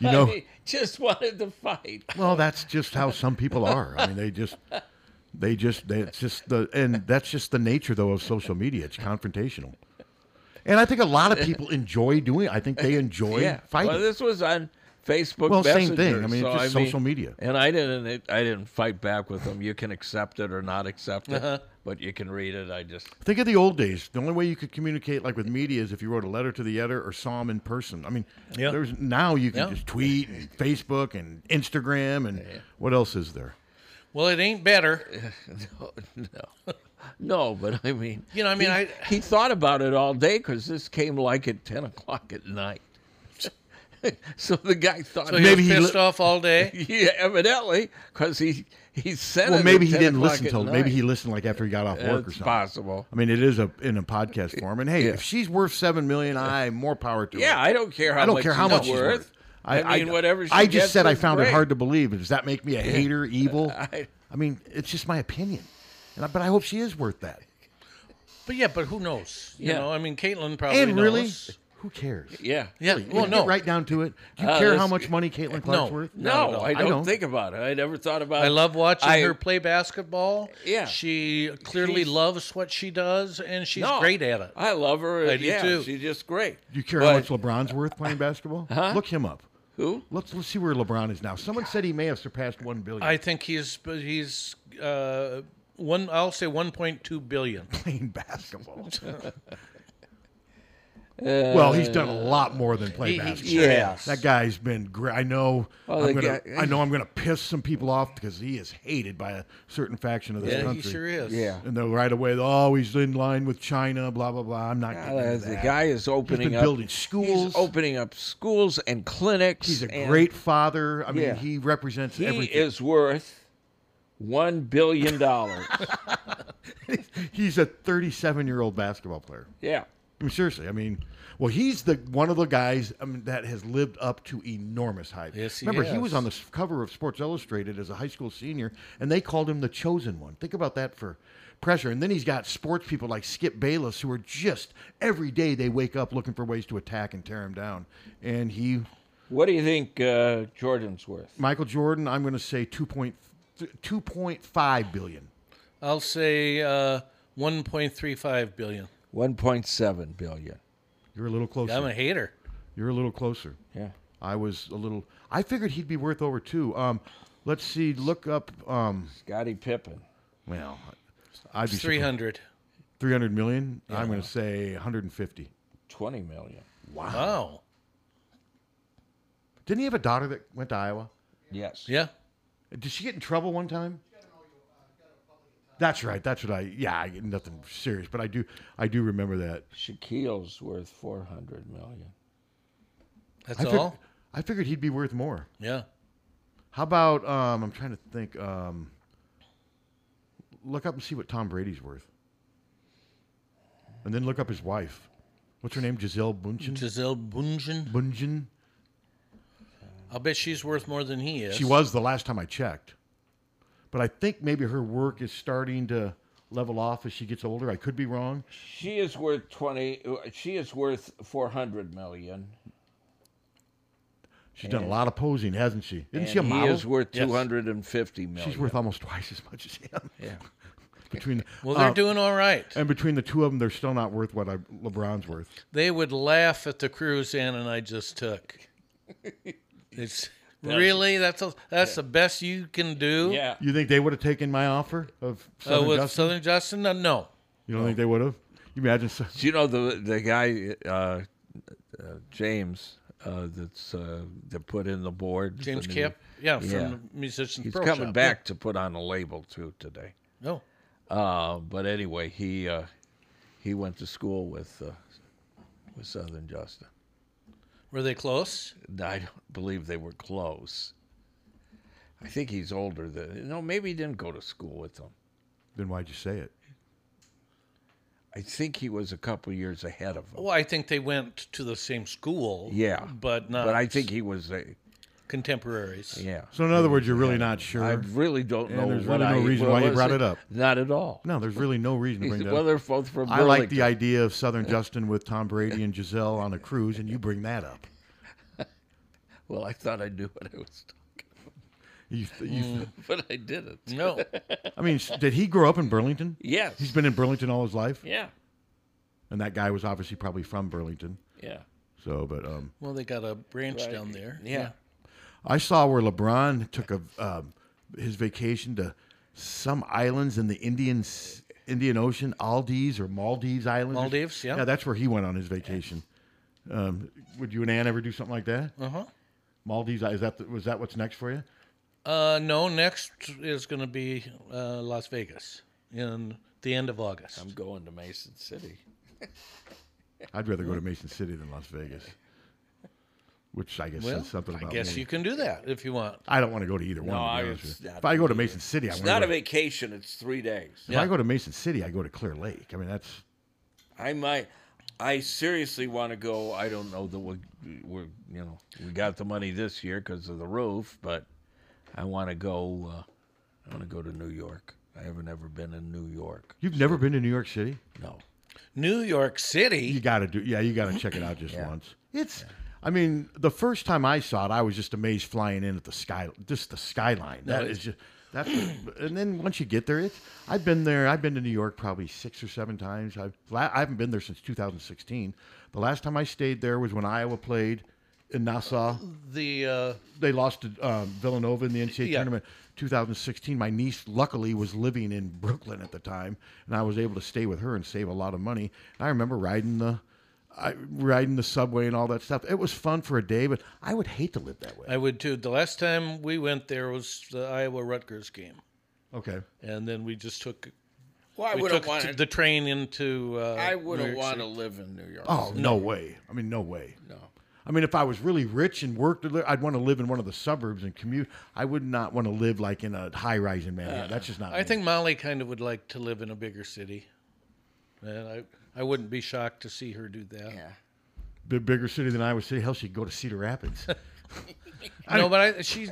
Speaker 4: You know-
Speaker 2: I just wanted to fight.
Speaker 4: Well, that's just how some people are. I mean, they just, they just, they, it's just the, and that's just the nature though of social media. It's confrontational, and I think a lot of people enjoy doing. it. I think they enjoy
Speaker 2: yeah.
Speaker 4: fighting.
Speaker 2: Well, this was on Facebook.
Speaker 4: Well, same
Speaker 2: Messenger,
Speaker 4: thing. I mean,
Speaker 2: so
Speaker 4: it's just social media.
Speaker 2: And I didn't. It, I didn't fight back with them. You can accept it or not accept it,
Speaker 4: Uh-huh.
Speaker 2: but you can read it. I just
Speaker 4: think of the old days. The only way you could communicate, like with media, is if you wrote a letter to the editor or saw them in person. I mean,
Speaker 2: Yeah.
Speaker 4: there's now you can
Speaker 3: Yeah.
Speaker 4: just tweet and Facebook and Instagram and what else is there?
Speaker 3: Well, it ain't better.
Speaker 2: no, no, no. But I mean,
Speaker 3: You know, I mean,
Speaker 2: he,
Speaker 3: I-
Speaker 2: he thought about it all day because this came like at ten o'clock at night. so the guy thought
Speaker 3: So he Maybe was he pissed li- off all day?
Speaker 2: yeah, evidently, because he he sent.
Speaker 4: well,
Speaker 2: it
Speaker 4: maybe
Speaker 2: at
Speaker 4: he
Speaker 2: 10
Speaker 4: didn't
Speaker 2: o'clock
Speaker 4: listen
Speaker 2: at
Speaker 4: till maybe he
Speaker 2: night.
Speaker 4: listened like after he got off work or
Speaker 2: It's
Speaker 4: something.
Speaker 2: possible.
Speaker 4: I mean, it is a in a podcast form. And hey, if she's worth seven million, I more power to her.
Speaker 2: Yeah, I don't care how
Speaker 4: I don't
Speaker 2: much
Speaker 4: care how
Speaker 2: she's
Speaker 4: much she's
Speaker 2: worth.
Speaker 4: worth.
Speaker 2: I mean, whatever she
Speaker 4: I just
Speaker 2: gets
Speaker 4: said I
Speaker 2: is
Speaker 4: found
Speaker 2: great.
Speaker 4: it hard to believe. Does that make me a
Speaker 2: Yeah.
Speaker 4: hater, evil?
Speaker 2: I-
Speaker 4: I, mean, it's just my opinion, and I, but I hope she is worth that.
Speaker 3: But yeah, but who knows? You
Speaker 4: Yeah.
Speaker 3: know, I mean, Caitlin probably
Speaker 4: and really,
Speaker 3: knows.
Speaker 4: who cares?
Speaker 2: Yeah.
Speaker 3: Yeah,
Speaker 4: Really,
Speaker 3: well,
Speaker 4: when you get
Speaker 3: no.
Speaker 4: Right down to it, do you
Speaker 3: Uh,
Speaker 4: care
Speaker 3: this-
Speaker 4: how much money Caitlin Clark's
Speaker 3: no.
Speaker 4: worth?
Speaker 2: No, I don't,
Speaker 4: don't.
Speaker 2: think about it. I never thought about.
Speaker 3: I
Speaker 2: it.
Speaker 3: love watching
Speaker 2: I-
Speaker 3: her play basketball.
Speaker 2: Yeah.
Speaker 3: She clearly
Speaker 2: She's-
Speaker 3: loves what she does and she's
Speaker 2: No,
Speaker 3: great at it.
Speaker 2: I love her.
Speaker 3: I do
Speaker 2: yeah,
Speaker 3: too.
Speaker 2: She's just great.
Speaker 4: Do you care how much LeBron's worth playing basketball?
Speaker 2: Huh?
Speaker 4: Look him up.
Speaker 2: Who?
Speaker 4: Let's let's see where LeBron is now. Someone said he may have surpassed one billion.
Speaker 3: I think he's but he's uh, one I'll say 1.2 billion
Speaker 4: playing basketball.
Speaker 3: Uh,
Speaker 4: well, he's done a lot more than play
Speaker 3: He- he
Speaker 4: basketball.
Speaker 3: sure Yes.
Speaker 4: that guy's been great. I know.
Speaker 3: Well,
Speaker 4: I'm
Speaker 3: the
Speaker 4: gonna,
Speaker 3: guy-
Speaker 4: I know. I'm going to piss some people off because he is hated by a certain faction of this
Speaker 3: Yeah, he
Speaker 4: country.
Speaker 3: sure is. Yeah.
Speaker 4: and they're right away. Oh, he's in line with China. Blah blah blah. I'm not. getting into
Speaker 2: the
Speaker 4: that.
Speaker 2: guy is
Speaker 4: he's
Speaker 2: opening
Speaker 4: been
Speaker 2: up
Speaker 4: building schools.
Speaker 2: He's opening up schools and clinics.
Speaker 4: He's a
Speaker 2: and-
Speaker 4: great father. I mean,
Speaker 2: Yeah.
Speaker 4: he represents
Speaker 2: He
Speaker 4: everything.
Speaker 2: is worth one billion dollars.
Speaker 4: he's a 37 year old basketball player.
Speaker 2: Yeah.
Speaker 4: I mean, seriously. I mean, well, he's the one of the guys I mean, that has lived up to enormous hype.
Speaker 3: Yes, he
Speaker 4: Remember, he was
Speaker 3: has.
Speaker 4: on the s- cover of Sports Illustrated as a high school senior, and they called him the chosen one. Think about that for pressure. And then he's got sports people like Skip Bayless, who are just every day they wake up looking for ways to attack and tear him down. And he,
Speaker 2: what do you think uh, Jordan's worth?
Speaker 4: Michael Jordan, I'm going to say 2.5 2.5 billion.
Speaker 3: I'll say uh, 1.35 billion.
Speaker 2: One point seven billion.
Speaker 4: You're a little closer.
Speaker 3: I'm a hater.
Speaker 4: You're a little closer.
Speaker 2: Yeah.
Speaker 4: I was a little. I figured he'd be worth over two. Um, let's see. Look up. Um,
Speaker 2: Scotty Pippen.
Speaker 4: Well, I'd be
Speaker 3: 300.
Speaker 4: Three hundred million. I'm going to say 150.
Speaker 2: 20 million.
Speaker 4: Wow.
Speaker 3: Wow.
Speaker 4: Didn't he have a daughter that went to Iowa?
Speaker 2: Yes.
Speaker 3: Yeah.
Speaker 4: Did she get in trouble one time? That's right. That's what I. Yeah, I, nothing serious, but I do. I do remember that.
Speaker 2: Shaquille's worth four hundred million.
Speaker 3: That's
Speaker 4: I fig-
Speaker 3: all?
Speaker 4: I figured he'd be worth more.
Speaker 3: Yeah.
Speaker 4: How about um I'm trying to think um look up and see what Tom Brady's worth. and then look up his wife. What's her name? Giselle Bundchen.
Speaker 3: Giselle Bundchen.
Speaker 4: Bundchen.
Speaker 3: I'll bet she's worth more than he is.
Speaker 4: She was the last time I checked, but I think maybe her work is starting to level off as she gets older. I could be wrong.
Speaker 2: She is worth twenty. She is worth four hundred million.
Speaker 4: She's done a lot of posing, hasn't she? Isn't she a
Speaker 2: And
Speaker 4: model?
Speaker 2: He is worth
Speaker 4: Yes.
Speaker 2: two hundred and fifty million.
Speaker 4: She's worth almost twice as much as him.
Speaker 2: Yeah.
Speaker 4: Between uh,
Speaker 3: Well, they're doing all right.
Speaker 4: And between the two of them, they're still not worth what I, LeBron's worth.
Speaker 3: They would laugh at the cruise Ann and I just took. It's
Speaker 4: That's-
Speaker 3: really that's a, that's the best you can do. Yeah.
Speaker 4: You think they would have taken my offer of
Speaker 3: Uh,
Speaker 4: Southern
Speaker 3: with
Speaker 4: Justin?
Speaker 3: Southern Justin, no, no.
Speaker 4: You don't think they would have? You imagine? So-
Speaker 2: Do you know the the guy uh, uh, James uh, that's uh, that put in the board?
Speaker 3: James
Speaker 2: the
Speaker 3: Kipp? Yeah, from the Musicians
Speaker 2: He's
Speaker 3: Pro
Speaker 2: coming
Speaker 3: Shop,
Speaker 2: back to put on a label too today.
Speaker 3: No.
Speaker 2: Uh, but anyway, he uh, he went to school with uh, with Southern Justin.
Speaker 3: Were they close?
Speaker 2: I don't believe they were close. I think he's older than no. Maybe he didn't go to school with them.
Speaker 4: Then why'd you say it?
Speaker 2: I think he was a couple years ahead of him.
Speaker 3: Well, I think they went to the same school.
Speaker 2: Yeah,
Speaker 3: but not.
Speaker 2: But I think he was a
Speaker 3: contemporaries.
Speaker 2: yeah.
Speaker 4: So in other words, you're really not sure.
Speaker 2: I really don't
Speaker 4: And
Speaker 2: know.
Speaker 4: there's
Speaker 2: what
Speaker 4: really no
Speaker 2: I-
Speaker 4: reason
Speaker 2: what
Speaker 4: why you
Speaker 2: was
Speaker 4: brought it up.
Speaker 2: Not at all.
Speaker 4: No, there's really no reason to bring that
Speaker 2: Well,
Speaker 4: up.
Speaker 2: they're both from.
Speaker 4: I like
Speaker 2: Burlington.
Speaker 4: the idea of Southern Justin with Tom Brady and Giselle on a cruise, and you bring that up.
Speaker 2: Well, I thought I knew what I was
Speaker 4: You,
Speaker 2: talking.
Speaker 4: you,
Speaker 2: about, but I didn't.
Speaker 3: Mm. No.
Speaker 4: I mean, s- did he grow up in Burlington?
Speaker 2: Yes.
Speaker 4: He's been in Burlington all his life.
Speaker 2: Yeah.
Speaker 4: And that guy was obviously probably from Burlington.
Speaker 2: Yeah.
Speaker 4: So, but um,
Speaker 3: Well, they got a branch down there.
Speaker 2: Yeah.
Speaker 4: I saw where LeBron took a um, his vacation to some islands in the Indian s- Indian Ocean, Aldives or Maldives Islands.
Speaker 3: Maldives, yeah.
Speaker 4: Yeah, that's where he went on his vacation. Um, would you and Ann ever do something like that?
Speaker 3: Uh
Speaker 2: Uh-huh.
Speaker 3: huh.
Speaker 4: Maldives is that the, was that what's next for you?
Speaker 3: Uh, no, next is going to be uh, Las Vegas in the end of August. I'm
Speaker 2: going to Mason City.
Speaker 4: I'd rather go to Mason City than Las Vegas, which I guess
Speaker 3: well,
Speaker 4: says something about
Speaker 3: I guess
Speaker 4: me.
Speaker 3: you can do that if you want.
Speaker 4: I don't want to go to either one. to
Speaker 2: No,
Speaker 4: be
Speaker 2: I
Speaker 4: honest
Speaker 2: was
Speaker 4: with you.
Speaker 2: not
Speaker 4: If I go to
Speaker 2: either.
Speaker 4: Mason City,
Speaker 2: It's
Speaker 4: I want
Speaker 2: not
Speaker 4: to
Speaker 2: a vacation. It's three days.
Speaker 4: If I go to Mason City, I go to Clear Lake. I mean, that's
Speaker 2: I might. I seriously want to go. I don't know that we, we're you know we got the money this year because of the roof, but I want to go. Uh, I want to go to New York. I haven't ever been in New York.
Speaker 4: you've never been to New York City?
Speaker 2: No.
Speaker 3: New York City.
Speaker 4: You got to do. Yeah, you got to check it out just
Speaker 2: Yeah.
Speaker 4: once. It's. I mean, the first time I saw it, I was just amazed flying in at the sky, just the skyline.
Speaker 3: No,
Speaker 4: That
Speaker 3: it's-
Speaker 4: is just. That's and then once you get there, it's. I've been there. I've been to New York probably six or seven times. I've la- I haven't been there since 2016. The last time I stayed there was when Iowa played in Nassau.
Speaker 3: The uh,
Speaker 4: they lost to um, Villanova in the NCAA
Speaker 3: Yeah.
Speaker 4: tournament 2016. My niece, luckily, was living in Brooklyn at the time, and I was able to stay with her and save a lot of money. And I remember riding the, I, riding the subway and all that stuff. It was fun for a day, but I would hate to live that way.
Speaker 3: I would too. The last time we went there was the Iowa Rutgers game,
Speaker 4: Okay,
Speaker 3: and then we just took.
Speaker 2: Well, I
Speaker 3: we
Speaker 2: wouldn't
Speaker 3: took
Speaker 2: wanna-
Speaker 3: t- the train into. Uh,
Speaker 2: I
Speaker 3: New
Speaker 2: wouldn't
Speaker 3: York
Speaker 2: want to
Speaker 3: City.
Speaker 2: live in New York.
Speaker 4: Oh
Speaker 2: City.
Speaker 4: no way! I mean, no way.
Speaker 2: No.
Speaker 4: I mean, if I was really rich and worked, to li- I'd want to live in one of the suburbs and commute. I would not want to live like in a high rise in Manhattan.
Speaker 3: Uh,
Speaker 4: That's just not.
Speaker 3: I
Speaker 4: me.
Speaker 3: think Molly kind of would like to live in a bigger city, and I I wouldn't be shocked to see her do that. Yeah.
Speaker 4: Big- bigger city than Iowa City. Hell, she'd go to Cedar Rapids.
Speaker 3: I know, but I, she,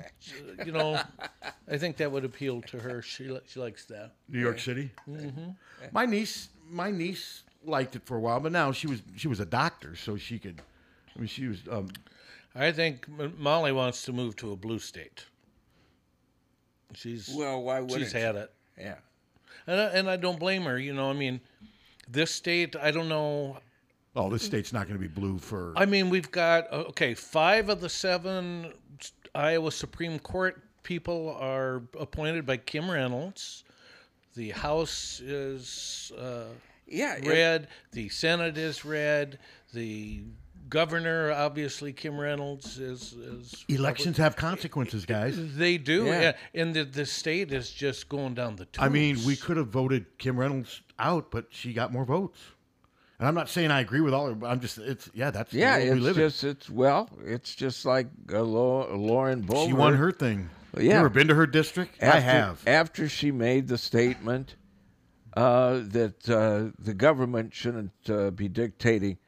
Speaker 3: you know, I think that would appeal to her. She li- she likes that.
Speaker 4: New York City.
Speaker 3: hmm
Speaker 4: My niece, my niece liked it for a while, but now she was she was a doctor, so she could. I mean, she was. Um,
Speaker 3: I think M- Molly wants to move to a blue state. She's
Speaker 2: Well, why wouldn't
Speaker 3: she's had
Speaker 2: you?
Speaker 3: it?
Speaker 2: Yeah.
Speaker 3: And I, and I don't blame her. You know, I mean, this state, I don't know.
Speaker 4: oh, this state's not going to be blue for.
Speaker 3: I mean, we've got uh, okay, five of the seven Iowa Supreme Court people are appointed by Kim Reynolds. The House is uh,
Speaker 2: yeah
Speaker 3: red. the Senate is red. The governor, obviously, Kim Reynolds is is
Speaker 4: elections have consequences, guys.
Speaker 3: They do,
Speaker 4: Yeah.
Speaker 3: yeah. and the, the state is just going down the. Tubes.
Speaker 4: I mean, we could have voted Kim Reynolds out, but she got more votes. And I'm not saying I agree with all her, but I'm just it's yeah, that's the
Speaker 2: Yeah,
Speaker 4: world we
Speaker 2: it's
Speaker 4: live
Speaker 2: just it's well, it's just like uh, Lau- Lauren Boebert.
Speaker 4: in. She won her thing.
Speaker 2: Well,
Speaker 4: You
Speaker 2: yeah.
Speaker 4: ever been to her district? I
Speaker 2: After-
Speaker 4: have.
Speaker 2: After she made the statement, uh, that uh, the government shouldn't uh, be dictating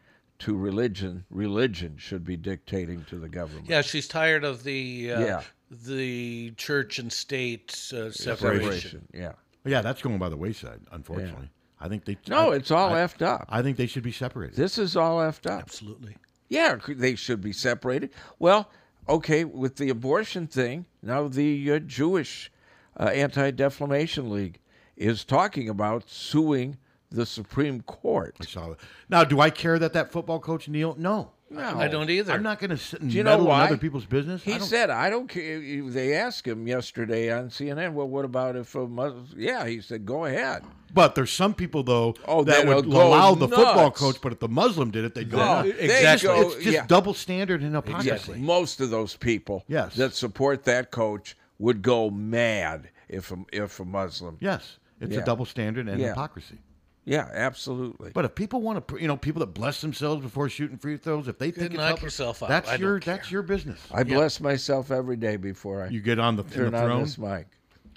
Speaker 2: to religion. Religion should be dictating to the government.
Speaker 3: Yeah, she's tired of the uh,
Speaker 2: Yeah.
Speaker 3: the church and state uh,
Speaker 2: Separation,
Speaker 3: separation.
Speaker 2: yeah.
Speaker 4: Yeah, that's going by the wayside, unfortunately. I think they.
Speaker 2: No,
Speaker 4: I-
Speaker 2: it's all
Speaker 4: I-
Speaker 2: effed up.
Speaker 4: I think they should be separated.
Speaker 2: This is all effed up.
Speaker 3: Absolutely.
Speaker 2: Yeah, c- they should be separated. Well, okay, with the abortion thing, now the uh, Jewish uh, Anti Defamation League is talking about suing the Supreme Court. I
Speaker 4: saw it. Now, do I care that that football coach Neil? No,
Speaker 2: No. I don't either.
Speaker 4: I'm not going to sit and
Speaker 2: Do you know
Speaker 4: meddle in
Speaker 2: why?
Speaker 4: other people's business.
Speaker 2: He
Speaker 4: I don't-
Speaker 2: said, "I don't care." They asked him yesterday on CNN. Well, what about if a Muslim? Yeah, he said, "Go ahead."
Speaker 4: But there's some people though
Speaker 2: Oh,
Speaker 4: that
Speaker 2: that'll
Speaker 4: would
Speaker 2: go
Speaker 4: allow the football
Speaker 2: nuts.
Speaker 4: coach, but if the Muslim did it, they'd go.
Speaker 2: No,
Speaker 4: nuts.
Speaker 2: they Oh, Exactly. go-
Speaker 4: It's just
Speaker 2: yeah.
Speaker 4: double standard and hypocrisy.
Speaker 2: Exactly. Most of those people that support that coach would go mad if a, if a Muslim.
Speaker 4: Yes, it's a
Speaker 2: Yeah.
Speaker 4: double standard and
Speaker 2: Yeah.
Speaker 4: hypocrisy.
Speaker 2: Yeah, absolutely.
Speaker 4: But if people want to, you know, people that bless themselves before shooting free throws, if they think it's
Speaker 3: knock
Speaker 4: up,
Speaker 3: yourself out.
Speaker 4: that's
Speaker 3: I don't
Speaker 4: your that's your business.
Speaker 2: I bless myself every day before I
Speaker 4: You get on the- in the
Speaker 2: turn on
Speaker 4: throne?
Speaker 2: this mic.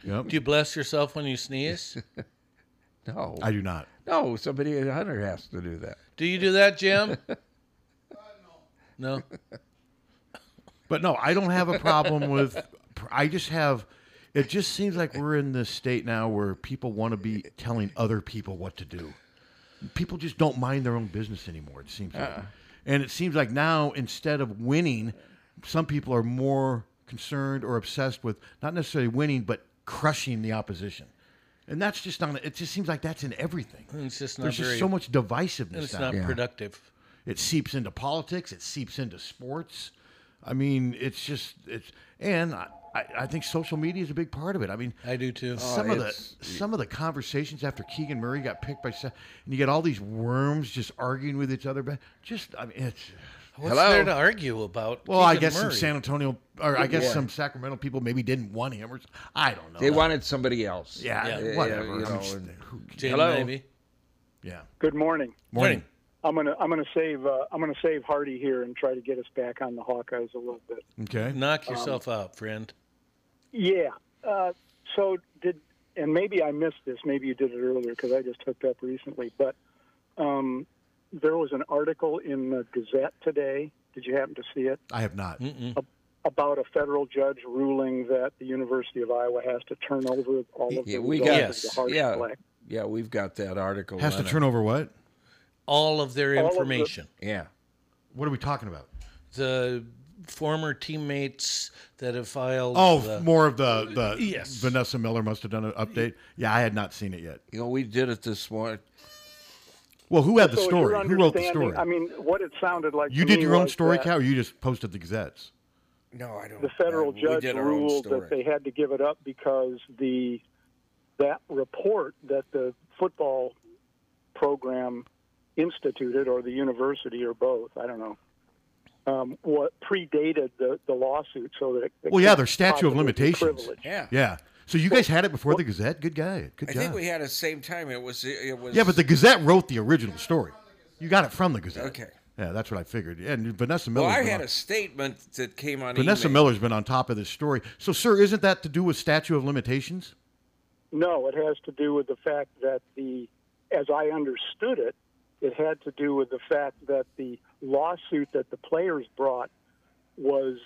Speaker 3: Do you bless yourself when you sneeze?
Speaker 2: No,
Speaker 4: I do not.
Speaker 2: No, somebody Hunter has to do that.
Speaker 3: Do you do that, Jim? no.
Speaker 4: But no, I don't have a problem with. I just have. It just seems like we're in this state now where people want to be telling other people what to do. People just don't mind their own business anymore. It seems, like.
Speaker 2: Uh-uh.
Speaker 4: and it seems like now instead of winning, some people are more concerned or obsessed with not necessarily winning, but crushing the opposition. And that's just not. It just seems like that's in everything.
Speaker 3: It's just not
Speaker 4: There's
Speaker 3: very-
Speaker 4: just so much divisiveness.
Speaker 3: And it's
Speaker 4: now.
Speaker 3: not productive.
Speaker 4: It seeps into politics. It seeps into sports. I mean, it's just it's and I, I I think social media is a big part of it. I mean,
Speaker 3: I do too.
Speaker 4: Some
Speaker 3: Oh,
Speaker 4: of the
Speaker 3: it's-
Speaker 4: some of the conversations after Keegan Murray got picked by, Sa- and you get all these worms just arguing with each other. But just I mean, it's
Speaker 3: What's there to argue about?
Speaker 4: Well, I
Speaker 3: Keegan
Speaker 4: guess some
Speaker 3: Murray?
Speaker 4: San Antonio or I guess
Speaker 3: Yeah.
Speaker 4: some Sacramento people maybe didn't want him or s- I don't know.
Speaker 2: They wanted somebody else.
Speaker 4: Yeah, whatever. I mean, just- who- Yeah.
Speaker 1: Good morning.
Speaker 4: Morning.
Speaker 1: I'm gonna I'm gonna save uh, I'm gonna save Hardy here and try to get us back on the Hawkeyes a little bit.
Speaker 4: Okay.
Speaker 3: Knock yourself out, friend.
Speaker 1: Yeah. Uh, so did and maybe I missed this. Maybe you did it earlier because I just hooked up recently. But um, there was an article in the Gazette today. Did you happen to see it?
Speaker 4: I have not.
Speaker 1: About a federal judge ruling that the University of Iowa has to turn over all of the
Speaker 2: Yeah, we got
Speaker 1: results of the Hardy
Speaker 2: yeah,
Speaker 1: Black.
Speaker 2: yeah, we've got that article.
Speaker 4: Has to
Speaker 2: on it.
Speaker 4: turn over what?
Speaker 3: All of their
Speaker 1: All of the-
Speaker 3: information.
Speaker 2: Yeah.
Speaker 4: What are we talking about?
Speaker 3: The former teammates that have filed.
Speaker 4: Oh,
Speaker 3: the-
Speaker 4: more of the the
Speaker 3: Yes.
Speaker 4: Vanessa Miller must have done an update. Yeah, I had not seen it yet.
Speaker 2: You know, we did it this morning.
Speaker 4: Well, who had the
Speaker 1: So your
Speaker 4: story? Who wrote the
Speaker 1: understanding-
Speaker 4: story?
Speaker 1: I mean, what it sounded like.
Speaker 4: you
Speaker 1: to
Speaker 4: did
Speaker 1: me
Speaker 4: your own
Speaker 1: was
Speaker 4: story,
Speaker 1: that-
Speaker 4: Cal, or you just posted the gazettes?
Speaker 2: No, I don't.
Speaker 1: the federal
Speaker 2: we
Speaker 1: judge
Speaker 2: did our own
Speaker 1: ruled
Speaker 2: story.
Speaker 1: that they had to give it up because the that report that the football program instituted or the university or both I don't know um, what predated the, the lawsuit so that it, it
Speaker 4: Well, yeah,
Speaker 1: couldn't
Speaker 4: their statute of
Speaker 1: possibly be
Speaker 4: limitations.
Speaker 1: privileged.
Speaker 4: Yeah. So you guys had it before the Gazette. Good guy. Good
Speaker 2: I
Speaker 4: job.
Speaker 2: think we had it same time. It was. It was.
Speaker 4: yeah, but the Gazette wrote the original story. You got it from the Gazette.
Speaker 2: Okay.
Speaker 4: Yeah, that's what I figured. And Vanessa
Speaker 2: Well,
Speaker 4: Miller.
Speaker 2: I had a statement that came on.
Speaker 4: Vanessa
Speaker 2: email.
Speaker 4: Miller's been on top of this story. So, sir, isn't that to do with statute of limitations?
Speaker 1: No, it has to do with the fact that the, as I understood it, it had to do with the fact that the lawsuit that the players brought was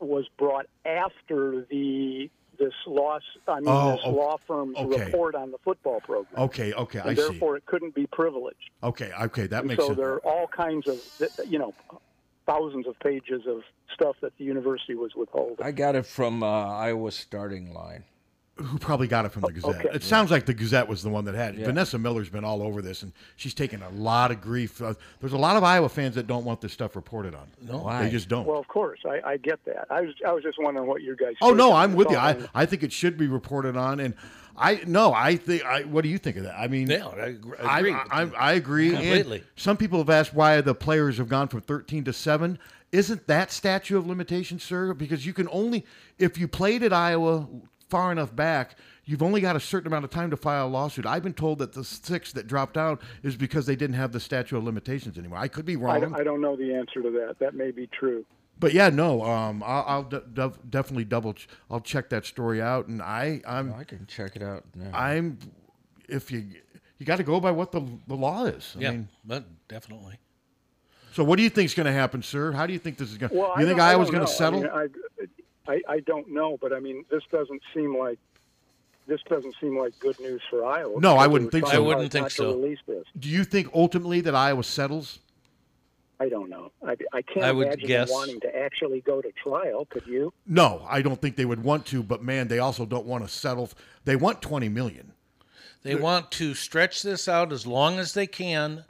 Speaker 1: was brought after the this loss. I mean,
Speaker 4: Oh,
Speaker 1: this
Speaker 4: o-
Speaker 1: law firm's
Speaker 4: okay.
Speaker 1: report on the football program.
Speaker 4: Okay, okay,
Speaker 1: and
Speaker 4: I see.
Speaker 1: therefore it couldn't be privileged.
Speaker 4: Okay, okay, that
Speaker 1: And
Speaker 4: makes
Speaker 1: so
Speaker 4: sense.
Speaker 1: there are all kinds of you know thousands of pages of stuff that the university was withholding.
Speaker 2: I got it from uh, Iowa starting line.
Speaker 4: who probably got it from the Gazette.
Speaker 1: Okay.
Speaker 4: It sounds like the Gazette was the one that had it.
Speaker 2: Yeah.
Speaker 4: Vanessa Miller's been all over this, and she's taken a lot of grief. Uh, there's a lot of Iowa fans that don't want this stuff reported on.
Speaker 1: No.
Speaker 4: they just don't.
Speaker 1: Well, of course, I, I get that. I was I was just wondering what your guys.
Speaker 4: oh no,
Speaker 1: take on
Speaker 4: I'm
Speaker 1: this
Speaker 4: with you.
Speaker 1: all
Speaker 4: I,
Speaker 1: is.
Speaker 4: I think it should be reported on, and I no, I think. I what do you think of that? I mean,
Speaker 3: Yeah, I agr-
Speaker 4: I
Speaker 3: agree
Speaker 4: I,
Speaker 3: with
Speaker 4: I,
Speaker 3: you.
Speaker 4: I agree. and
Speaker 3: Completely.
Speaker 4: some people have asked why the players have gone from 13 to seven. Isn't that statute of limitation, sir? Because you can only if you played at Iowa far enough back. You've only got a certain amount of time to file a lawsuit. I've been told that the six that dropped out is because they didn't have the statute of limitations anymore. I could be
Speaker 1: I,
Speaker 4: wrong.
Speaker 1: don't- I don't know the answer to that. That may be true.
Speaker 4: But yeah, no, um, I'll, I'll de- def- definitely double. Ch- I'll check that story out, and Oh, I, I'm.
Speaker 2: I can check it out now.
Speaker 4: I'm, if you, you got to go by what the, the law is. I
Speaker 3: yeah,
Speaker 4: mean,
Speaker 3: but definitely.
Speaker 4: so what do you think's going to happen, sir? How do you think this is going? to
Speaker 1: Well,
Speaker 4: you
Speaker 1: I
Speaker 4: think
Speaker 1: don't- I
Speaker 4: Iowa's
Speaker 1: don't
Speaker 4: going to
Speaker 1: know.
Speaker 4: settle?
Speaker 1: I, mean, I, I, I don't know, but I mean, this doesn't seem like this doesn't seem like good news for Iowa.
Speaker 4: no, I
Speaker 1: because
Speaker 4: wouldn't
Speaker 1: they were
Speaker 4: think so.
Speaker 1: talking about not to Release this.
Speaker 4: Do you think ultimately that Iowa settles?
Speaker 1: I don't know. I, I can't
Speaker 4: I would
Speaker 1: imagine them
Speaker 4: guess-
Speaker 1: wanting to actually go to trial. Could you?
Speaker 4: No, I don't think they would want to. But man, they also don't want to settle. They want twenty million.
Speaker 3: They want to stretch this out as long as they can,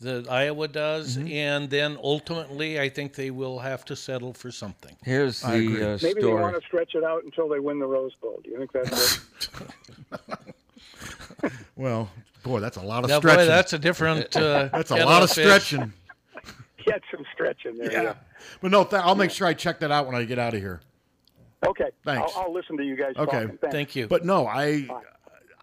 Speaker 3: that Iowa does,
Speaker 4: Mm-hmm.
Speaker 3: and then ultimately, I think they will have to settle for something.
Speaker 2: Here's
Speaker 3: I agree.
Speaker 2: the uh,
Speaker 1: Maybe they
Speaker 2: story.
Speaker 1: want to stretch it out until they win the Rose Bowl. Do you think that's?
Speaker 4: Well, boy, that's a lot of
Speaker 3: Now, boy,
Speaker 4: stretching.
Speaker 3: that's a different, uh,
Speaker 4: that's a
Speaker 3: kettle
Speaker 4: lot of
Speaker 3: of fish.
Speaker 4: stretching.
Speaker 1: Get some stretching there.
Speaker 4: Yeah. But no, th- I'll make sure I check that out when I get out of here.
Speaker 1: Okay.
Speaker 4: Thanks.
Speaker 1: I'll, I'll listen to you guys.
Speaker 4: Okay.
Speaker 1: talking. Thanks.
Speaker 4: But no, I,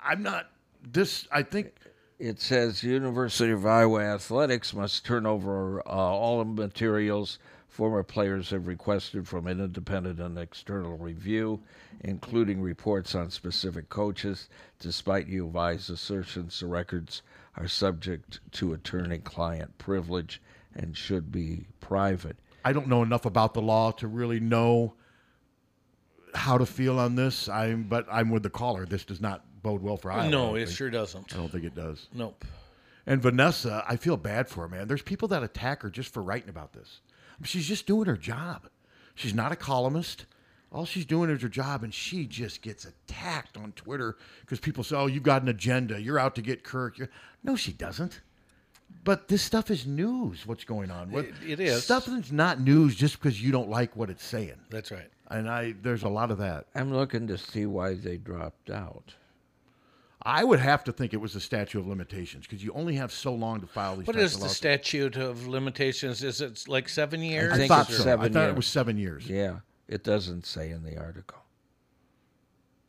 Speaker 4: I'm not. This, I think.
Speaker 2: It says University of Iowa athletics must turn over uh, all of the materials former players have requested from an independent and external review, including reports on specific coaches. Despite U of I's assertions, the records are subject to attorney-client privilege and should be private.
Speaker 4: I don't know enough about the law to really know how to feel on this. I'm, but I'm with the caller. This does not bode well for Iowa.
Speaker 3: No,
Speaker 4: I
Speaker 3: it
Speaker 4: think.
Speaker 3: sure doesn't.
Speaker 4: I don't think it does.
Speaker 3: Nope.
Speaker 4: And Vanessa, I feel bad for her, man. There's people that attack her just for writing about this. She's just doing her job. She's not a columnist. All she's doing is her job, and she just gets attacked on Twitter because people say, "Oh, you've got an agenda. You're out to get Kirk." You're... No, she doesn't. But this stuff is news. What's going on? What,
Speaker 3: It- it is.
Speaker 4: stuff that's not news just because you don't like what it's saying.
Speaker 3: That's right.
Speaker 4: And I, there's a lot of that.
Speaker 2: I'm looking to see why they dropped out.
Speaker 4: I would have to think it was the statute of limitations because you only have so long to file these.
Speaker 3: What
Speaker 4: types
Speaker 3: is
Speaker 4: of
Speaker 3: the
Speaker 4: lawsuits.
Speaker 3: statute of limitations? Is it like seven years?
Speaker 4: I thought so. I thought it was seven years.
Speaker 2: Yeah, it doesn't say in the article.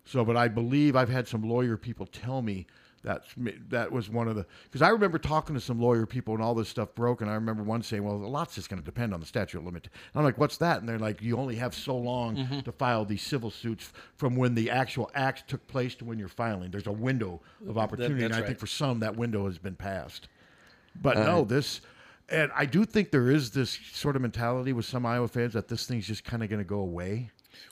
Speaker 4: So, but I believe I've had some lawyer people tell me that's that was one of the because I remember talking to some lawyer people and all this stuff broke, and I remember one saying, "Well, a lot's just going to depend on the statute of limit." And I'm like, "What's that?" And they're like, "You only have so long
Speaker 3: Mhm.
Speaker 4: to file these civil suits from when the actual act took place to when you're filing. There's a window of
Speaker 3: That-
Speaker 4: opportunity, and
Speaker 3: that's
Speaker 4: I
Speaker 3: right.
Speaker 4: think for some that window has been passed." But
Speaker 2: Uh,
Speaker 4: no, this. And I do think there is this sort of mentality with some Iowa fans that this thing's just kind of going to go away.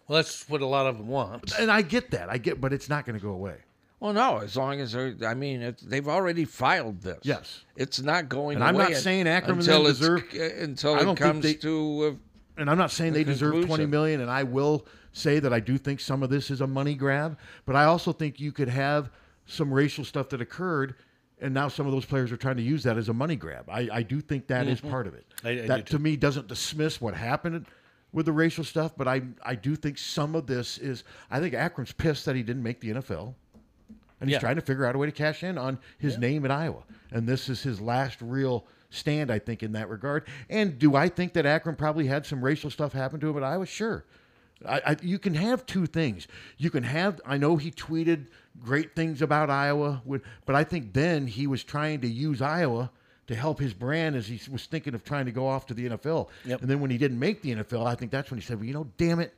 Speaker 3: Well, that's what a lot of them want.
Speaker 4: And I get that. I get, but it's not going to go away.
Speaker 2: Well, no, as long as they're, I mean, it, they've already filed this.
Speaker 4: Yes.
Speaker 2: It's not going
Speaker 4: And I'm
Speaker 2: away
Speaker 4: not saying Ackerman
Speaker 2: until
Speaker 4: didn't
Speaker 2: it's-
Speaker 4: deserve-
Speaker 2: uh, until
Speaker 4: I don't
Speaker 2: it
Speaker 4: think
Speaker 2: comes
Speaker 4: they-
Speaker 2: to. Uh,
Speaker 4: and I'm not saying
Speaker 2: the
Speaker 4: they deserve 20
Speaker 2: conclusion.
Speaker 4: million and I will say that I do think some of this is a money grab, but I also think you could have some racial stuff that occurred and now some of those players are trying to use that as a money grab. I, I do think that is
Speaker 3: Mhm.
Speaker 4: part of it.
Speaker 3: I- I do
Speaker 4: that to me doesn't dismiss what happened with the racial stuff, but I I do think some of this is I think Akron's pissed that he didn't make the NFL. And he's
Speaker 3: Yeah.
Speaker 4: trying to figure out a way to cash in on his name in Iowa. And this is his last real stand, I think, in that regard. And do I think that Akron probably had some racial stuff happen to him in Iowa? Sure. I, I, you can have two things. You can have, I know he tweeted great things about Iowa, with- but I think then he was trying to use Iowa to help his brand as he was thinking of trying to go off to the NFL.
Speaker 3: Yep.
Speaker 4: And then when he didn't make the NFL, I think that's when he said, well, you know, damn it,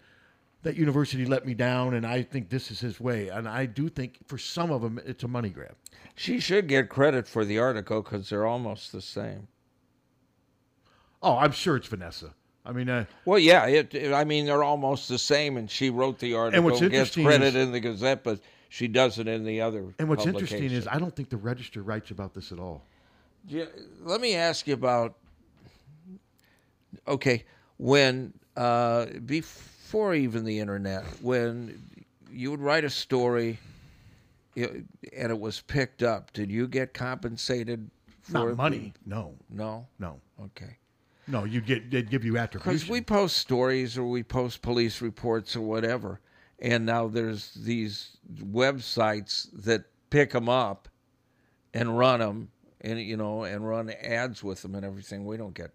Speaker 4: that university let me down, and I think this is his way. And I do think for some of them, it's a money grab.
Speaker 2: she should get credit for the article because they're almost the same.
Speaker 4: Oh, I'm sure it's Vanessa. I mean, uh,
Speaker 2: Well, yeah, it, it- I mean, they're almost the same, and she wrote the article.
Speaker 4: what's
Speaker 2: gets
Speaker 4: interesting
Speaker 2: credit
Speaker 4: is-
Speaker 2: in the Gazette, but she doesn't in the other.
Speaker 4: and what's
Speaker 2: publication.
Speaker 4: interesting is I don't think the Register writes about this at all.
Speaker 2: Yeah, let me ask you about okay when uh, before even the internet when you would write a story you- and it was picked up did you get compensated for
Speaker 4: Not
Speaker 2: it?
Speaker 4: money, no.
Speaker 2: no
Speaker 4: No.
Speaker 2: okay
Speaker 4: No, you'd get they'd give you attribution.
Speaker 2: because we post stories or we post police reports or whatever, and now there's these websites that pick them up and run them, and you know, and run ads with them and everything. We don't get.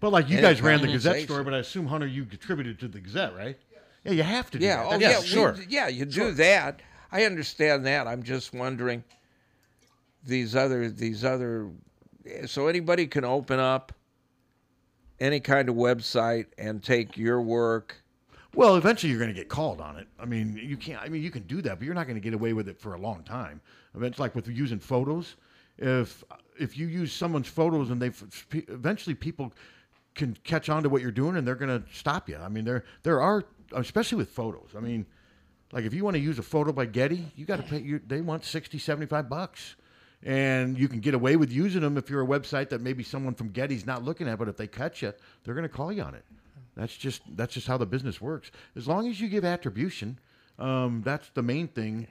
Speaker 4: But like you
Speaker 2: any
Speaker 4: guys ran the Gazette
Speaker 2: compensation.
Speaker 4: story, but I assume Hunter, you contributed to the Gazette, right? Yeah, you have to. Do
Speaker 2: Yeah,
Speaker 4: that.
Speaker 2: oh
Speaker 4: That's-
Speaker 2: yeah, we- yeah, you do that. I understand that. I'm just wondering these other these other so anybody can open up any kind of website and take your work
Speaker 4: Well, eventually you're going to get called on it. I mean, you can't. I mean, you can do that, but you're not going to get away with it for a long time. I mean, it's like with using photos. if if you use someone's photos and they f- pe- eventually people can catch on to what you're doing and they're going to stop you. I mean, there there are especially with photos. I mean, like if you want to use a photo by Getty, you got to pay. You, they want 60, 75 bucks, and you can get away with using them if you're a website that maybe someone from Getty's not looking at. But if they catch you, they're going to call you on it. That's just that's just how the business works. As long as you give attribution, um, that's the main thing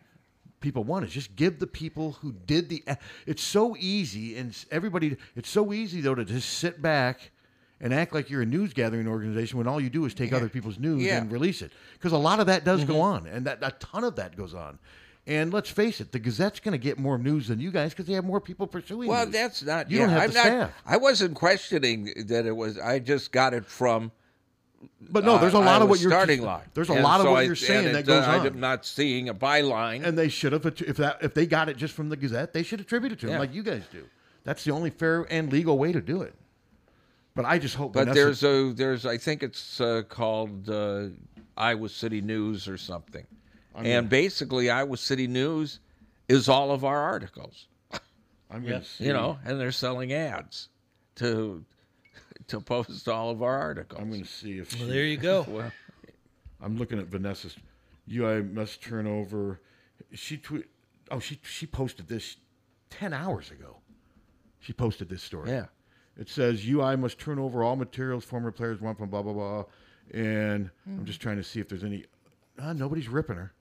Speaker 4: people want is just give the people who did the it's so easy and s- everybody it's so easy though to just sit back and act like you're a news gathering organization when all you do is take other people's news
Speaker 2: Yeah.
Speaker 4: and release it because a lot of that does go on and that a ton of that goes on and let's face it the gazette's going to get more news than you guys because they have more people pursuing
Speaker 2: Well,
Speaker 4: news.
Speaker 2: that's not.
Speaker 4: you
Speaker 2: yeah,
Speaker 4: don't have
Speaker 2: I'm
Speaker 4: the
Speaker 2: not,
Speaker 4: staff
Speaker 2: I wasn't questioning that it was. I just got it from.
Speaker 4: But no, there's a
Speaker 2: uh,
Speaker 4: lot of
Speaker 2: Iowa
Speaker 4: what you're
Speaker 2: starting line.
Speaker 4: There's a
Speaker 2: And
Speaker 4: lot of
Speaker 2: so
Speaker 4: what
Speaker 2: I-
Speaker 4: you're saying
Speaker 2: and
Speaker 4: that
Speaker 2: it,
Speaker 4: goes
Speaker 2: uh,
Speaker 4: on.
Speaker 2: I'm not seeing a byline,
Speaker 4: and they should have if that if they got it just from the Gazette, they should attribute it to
Speaker 2: Yeah.
Speaker 4: them like you guys do. That's the only fair and legal way to do it. But I just hope.
Speaker 2: but
Speaker 4: Vanessa-
Speaker 2: there's a there's I think it's uh, called uh, Iowa City News or something,
Speaker 4: I'm
Speaker 2: and
Speaker 4: gonna-
Speaker 2: basically Iowa City News is all of our articles.
Speaker 4: I'm gonna Yes.
Speaker 2: you know, and they're selling ads to to post all of our articles. I'm
Speaker 4: going to see if
Speaker 3: Well, there you go.
Speaker 2: well,
Speaker 4: I'm looking at Vanessa's UI must turn over. She tweet. Oh, she she posted this ten hours ago. She posted this story.
Speaker 2: Yeah.
Speaker 4: It says UI must turn over all materials former players want from blah blah blah, and I'm just trying to see if there's any. Uh, nobody's ripping her.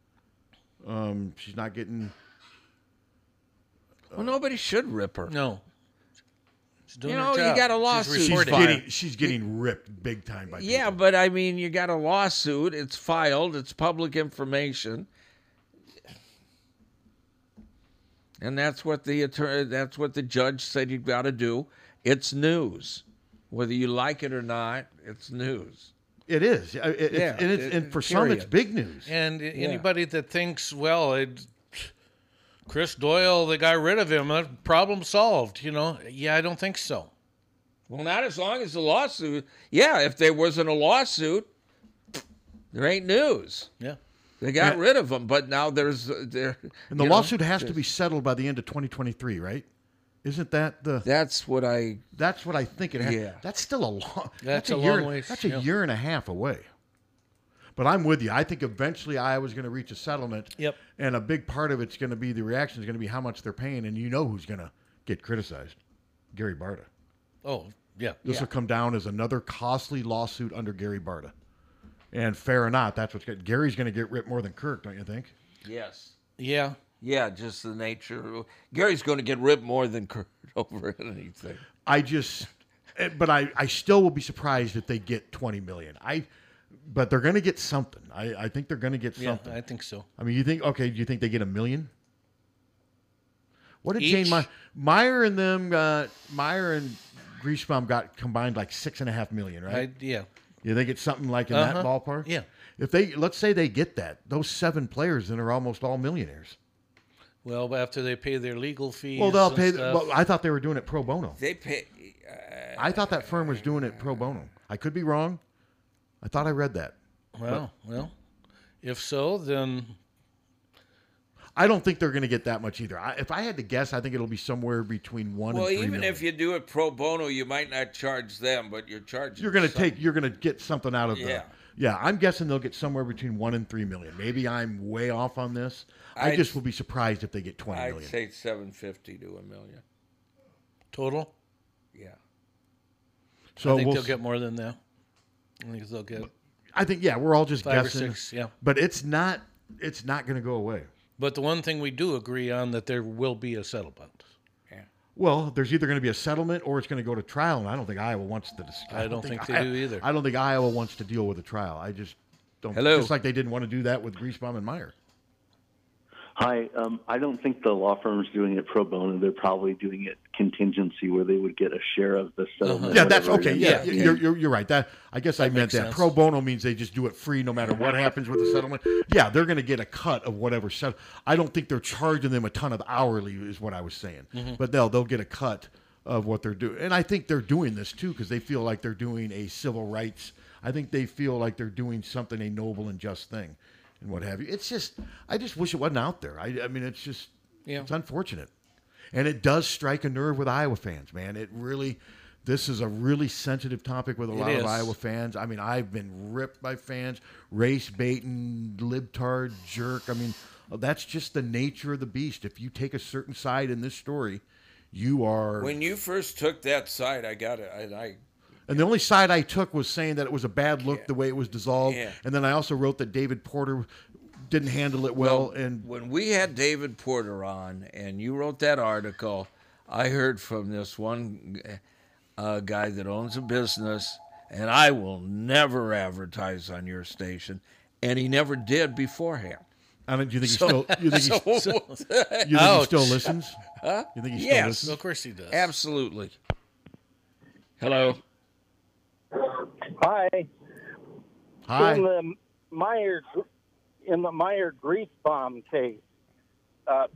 Speaker 4: Um, she's not getting.
Speaker 2: well, nobody should rip her.
Speaker 3: No.
Speaker 2: you know, you got a lawsuit.
Speaker 4: She's getting she's getting ripped big time by.
Speaker 2: Yeah, but I mean, you got a lawsuit. It's filed. It's public information, and that's what the attorney. That's what the judge said you've got to do. It's news, whether you like it or not. It's news.
Speaker 4: It is. It, it,
Speaker 2: Yeah,
Speaker 4: and, it's,
Speaker 2: it-
Speaker 4: and for some,
Speaker 2: period.
Speaker 4: it's big news.
Speaker 3: And i-
Speaker 4: Yeah.
Speaker 3: anybody that thinks, well, it, Chris Doyle, they got rid of him, uh, problem solved. You know, yeah, I don't think so.
Speaker 2: Well, not as long as the lawsuit. Yeah, if there wasn't a lawsuit, there ain't news.
Speaker 3: Yeah.
Speaker 2: They got
Speaker 4: Yeah.
Speaker 2: rid of them, but now there's uh, there.
Speaker 4: And the
Speaker 2: you know,
Speaker 4: lawsuit has to
Speaker 2: there's-
Speaker 4: be settled by the end of 2023, right? Isn't that the?
Speaker 2: That's what I.
Speaker 4: That's what I think it. Ha-
Speaker 2: Yeah.
Speaker 4: That's still a long. That's,
Speaker 2: a
Speaker 4: year,
Speaker 2: long
Speaker 4: and-
Speaker 2: ways,
Speaker 4: That's a
Speaker 2: yeah.
Speaker 4: year and a half away. But I'm with you. I think eventually Iowa's going to reach a settlement.
Speaker 3: Yep.
Speaker 4: And a big part of it's going to be the reaction is going to be how much they're paying, and you know who's going to get criticized, Gary Barta.
Speaker 3: Oh, yeah.
Speaker 4: This will come down as another costly lawsuit under Gary Barta. And fair or not, that's what's good. Gary's going to get ripped more than Kirk, don't you think?
Speaker 2: Yes.
Speaker 3: Yeah.
Speaker 2: Yeah, just the nature. of- Gary's going to get ripped more than Kurt over anything.
Speaker 4: I just, eh, but I, I still will be surprised if they get 20 million. I, but they're going to get something. I, I think they're going to get
Speaker 3: Yeah,
Speaker 4: something.
Speaker 3: I think so.
Speaker 4: I mean, you think, okay, do you think they get a million? What did
Speaker 3: Each?
Speaker 4: Jane My, Meyer and them got, Meyer and Griesbaum got combined like six and a half million, right?
Speaker 3: I, yeah.
Speaker 4: Yeah, they get something like in
Speaker 3: Uh-huh.
Speaker 4: that ballpark.
Speaker 3: Yeah.
Speaker 4: If they let's say they get that, those seven players then are almost all millionaires.
Speaker 3: Well, but after they pay their legal fees.
Speaker 4: Well, they'll
Speaker 3: and
Speaker 4: pay.
Speaker 3: stuff.
Speaker 4: Well, I thought they were doing it pro bono.
Speaker 2: They pay. uh,
Speaker 4: I thought that firm was doing it pro bono. I could be wrong. I thought I read that.
Speaker 3: Well, well, if so, then
Speaker 4: But I don't think they're going to get that much either. I, if I had to guess, I think it'll be somewhere between one
Speaker 2: Well,
Speaker 4: and three
Speaker 2: even
Speaker 4: million.
Speaker 2: if you do it pro bono, you might not charge them, but you're charging.
Speaker 4: you're going to
Speaker 2: some-
Speaker 4: take, you're going to get something out of
Speaker 2: Yeah.
Speaker 4: the. Yeah, I'm guessing they'll get somewhere between one and three million. Maybe I'm way off on this. I,
Speaker 2: I'd-
Speaker 4: just will be surprised if they get twenty
Speaker 2: I'd
Speaker 4: million.
Speaker 2: say seven fifty to a million.
Speaker 3: total.
Speaker 2: Yeah.
Speaker 4: So
Speaker 3: I think
Speaker 4: we'll
Speaker 3: they'll
Speaker 4: s-
Speaker 3: get more than that. I think they'll get.
Speaker 4: I think yeah, we're all just
Speaker 3: Five or
Speaker 4: guessing.
Speaker 3: six, yeah.
Speaker 4: But it's not it's not going to go away.
Speaker 3: But the one thing we do agree on that there will be a settlement.
Speaker 4: Well, there's either going to be a settlement or it's going to go to trial, and I don't think Iowa wants to. Dis-
Speaker 3: I don't think they
Speaker 4: I-
Speaker 3: do either.
Speaker 4: I don't think Iowa wants to deal with a trial. I just don't.
Speaker 10: Hello.
Speaker 4: Just like they didn't want to do that with Griesbaum and Meyer.
Speaker 10: Hi, um, I don't think the law firm's doing it pro bono. They're probably doing it contingency, where they would get a share of the settlement.
Speaker 4: Yeah, that's okay.
Speaker 10: whatever it
Speaker 4: Yeah,
Speaker 10: ends up
Speaker 4: You're,
Speaker 10: being.
Speaker 4: you're, you're right. That I guess I meant
Speaker 10: makes
Speaker 4: that.
Speaker 10: sense.
Speaker 4: Pro bono means they just do it free, no matter what happens with the settlement. Yeah, they're going to get a cut of whatever. Set- I don't think they're charging them a ton of hourly, is what I was saying.
Speaker 3: Mm-hmm.
Speaker 2: Mhm.
Speaker 4: But they'll they'll get a cut of what they're doing, and I think they're doing this too because they feel like they're doing a civil rights. I think they feel like they're doing something a noble and just thing, and what have you. It's just I just wish it wasn't out there. I I mean, it's just
Speaker 3: Yeah.
Speaker 4: it's unfortunate. and it does strike a nerve with Iowa fans, man. It really, this is a really sensitive topic with a
Speaker 2: It
Speaker 4: lot
Speaker 2: is.
Speaker 4: of Iowa fans. I mean, I've been ripped by fans, race baiting, libtard, jerk. I mean, that's just the nature of the beast. If you take a certain side in this story, you are.
Speaker 2: When you first took that side, I got it. I, I
Speaker 4: And the only side I took was saying that it was a bad look the way it was dissolved.
Speaker 2: Yeah.
Speaker 4: And then I also wrote that David Porter didn't handle it well. and
Speaker 2: when we had David Porter on, and you wrote that article, I heard from this one uh, guy that owns a business, and I will never advertise on your station, and he never did beforehand.
Speaker 4: I mean, do you think
Speaker 2: So-
Speaker 4: he still? You think, he,
Speaker 2: so-
Speaker 4: you think he still
Speaker 2: Ouch.
Speaker 4: listens?
Speaker 2: Huh?
Speaker 4: You think he still
Speaker 2: yes.
Speaker 4: listens?
Speaker 3: Of course he does.
Speaker 2: Absolutely. Hello.
Speaker 11: Hi.
Speaker 4: Hi.
Speaker 11: In the Meyer, in the Meyer grease bomb case, uh,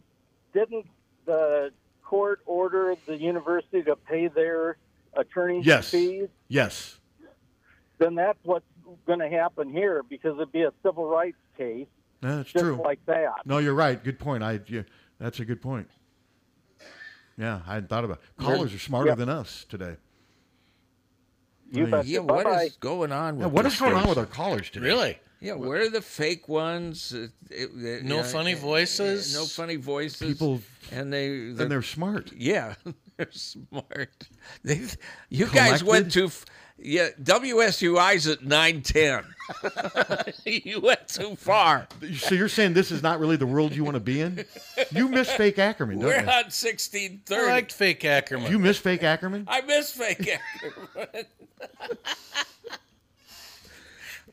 Speaker 11: didn't the court order the university to pay their attorney's
Speaker 4: Yes.
Speaker 11: fees?
Speaker 4: Yes.
Speaker 11: Then that's what's going to happen here because it'd be a civil rights case,
Speaker 4: No, that's
Speaker 11: just
Speaker 4: true.
Speaker 11: like that.
Speaker 4: No, you're right. Good point. I. You, that's a good point. Yeah, I hadn't thought about. It. Callers are smarter
Speaker 11: Yeah.
Speaker 4: than us today.
Speaker 2: You betcha. Yeah, what is Bye-bye. going on
Speaker 4: Yeah,
Speaker 2: with
Speaker 4: what
Speaker 2: this
Speaker 4: is going on
Speaker 2: case?
Speaker 4: with our callers today?
Speaker 2: Yeah, where are the fake ones? It- it- it-
Speaker 3: No
Speaker 2: yeah,
Speaker 3: funny
Speaker 2: yeah,
Speaker 3: voices?
Speaker 2: No funny voices.
Speaker 3: People-
Speaker 2: and they
Speaker 4: And they're smart.
Speaker 2: Yeah, they're smart. They, you guys went to f- yeah WSUI's at nine ten. you went too far.
Speaker 4: So you're saying this is not really the world you want to be in? You miss fake Ackerman,
Speaker 2: We're
Speaker 4: don't you?
Speaker 2: on sixteen thirty.
Speaker 3: I liked fake Ackerman.
Speaker 4: You miss fake Ackerman?
Speaker 2: I miss fake Ackerman.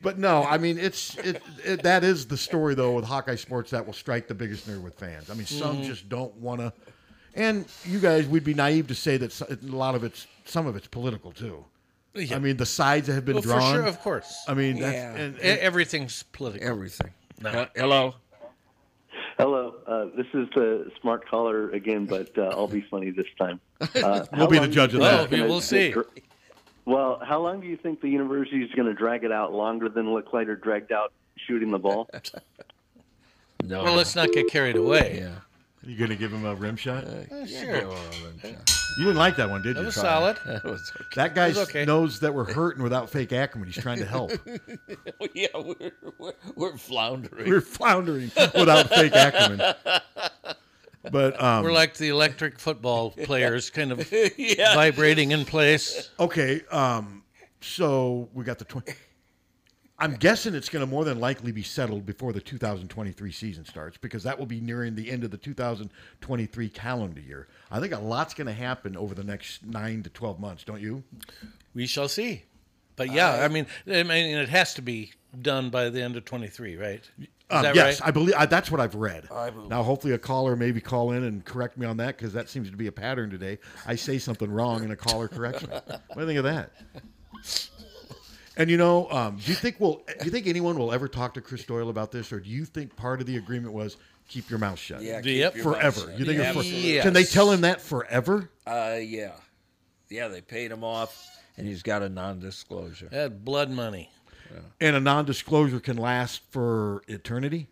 Speaker 4: But no, I mean it's it, it that is the story though with Hawkeye sports that will strike the biggest nerve with fans. I mean
Speaker 3: Mm-hmm.
Speaker 4: some
Speaker 2: Mhm.
Speaker 4: just don't want to, and you guys would be naive to say that so- a lot of it's some of it's political too.
Speaker 3: Yeah.
Speaker 4: I mean the sides that have been
Speaker 3: Well,
Speaker 4: drawn.
Speaker 3: Oh, For sure, of course.
Speaker 4: I mean that's,
Speaker 3: E- everything's political.
Speaker 2: Everything.
Speaker 3: No.
Speaker 2: Hello.
Speaker 10: Hello, uh, this is the smart caller again, but uh, I'll be funny this time. Uh,
Speaker 4: We'll
Speaker 10: how
Speaker 4: be the
Speaker 10: long do
Speaker 4: judge of
Speaker 10: you think
Speaker 4: that.
Speaker 10: it's gonna-
Speaker 4: We'll see.
Speaker 10: Well, how long do you think the university is going to drag it out longer than Licklider dragged out shooting the ball?
Speaker 2: No.
Speaker 3: Well, let's not get carried away. Uh,
Speaker 2: Yeah.
Speaker 4: you gonna give him a rim shot?
Speaker 3: sure.
Speaker 4: You didn't like that one, did
Speaker 3: That
Speaker 4: you?
Speaker 3: was
Speaker 4: Charlie?
Speaker 3: solid. That
Speaker 2: was okay.
Speaker 4: That guy
Speaker 2: It was okay.
Speaker 4: knows that we're hurting without fake Ackerman. He's trying to help.
Speaker 2: Oh, yeah, we're, we're we're floundering.
Speaker 4: We're floundering without fake Ackerman. But um,
Speaker 3: We're like the electric football players, kind of vibrating in place.
Speaker 4: Okay, um, so we got the twenty. I'm guessing it's going to more than likely be settled before the 2023 season starts because that will be nearing the end of the 2023 calendar year. I think a lot's going to happen over the next nine to 12 months, don't you?
Speaker 3: We shall see. But yeah,
Speaker 2: Uh,
Speaker 4: I-
Speaker 3: I mean, I mean, it has to be done by the end of 23, right? Is
Speaker 4: Um,
Speaker 3: that
Speaker 4: yes,
Speaker 3: right?
Speaker 4: I believe I, that's what I've read.
Speaker 3: I believe-
Speaker 4: Now, hopefully, a caller maybe call in and correct me on that because that seems to be a pattern today. I say something wrong and a caller corrects me. What do you think of that? And you know, um, do you think we'll? Do you think anyone will ever talk to Chris Doyle about this, or do you think part of the agreement was keep your mouth shut?
Speaker 2: Yeah, keep Yep. your mouth
Speaker 4: forever.
Speaker 2: shut.
Speaker 4: You think it's for,
Speaker 2: Absolutely.
Speaker 4: can they
Speaker 2: Yes.
Speaker 4: tell him that forever?
Speaker 2: Uh, yeah, yeah. They paid him off, and he's got a non-disclosure.
Speaker 3: That blood money.
Speaker 4: And a non-disclosure can last for eternity.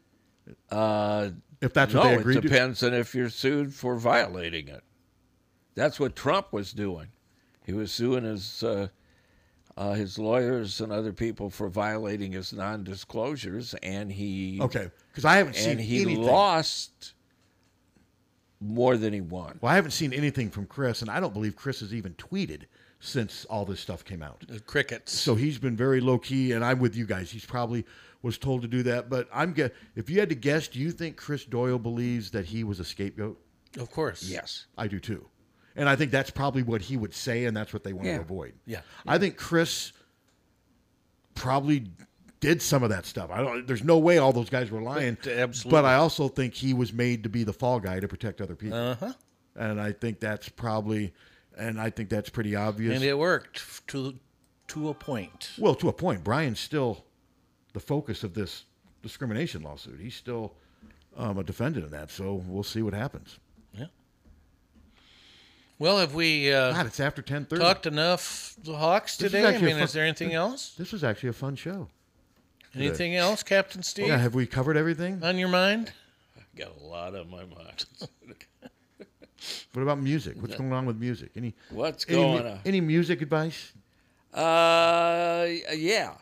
Speaker 2: Uh,
Speaker 4: if that's
Speaker 2: no,
Speaker 4: what they agreed
Speaker 2: it
Speaker 4: to.
Speaker 2: depends on if you're sued for violating it. That's what Trump was doing. He was suing his uh, uh, his lawyers and other people for violating his non-disclosures, and he
Speaker 4: Okay, 'cause I haven't
Speaker 2: and
Speaker 4: seen
Speaker 2: he
Speaker 4: anything.
Speaker 2: lost more than he won.
Speaker 4: Well, I haven't seen anything from Chris, and I don't believe Chris has even tweeted since all this stuff came out.
Speaker 3: crickets.
Speaker 4: So he's been very low key, and I'm with you guys. He's probably was told to do that, but I'm gue- if you had to guess, do you think Chris Doyle believes that he was a scapegoat?
Speaker 3: Of course.
Speaker 2: Yes,
Speaker 4: I do too, and I think that's probably what he would say, and that's what they want
Speaker 2: Yeah.
Speaker 4: to avoid.
Speaker 2: Yeah.
Speaker 4: I think Chris probably did some of that stuff. I don't. There's no way all those guys were lying.
Speaker 3: But- absolutely.
Speaker 4: But I also think he was made to be the fall guy to protect other people.
Speaker 3: Uh-huh.
Speaker 4: And I think that's probably, and I think that's pretty obvious.
Speaker 3: And it worked f- to to a point.
Speaker 4: well, to a point, Brian's still the focus of this discrimination lawsuit. He's still um, a defendant in that. So we'll see what happens.
Speaker 3: Well, have we uh,
Speaker 4: God, it's after 10:30.
Speaker 3: talked enough the Hawks
Speaker 4: This is
Speaker 3: today? I
Speaker 4: actually a
Speaker 3: mean,
Speaker 4: fun-
Speaker 3: is there anything else?
Speaker 4: This was actually a fun show. today.
Speaker 3: Anything else, Captain Steve?
Speaker 4: Yeah, have we covered everything?
Speaker 3: on your mind?
Speaker 2: Got a lot on my mind.
Speaker 4: What about music? What's going on with music? Any
Speaker 2: What's
Speaker 4: any, mu-
Speaker 2: going on?
Speaker 4: Any music advice?
Speaker 2: Uh, yeah.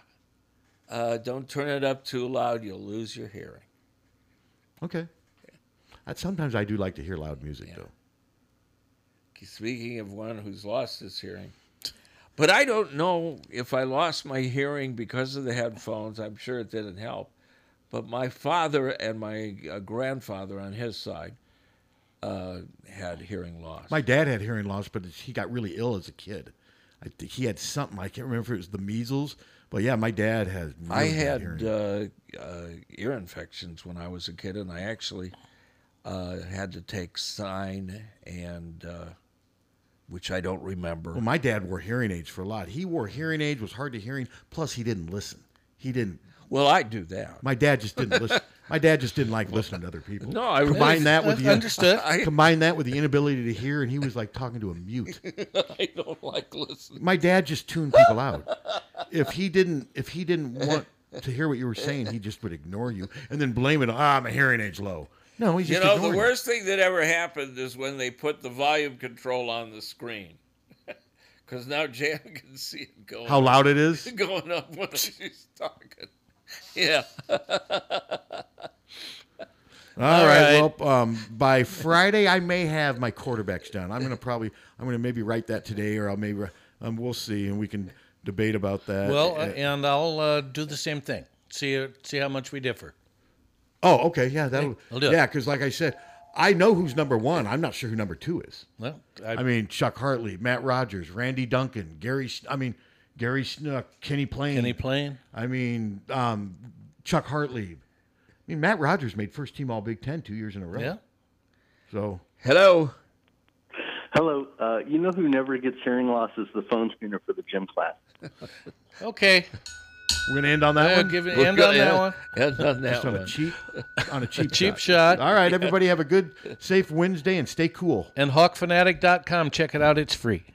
Speaker 2: Uh, don't turn it up too loud. You'll lose your hearing.
Speaker 4: Okay. I, sometimes I do like to hear loud music though.
Speaker 2: Speaking of one who's lost his hearing, but I don't know if I lost my hearing because of the headphones. I'm sure it didn't help. But my father and my uh, grandfather on his side uh, had hearing loss.
Speaker 4: My dad had hearing loss, but he got really ill as a kid. I think he had something. I can't remember if it was the measles, but yeah, my dad has. Really
Speaker 2: I
Speaker 4: bad hearing.
Speaker 2: had uh, uh, ear infections when I was a kid, and I actually uh, had to take sign and uh, which I don't remember.
Speaker 4: Well, my dad wore hearing aids for a lot. He wore hearing aids, was hard to hearing. Plus, he didn't listen. He didn't.
Speaker 2: Well, I do that.
Speaker 4: My dad just didn't listen. My dad just didn't like listening to other people.
Speaker 2: No, I-
Speaker 4: combine that with the
Speaker 2: Understood.
Speaker 4: combine that with the inability to hear, and he was like talking to a mute.
Speaker 2: I don't like listening.
Speaker 4: My dad just tuned people out. If he didn't, if he didn't want to hear what you were saying, he just would ignore you and then blame it. Ah, my hearing aid's low. No, he's
Speaker 2: you
Speaker 4: just
Speaker 2: know
Speaker 4: ignoring
Speaker 2: the
Speaker 4: you.
Speaker 2: worst thing that ever happened is when they put the volume control on the screen. Because now Jan can see it going.
Speaker 4: How loud it is?
Speaker 2: going up when she's talking. Yeah.
Speaker 4: All right. Well, um, by Friday, I may have my quarterbacks done. I'm gonna probably, I'm gonna maybe write that today, or I'll maybe, um, we'll see, and we can debate about that.
Speaker 3: well,
Speaker 4: Uh,
Speaker 3: uh, and I'll uh, do the same thing. See uh, see how much we differ.
Speaker 4: oh, okay, yeah, that'll,
Speaker 3: I'll do it.
Speaker 4: yeah, because like I said, I know who's number one. I'm not sure who number two is.
Speaker 3: Well,
Speaker 4: I,
Speaker 3: I-
Speaker 4: mean, Chuck Hartley, Matt Rogers, Randy Duncan, Gary. S- I mean, Gary Snook, Kenny Plain, Kenny
Speaker 3: Plain.
Speaker 4: I mean, um, Chuck Hartley. I mean, Matt Rogers made first team All Big Ten two years in a row.
Speaker 10: Yeah.
Speaker 4: So
Speaker 2: hello.
Speaker 10: Hello. Uh, you know who never gets hearing loss is the phone screener for the gym class.
Speaker 3: Okay.
Speaker 4: We're gonna end on that
Speaker 3: Yeah,
Speaker 4: one.
Speaker 3: give it-
Speaker 4: We're
Speaker 3: end
Speaker 4: gonna
Speaker 3: on that one.
Speaker 2: End on that
Speaker 4: Just on a
Speaker 2: one.
Speaker 4: cheap, on a cheap,
Speaker 3: Cheap shot.
Speaker 4: All right,
Speaker 3: Yeah.
Speaker 4: everybody, have a good, safe Wednesday and stay cool.
Speaker 3: And hawkfanatic.com, check it out. It's free.